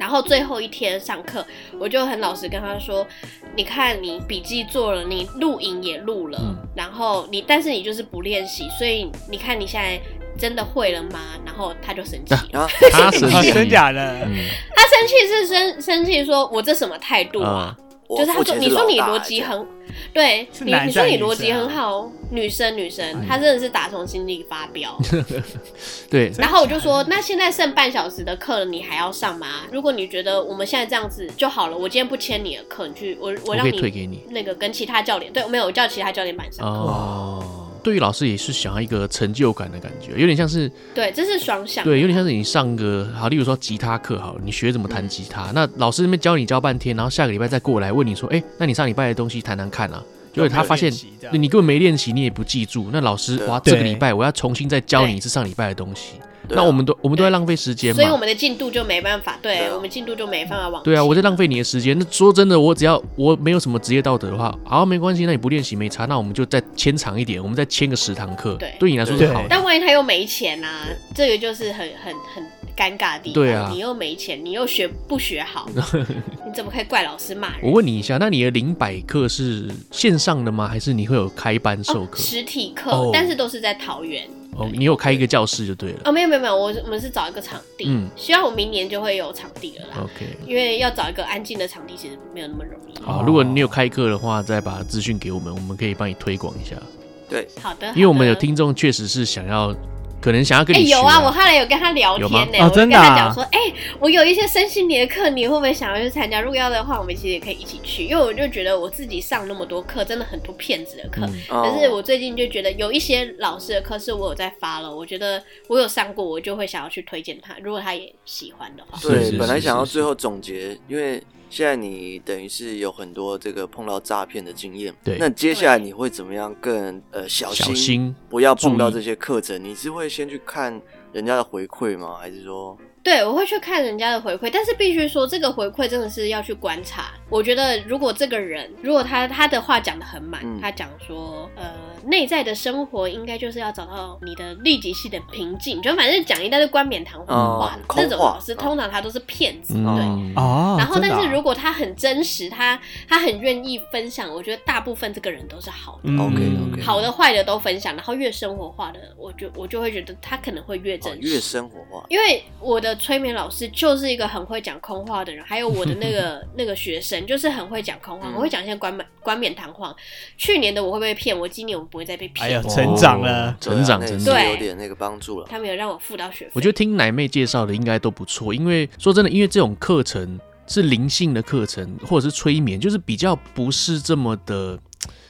D: 然后最后一天上课，我就很老实跟他说：“你看，你笔记做了，你录影也录了，
A: 嗯
D: 然后你但是你就是不练习，所以你看你现在真的会了吗？”然后他就生气 了，
B: 啊，
A: 他生
C: 啊
A: 气
C: 真假的，
A: 嗯，
D: 他生气是生生气说：“我这什么态度啊？”
B: 我
D: 就是他
B: 父
D: 说：“
B: 亲
D: 你说
B: 老
D: 你
B: 大
D: 逻
B: 这
D: 辑
B: 样
D: 很对，
C: 是
D: 你
C: 男
D: 你说
C: 生
D: 你
C: 还是
D: 逻
C: 女
D: 辑
C: 生啊
D: 很好哦，女生女生，
A: 哎
D: 他真的是打从心里发 飙。”
A: 对，
D: 然后我就说，那现在剩半小时的课了，你还要上吗？如果你觉得我们现在这样子就好了，我今天不签你的课，你去我
A: 我
D: 让
A: 可以
D: 你
A: 退给你
D: 那个跟其他教练，对，没有，我叫其他教练帮你上。
A: 哦。对于老师也是想要一个成就感的感觉，有点像是
D: 对，这是 双向。
A: 对，有点像是你上个好，例如说吉他课好了，你学怎么弹吉他，那老师那边教你教半天，然后下个礼拜再过来问你说，哎、那你上礼拜的东西弹弹看啊，结果他发现
C: 就没有练习这样
A: 对你根本没练习，你也不记住，那老师
B: 对
A: 哇，这
C: 对
A: 个礼拜我啊要重新再教你
D: 对
A: 一次上礼拜的东西，
B: 对啊
A: 那我们都我们都在浪费时间
D: 所以我
A: 嘛。
D: 们的进度就没办法，对
B: 对啊
D: 我们进度就没办法往前。
A: 对啊，我在浪费你的时间。那说真的，我只要我没有什么职业道德的话，好，没关系，那你不练习没差，那我们就再签长一点，我们再签个十堂课，
D: 对
A: 对你来说是
C: 对
A: 好的。
D: 但万一他又没钱啊，这个就是很很很尴尬的地方。
A: 对啊
D: 你又没钱，你又学不 学好，你怎么可以怪老师骂人？
A: 我问你一下，那你的零百课是线上的吗？还是你会有开班授
D: 哦，
A: 课？
D: 实体课，
A: 哦
D: 但是都是在桃园。
A: 哦，你有开一个教室就对了。
D: 哦，没有没有没有，我是我们是找一个场地，
A: 嗯哦
D: 希望我明年就会有场地了啦。
A: OK，
D: 因为要找一个安静的场地，其实没有那么容易。
A: 好，如果你有开课的话，再把资讯给我们，我们可以帮你推广一下。
B: 对，
D: 好的，
A: 因为我们
D: 好
A: 有
D: 的，
A: 听众确实是想要可能想要跟
D: 哎、
A: 你学、
D: 有啊，我后来有跟他聊
A: 有
D: 天
A: 吗
D: 呢、
C: 哦
D: 我就
C: 真
D: 跟
C: 的啊
D: 他讲说，哎、我有一些身心灵的课，你会不会想要去参加？如果要的话，我们其实也可以一起去，因为我就觉得我自己上那么多课，真的很多骗子的课。
A: 嗯
B: 哦
D: 可是我最近就觉得有一些老师的课是我有在发了，我觉得我有上过，我就会想要去推荐他。如果他也喜欢的话，
A: 是
B: 对，本来想要最后总结，因为现在你等于是有很多这个碰到诈骗的经验，
A: 对
B: 那接下来你会怎么样更呃小心，
A: 小心
B: 不要碰到
A: 注
B: 这些课程？你是会先去看人家的回馈吗？还是说
D: 对，我会去看人家的回馈，但是必须说，这个回馈真的是要去观察。我觉得，如果这个人，如果他他的话讲的很满，
B: 嗯
D: 他讲说，呃，内在的生活应该就是要找到你的立即性的平静，就反正讲一大堆冠冕堂皇的话，
B: 哦
D: 那种
B: 空话
D: 老师通常他都是骗子，对。
A: 嗯，
C: 哦，
D: 然后，
C: 真的
D: 但
C: 啊
D: 是如果他很真实，他他很愿意分享，我觉得大部分这个人都是好的，
C: 嗯
B: OK，OK
D: 好的坏的都分享，然后越生活化的，我就我就会觉得他可能会越真
B: 哦
D: 实，
B: 越生活化？
D: 因为我的催眠老师就是一个很会讲空话的人，还有我的那个那个学生就是很会讲空话，
B: 嗯
D: 我会讲一些冠冕冠冕堂皇。去年的我会被骗，我今年我不会再被
C: 哎
D: 骗。
C: 呀，成长了，
B: 对
A: 哦
B: 啊
A: 成长
B: 那也
A: 成
B: 是
A: 长。
D: 对
B: 有点那个帮助了。
D: 他们有让我付到学费。
A: 我觉得听奶妹介绍的应该都不错，因为说真的，因为这种课程是灵性的课程，或者是催眠，就是比较不是这么的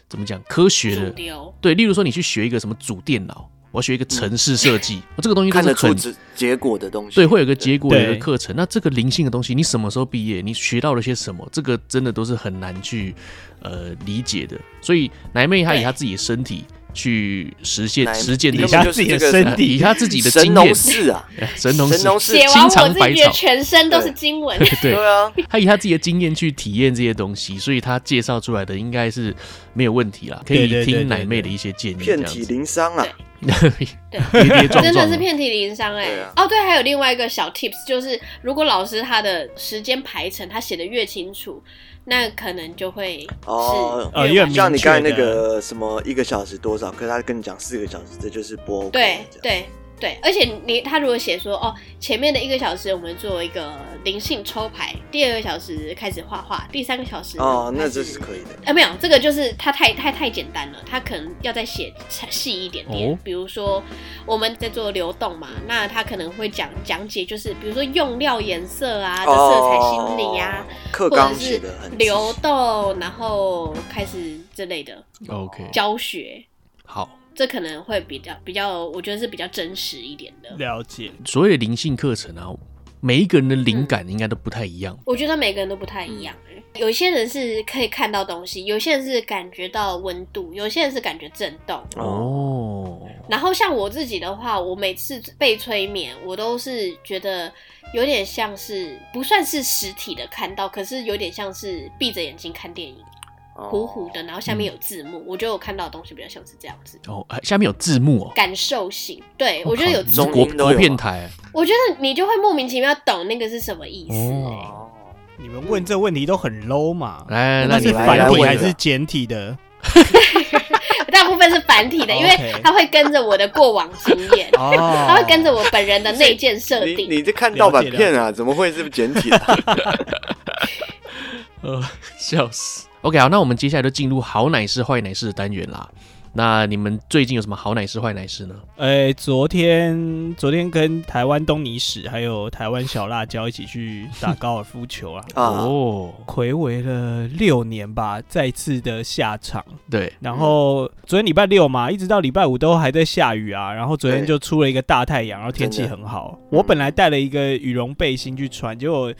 A: 怎么讲科学
D: 主
A: 的。
D: 流，
A: 对，例如说你去学一个什么组电脑，我要学一个城市设计，哦这个东西都
B: 嗯看
A: 是
B: 得出
A: 很
B: 结结果的东西，
A: 对，会有一个结果，有
C: 对
A: 一个课程。那这个灵性的东西，你什么时候毕业？你学到了些什么？这个真的都是很难去呃理解的。所以奶妹她以
D: 对
A: 她自己的身体去实
B: 奶
A: 现实践
C: 底
A: 这
B: 根
A: 些
B: 本
C: 下
B: 就
C: 自己
B: 是
C: 的
B: 这个
C: 身
A: 以
C: 体，
A: 她自己的
B: 神
A: 经
B: 农
A: 验，
B: 氏啊，
A: 神农
B: 神
A: 氏
B: 农氏
D: 写完
A: 清
D: 我
A: 肠
D: 自
A: 百
D: 己觉得
A: 草，
D: 全身都是经文。
A: 对
B: 对啊，
A: 他以他自己的经验去体验这些东西，所以他介绍出来的应该是没有问题啦，可
C: 对
A: 以
C: 对对
A: 听
C: 对
A: 奶妹的一些建议，这
B: 遍
A: 样
B: 体
A: 子，
B: 鳞伤啊，
D: 对
A: 跌跌撞
D: 真
A: 撞啊
D: 的是遍体鳞伤哎
B: 对啊！
D: 哦，对，还有另外一个小 tips，就是如果老师他的时间排程他写的越清楚，那可能就会
B: 哦
D: 是
C: 呃越明
D: 完美
B: 像你刚才
C: 确
B: 那
C: 的
B: 个什么一个小时多少，可是他跟你讲四个小时，这就是不 OK 的。
D: 对
B: 这样，
D: 对对，而且你他如果写说哦，前面的一个小时我们做一个灵性抽牌，第二个小时开始画画，第三个小时呢
B: 哦，那
D: 开
B: 这
D: 始
B: 是可以的。
D: 啊，没有，这个就是它太太太简单了，它可能要再写细一点点。
A: 哦
D: 比如说我们在做流动嘛，
B: 嗯
D: 那它可能会讲讲解，就是比如说用料、颜色啊的色彩心理啊，
B: 哦，课
D: 或者
B: 纲哦写
D: 是
B: 的很
D: 流
B: 仔细
D: 动，然后开始之类的
A: OK，
D: 教学，
A: 好。
D: 这可能会比较比较，我觉得是比较真实一点的。
C: 了解，
A: 所谓的灵性课程啊，每一个人的灵感应该都不太一样。
D: 我觉得每个人都不太
A: 嗯
D: 一样、欸有些人是可以看到东西，有些人是感觉到温度，有些人是感觉震动。
A: 哦，
D: 然后像我自己的话，我每次被催眠，我都是觉得有点像是不算是实体的看到，可是有点像是闭着眼睛看电影，糊糊的，然后下面有字幕。我觉得我看到的东西比较像是这样子，
A: 嗯哦，哎下面有字幕哦。
D: 感受性。对我觉得有
A: 靠
D: 字
A: 这是
B: 幕
A: 国
B: 中英都有
A: 国片台
D: 我觉得你就会莫名其妙懂那个是什么意思、欸。
A: 哦。
C: 你们问这问题都很 low 嘛？
A: 来，
C: 那
A: 那
C: 是
A: 你
B: 来
A: 来
B: 来
C: 繁体
B: 问
C: 还
B: 了
C: 是简体的？
D: 大部分是繁体的，因为
C: 哦 OK
D: 它会跟着我的过往经验。
C: 哦
D: 它会跟着我本人的内建设
B: 你
D: 定，
B: 你这看盗版片啊？怎么会是简体的？，
A: 呃，笑死。OK，好，那我们接下来就进入好奶师坏奶师的单元啦。那你们最近有什么好奶师坏奶师呢？
C: 呃，昨天昨天跟台湾东尼史还有台湾小辣椒一起去打高尔夫球啊
B: 啊，
A: 哦，
C: 暌违了六年吧，再次的下场。
A: 对，
C: 然
B: 嗯
C: 后昨天礼拜六嘛，一直到礼拜五都还在下雨啊。然后昨天
B: 对
C: 就出了一个大太阳，然后天气
B: 真的
C: 很好。我本来带了一个羽绒背心去穿，结果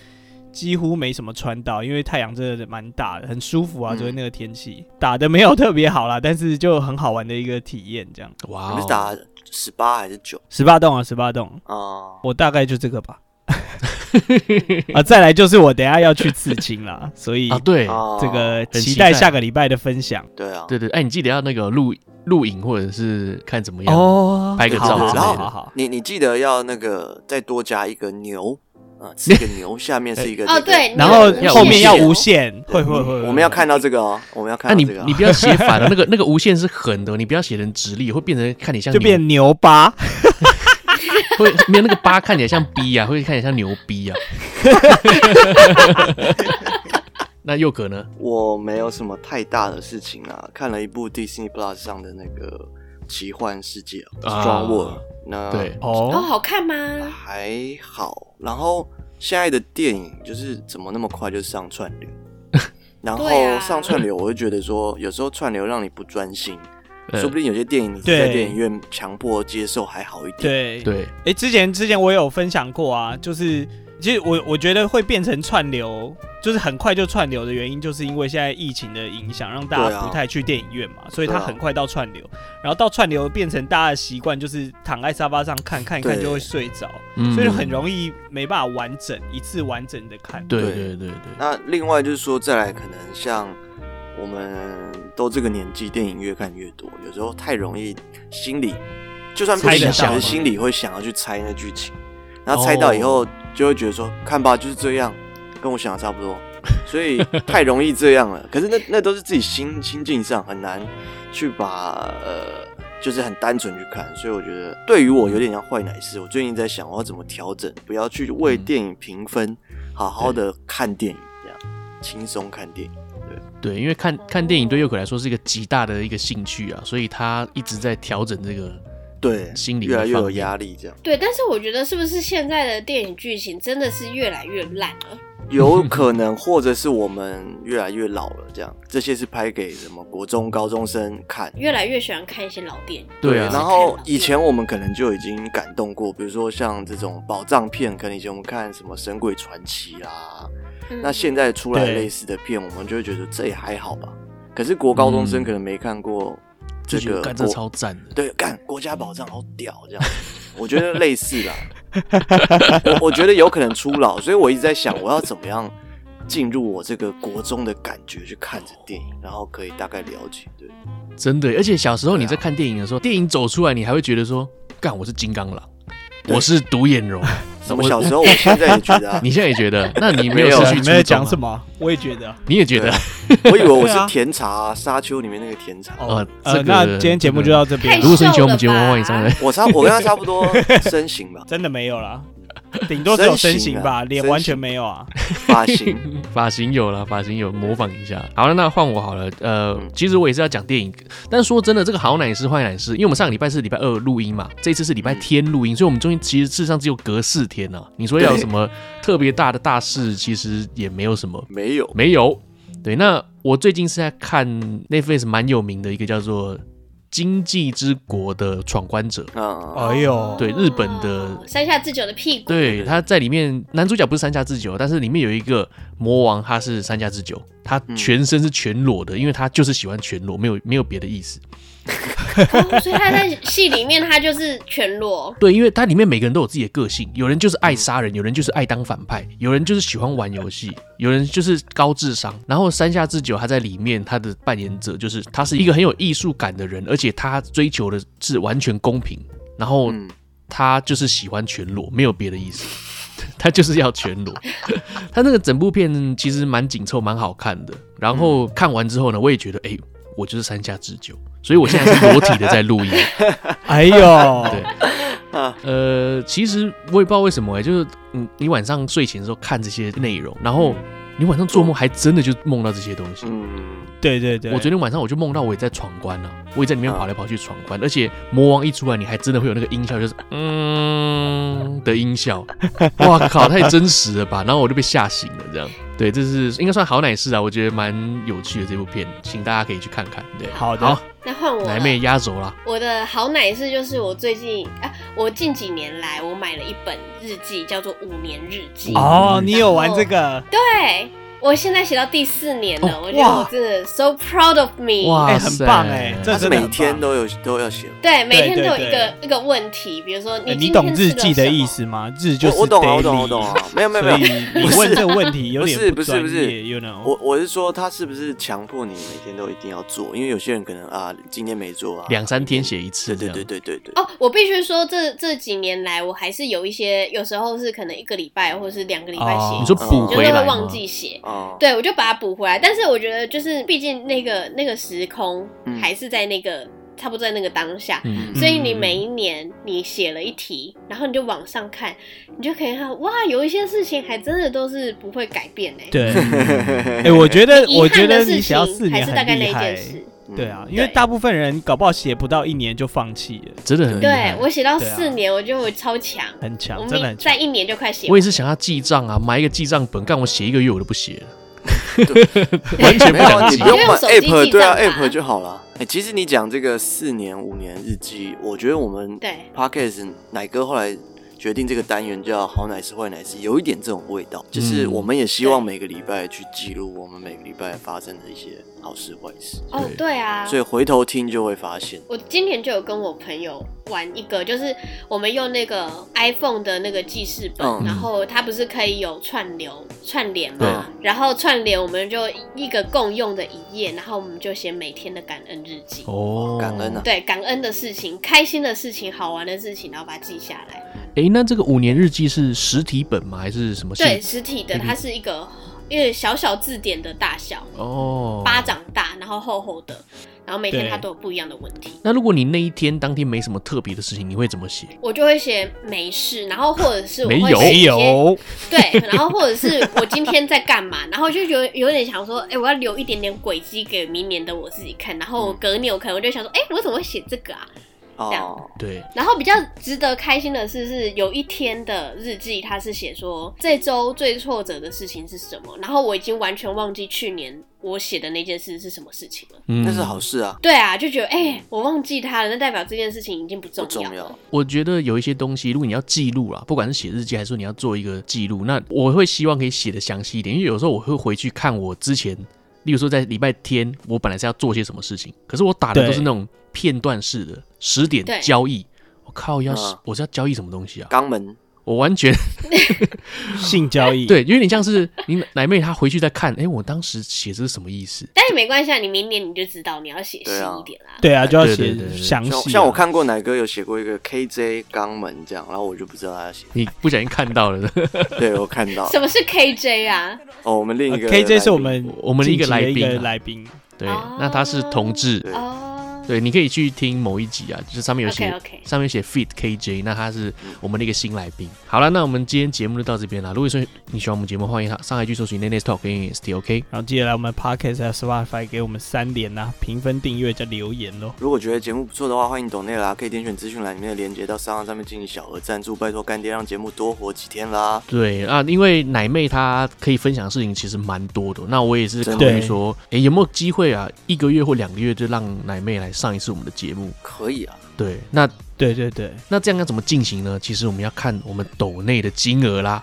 C: 几乎没什么穿到，因为太阳真的蛮大的，很舒服啊。
B: 嗯
C: 昨天那个天气打的没有特别好啦，但是就很好玩的一个体验。这样
A: 哇、
B: 你
A: 哦，
B: 们是打十八还是九
C: 十八洞啊，十八洞，
B: 啊？
C: 我大概就这个吧。 啊，再来就是我等一下要去刺青 啦，所以
A: 啊，对，
B: 啊
C: 这个
A: 很
C: 哦期
A: 期待
C: 待下个礼拜的分享
B: 对啊，
A: 对对，哎、你记得要那个录录影或者是看怎么样。
C: 哦
A: 拍个
B: 照之类的
C: 好好好，
B: 你你记得要那个再多加一个牛
A: 哎
B: 啊，是一个牛，下面是一个
D: 哦
B: 那个
D: 对
C: 然后
A: 要
C: 后
A: 无
C: 面要
D: 限哦
C: 无限，会会
A: 呃
C: 会，
B: 我们要看到这个哦，我们要
A: 那、
B: 看
A: 你
B: 到这个哦。
A: 你不要写反了，那个那 个无限是横的，你不要写成直立，会变成看你像
C: 就
A: 牛
C: 变牛八，
A: 会没有那个八看起来像 B 啊，会看起来像牛逼啊。 那佑可呢？
B: 我没有什么太大的事情啊，看了一部 Disney Plus 上的那个《奇幻世界》哦，
A: 啊
B: 《庄沃尔》那
A: 对，
D: 哦，
C: 哦，
D: 好看吗？
B: 还好。然后现在的电影就是怎么那么快就上串 流，然后
D: 对啊
B: 上串流，我会觉得说，有时候串流让你不专心，
A: 呃
B: 说不定有些电影你
C: 对
B: 在电影院强迫接受还好一点。
C: 对，
A: 对，
C: 哎，之前之前我有分享过啊，就是其实我我觉得会变成串流，就是很快就串流的原因，就是因为现在疫情的影响，让大
B: 对
C: 家
B: 啊
C: 不太去电影院嘛，所以
B: 对
C: 它
B: 啊
C: 很快到串流，然后到串流变成大家的习惯，就是躺在沙发上看看一看
B: 对
C: 就会睡着，
A: 嗯
C: 所以就很容易没办法完整一次完整的看。
A: 对
B: 对
A: 对对对，
B: 那另外就是说，再来可能像我们都这个年纪，电影越看越多，有时候太容易心里就算不
A: 猜
C: 得
B: 想，可
C: 到嘛哦
B: 是心里会想要去猜那剧情，然后猜到以后就会觉得说，看吧，就是这样，跟我想的差不多，所以太容易这样了。可是那那都是自己心心境上很难去把呃。就是很单纯去看，所以我觉得对于我有点像坏奶师。我最近在想，我要怎么调整，不要去为
A: 嗯
B: 电影评分，好好的看电影，这样轻松看电影。
A: 对，因为看看电影对佑可来说是一个极大的一个兴趣啊，所以他一直在调整这个。
B: 对，
A: 心里
B: 越来越
A: 放
B: 有
A: 映
B: 压力，这样
D: 对，但是我觉得是不是现在的电影剧情真的是越来越烂了？
B: 有 可能，或者是我们越来越老了，这样这些是拍给什么国中高中生看。
D: 越来越喜欢看一些老电影。
A: 对啊
B: 然后以前我们可能就已经感动过，比如说像这种宝藏片，可能以前我们看什么《神鬼传奇》啊啦，
D: 嗯
B: 那现在出来
C: 对
B: 类似的片，我们就会觉得这也还好吧。可是国高中生
A: 嗯
B: 可能没看过
A: 就
B: 这
A: 觉得
B: 个
A: 干这
B: 国
A: 超赞的，
B: 对，干国家宝藏好屌这样，我觉得类似 啦。我我觉得有可能初老，所以我一直在想，我要怎么样进入我这个国中的感觉去看这电影，然后可以大概了解。对，
A: 真的。而且小时候你在
B: 对啊
A: 看电影的时候，电影走出来，你还会觉得说，干我是金刚狼，
B: 对
A: 我是独眼龙。
B: 什么小时候，我现在也觉得、啊
A: ，你现在也觉得？那你没
B: 没
A: 有
B: 有
A: 失
B: 啊
A: 去
C: 你们在
A: 初衷
C: 讲
A: 啊
C: 什？么？我也觉得。
A: 你也觉得
B: 对？我以为我
C: 对啊
B: 是甜茶、啊《沙丘》里面那个甜茶。
A: 哦
C: 呃，
A: 这个
C: 那今天节目就到这边
D: 太
A: 如
C: 了，
A: 果是你喜欢我们
D: 哎瘦
A: 节
D: 了
A: 目，
D: 吧
A: 欢迎上来。
B: 我差我跟他差不多身形吧，
C: 真的没有啦，顶多只有身
B: 身
C: 形
B: 形啊
C: 吧，脸
B: 身
C: 完全
B: 形
C: 没有啊。
B: 发型，
A: 发型有了，发型有模仿一下。好了，那换我好了。呃
B: 嗯，
A: 其实我也是要讲电影，但说真的，这个好奶是坏奶是，因为我们上个礼拜是礼拜二录音嘛，这次是礼拜天录音，所以我们中间其实事实上只有隔四天呢、你说要有
B: 对
A: 什么特别大的大事，其实也没有什么，
B: 没有
A: 没有。对，那我最近是在看 Netflix 蛮有名的一个叫做《经济之国的闯关者》。
B: 啊，
A: 哦
C: 哎呦，
A: 对日本的
D: 哦山下智久的屁股，
A: 对，
B: 对
A: 他在里面男主角不是三下智久，但是里面有一个魔王，他是三下智久，他全身是全裸的，因为他就是喜欢全裸，没有没有别的意思。。
D: 哦所以他在戏里面他就是全裸
A: 对，因为它里面每个人都有自己的个性，有人就是爱杀人，有人就是爱当反派，有人就是喜欢玩游戏，有人就是高智商。然后山下智久他在里面他的扮演者就是他是一个很有艺术感的人，而且他追求的是完全公平，然后
B: 嗯
A: 他就是喜欢全裸，没有别的意思。 他就是要全裸， 他那个整部片其实蛮紧凑，蛮好看的。然后看完之后呢，我也觉得，哎、我就是山下智久，所以我现在是裸体的在录音。
C: 哎呦，
A: 呃，其实我也不知道为什么哎、就是嗯，你晚上睡前的时候看这些内容，然后你晚上做梦还真的就梦到这些东西。
B: 嗯，
C: 对对对，
A: 我昨天晚上我就梦到我也在闯关了、我也在里
B: 啊
A: 面跑来跑去闯关，而且魔王一出来，你还真的会有那个音效，就是嗯的音 效。哇靠，太真实了吧！然后我就被吓醒了，这样。对，这是应该算好奶事啊，我觉得蛮有趣的这部片，请大家可以去看看。对，
C: 好的
A: 好，
D: 那换我
A: 奶
D: 了，
A: 妹压轴啦。
D: 我的好奶是就是我最近啊，我近几年来我买了一本日记，叫做《五年日记》。
C: 哦，
B: 嗯
C: 你有玩这
B: 哦
C: 个？
D: 对，我现在写到第四年了，
A: 哦
D: 我觉得我
C: 哇
D: 真的 so proud of me。
A: 哇
C: 哎
A: 塞，
C: 很棒哎这
B: 他是
C: 真的很
B: 每天
C: 棒
B: 都有都要写，
D: 对，每天
C: 对
D: 都有
C: 对
D: 一个一个问题，比如说
C: 哎
D: 你
C: 你
D: 今
C: 懂
D: 天
C: 日
D: 吃了
C: 记的
D: 什么
C: 意，思吗？日就是
B: 我我懂啊
C: daily
B: 我懂我懂啊没有没有
C: 所以
B: 没
C: 你问这个问题有点
B: 不是不是
C: 专
B: 不是
C: 业，you know，
B: 我我是说，他是不是强迫你每天都一定要做？因为有些人可能啊，今天没做啊，
A: 两三天写一次
B: 对
A: 这
B: 对
A: 样，
B: 对对对对，
D: 哦，我必须说这这几年来，我还是有一些，有时候是可能一个礼拜或者是两个礼拜
C: 哦
D: 写
A: 你
D: 一
A: 说
D: 次，
A: 补
D: 就是
A: 回
D: 会
A: 来
D: 忘
A: 吗？
D: 记写。
B: 哦，
D: 对，我就把它补回来。但是我觉得，就是毕竟那个那个时空
B: 嗯
D: 还是在那个、差不多在那个当下，
A: 嗯，
D: 所以你
C: 嗯
D: 每一年你写了一题，然后你就往上看，你就可以看哇，有一些事情还真的都是不会改变哎、欸。
C: 对。
A: 嗯
C: 哎，我觉得，
D: 遗
C: 我觉
D: 憾的
C: 得
D: 事
C: 你写到
D: 情
C: 四
D: 还
C: 年
D: 是
C: 很
D: 大概那
C: 厉
D: 一
C: 害欸
D: 件，事，
B: 嗯
C: 对啊，因为
D: 对
C: 大部分人搞不好写不到一年就放弃了，
A: 真的很厉
D: 对
A: 害。
D: 我写到
C: 对啊
D: 四年，我觉得我超强，
C: 很
D: 我
C: 强，真的
D: 们
C: 很强
D: 在。一年就快写
A: 我
D: 完
A: 也。是想要记账啊，买一个记账本，干我写一个月我都不写了，
B: 完
A: 全不
B: 没
A: 敢
B: 有，你
A: 记
B: 不用
D: 因为
B: 买
D: 用手机
B: app，
D: 记
B: 对啊
D: 账吧
B: ，app 就好了。哎、其实你讲这个四年、五年日记，我觉得我们
D: 对
B: podcast 奶哥后来决定这个单元叫“好奶是坏奶是”，有一点这种味道，就是我们也希望每个礼拜去记录我们每个礼拜发生的一些好事坏事，
D: 哦
A: 对，
D: 对啊
B: 所，以回头听就会发现，
D: 我今年就有跟我朋友玩一个，就是我们用那个 iPhone 的那个记事本，
B: 嗯
D: 然后它不是可以有串流串联嘛？
B: 对
D: 然后串联我们就一个共用的一页，然后我们就写每天的感恩日记。
A: 哦，
B: 感恩啊
D: 对，感恩的事情、开心的事情、好玩的事情，然后把它记下来。
A: 哎、那这个五年日记是实体本吗？还是嗯什么信？
D: 对，实体的它是一个因为小小字典的大小，
A: 哦，
D: 巴掌大，然后厚厚的，然后每天
C: 对
D: 它都有不一样的问题。
A: 那如果你那一天当天没什么特别的事情，你会怎么写？
D: 我就会写没事，然后或者是我
A: 没
D: 会
A: 有
D: 写一
A: 没
D: 些， 对，然后或者是我今天在干嘛，然后就有有点想说，哎、我要留一点点轨迹给明年的我自己看，然后我隔年我可能我就想说，哎、我怎么会写这个啊？这样
B: 哦，
A: 对，
D: 然后比较值得开心的是，是有一天的日记，它是写说这周最挫折的事情是什么，然后我已经完全忘记去年我写的那件事是什么事情了。
A: 嗯
B: 那是好事啊，
D: 对啊，就觉得哎、我忘记它了，那代表这件事情已经不
B: 嗯不
D: 重要
B: 重
D: 了。
B: 要，
A: 我觉得有一些东西，如果你要记录啦，不管是写日记还是说你要做一个记录，那我会希望可以写的详细一点，因为有时候我会回去看我之前，例如说在礼拜天，我本来是要做些什么事情，可是我打的
C: 对
A: 都是那种片段式的十点
D: 对
A: 交易。我靠，要
B: 嗯
A: 我是要交易什么东西啊？
B: 肛门
A: 我完全
C: 性交易，
A: 对，有点像是你奶妹她回去再看，哎，我当时写这是什么意思？
D: 但也没关系啊，你明年你就知道你要写细
B: 对啊
D: 一点啦。
C: 对啊，就要
A: 对对
C: 写
A: 对对对
C: 详
B: 像
C: 细啊。
B: 像我看过奶哥有写过一个 KJ 肛门这样，然后我就不知道他 要写，
A: 你不小心看到了，
B: 对我看到
D: 什么是 KJ 啊？
B: 哦，我们另
C: 呃
B: 一个
C: KJ 是我
B: 来
C: 们
A: 我们的一个
C: 近期的
A: 来宾
C: 一个
A: 啊
C: 来宾，
A: 对
D: 哦，
A: 那他是同志，
B: 对
D: 哦，
A: 对，你可以去听某一集啊，就是上面有写
D: OK，OK
A: 上面写 Fit KJ，那他是我们的一个新来宾。好了，那我们今天节目就到这边了。如果说你喜欢我们节目，欢迎上来去搜寻 n a n e s Talk 跟 s t OK。
C: 然后记得来我们 Podcast 啊 Spotify 给我们三连啊，评分、订阅加留言哦喽。
B: 如果觉得节目不错的话，欢迎抖内啦，可以点选资讯栏里面的链接到商行上面进行小额赞助，拜托干爹让节目多活几天啦。
A: 对啊，因为奶妹她可以分享的事情其实蛮多的，那我也是考
C: 真
A: 虑
C: 的
A: 说，诶，有没有机会啊，一个月或两个月就让奶妹来上一次我们的节目？
B: 可以 啊，
A: 对，那
C: 对对对，
A: 那这样要怎么进行呢？其实我们要看我们抖内的金额啦。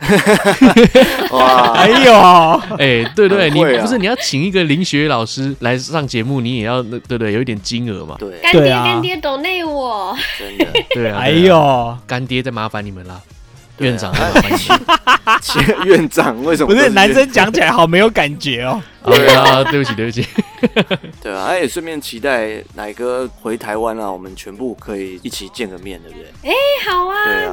B: 哇，
C: 哎呦，
A: 哎、对对，
B: 很
A: 你
B: 会啊
A: 不是你要请一个林学老师来上节目，你也要那对对，有一点金额嘛。
B: 对，
D: 干爹
C: 对啊
D: 干爹懂内我，
B: 真的，
A: 对啊，
C: 哎
A: 对啊，
C: 呦，哎
A: 干爹在麻烦你们啦，
B: 对啊
A: 院长在 麻烦你们。
B: 其实院长为什么
C: 不
B: 都
C: 是
B: 院
C: 男？生讲起来好没有感觉哦。
A: 对啊，对不起对 不起，
B: 对啊，哎，顺便期待奶哥回台湾啊啦，我们全部可以一起见个面，对不对？
D: 哎，好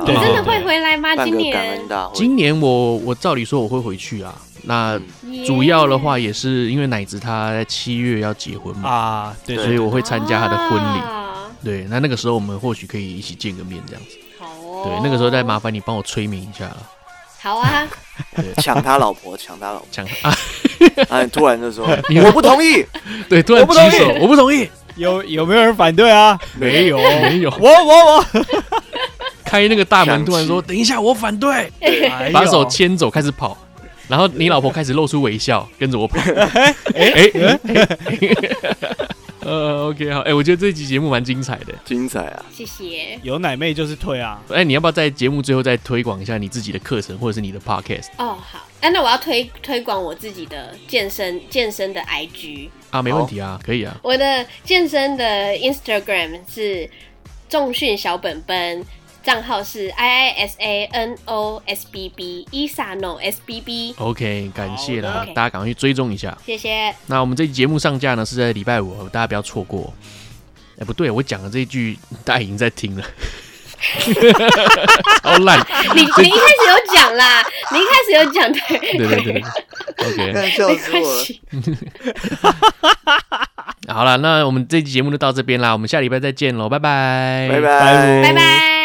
B: 对
D: 啊
B: 啊，
D: 你真的
A: 对
D: 会回来吗？
B: 办
D: 今
B: 个感
D: 年
B: 恩大会，
A: 今年我我照理说我会回去啊，
C: 嗯
A: 那
D: 耶
A: 主要的话也是因为奶子她在七月要结婚嘛，
C: 啊，对
A: 嗯所以
C: 对，
A: 我会参加她的婚礼。
D: 啊
A: 对，那那个时候我们或许可以一起见个面这样子。
D: 好哦，
A: 对，那个时候再麻烦你帮我催眠一下了，
D: 好啊，
B: 抢他老婆，抢他老 婆，
A: 讲啊，
B: 啊，你突然就说
A: 你
B: 我不同意，
A: 对，突然
C: 我不
A: 举
C: 同意
A: 手，我不同意，
C: 有有没有人反对啊？没有，
A: 没有
C: 我我我，
A: 开那个大门，
B: 想
A: 突然
B: 吃
A: 说等一下，我反对，
C: 哎呦
A: 把手牵走，开始跑，然后你老婆开始露出微笑，跟着我 跑。哎
C: 哎哎，
A: 呃，OK，好，哎、我觉得这期节目蛮精彩的。
B: 精彩 啊！
D: 谢谢
C: 有奶妹就是退啊。
A: 哎、你要不要在节目最后再推广一下你自己的课程或者是你的 podcast
D: 哦，好，哎，那我要推推广我自己的健身健身的 IG，
A: 啊？没问题啊，可以啊。
D: 我的健身的 Instagram 是重训小本本，账号是 I I S A N O S B B 伊萨 no S B B，
A: OK，感谢
C: 好
A: 啦
D: 的，
A: 大家赶快去追踪一下。
D: 谢谢。
A: 那我们这期节目上架呢是在礼拜五，大家不要错过。哎、不对，我讲的这一句大家已经在听了， 超烂。
D: 你你一开始有讲啦，你一开始有讲对
A: 对对对 对，OK，
B: 看笑
D: 没
B: 死
D: 关
B: 我了。
D: 系，
A: 好了，那我们这期节目就到这边啦，我们下礼拜再见喽，拜拜，
B: 拜
D: 拜
B: 拜
D: 拜。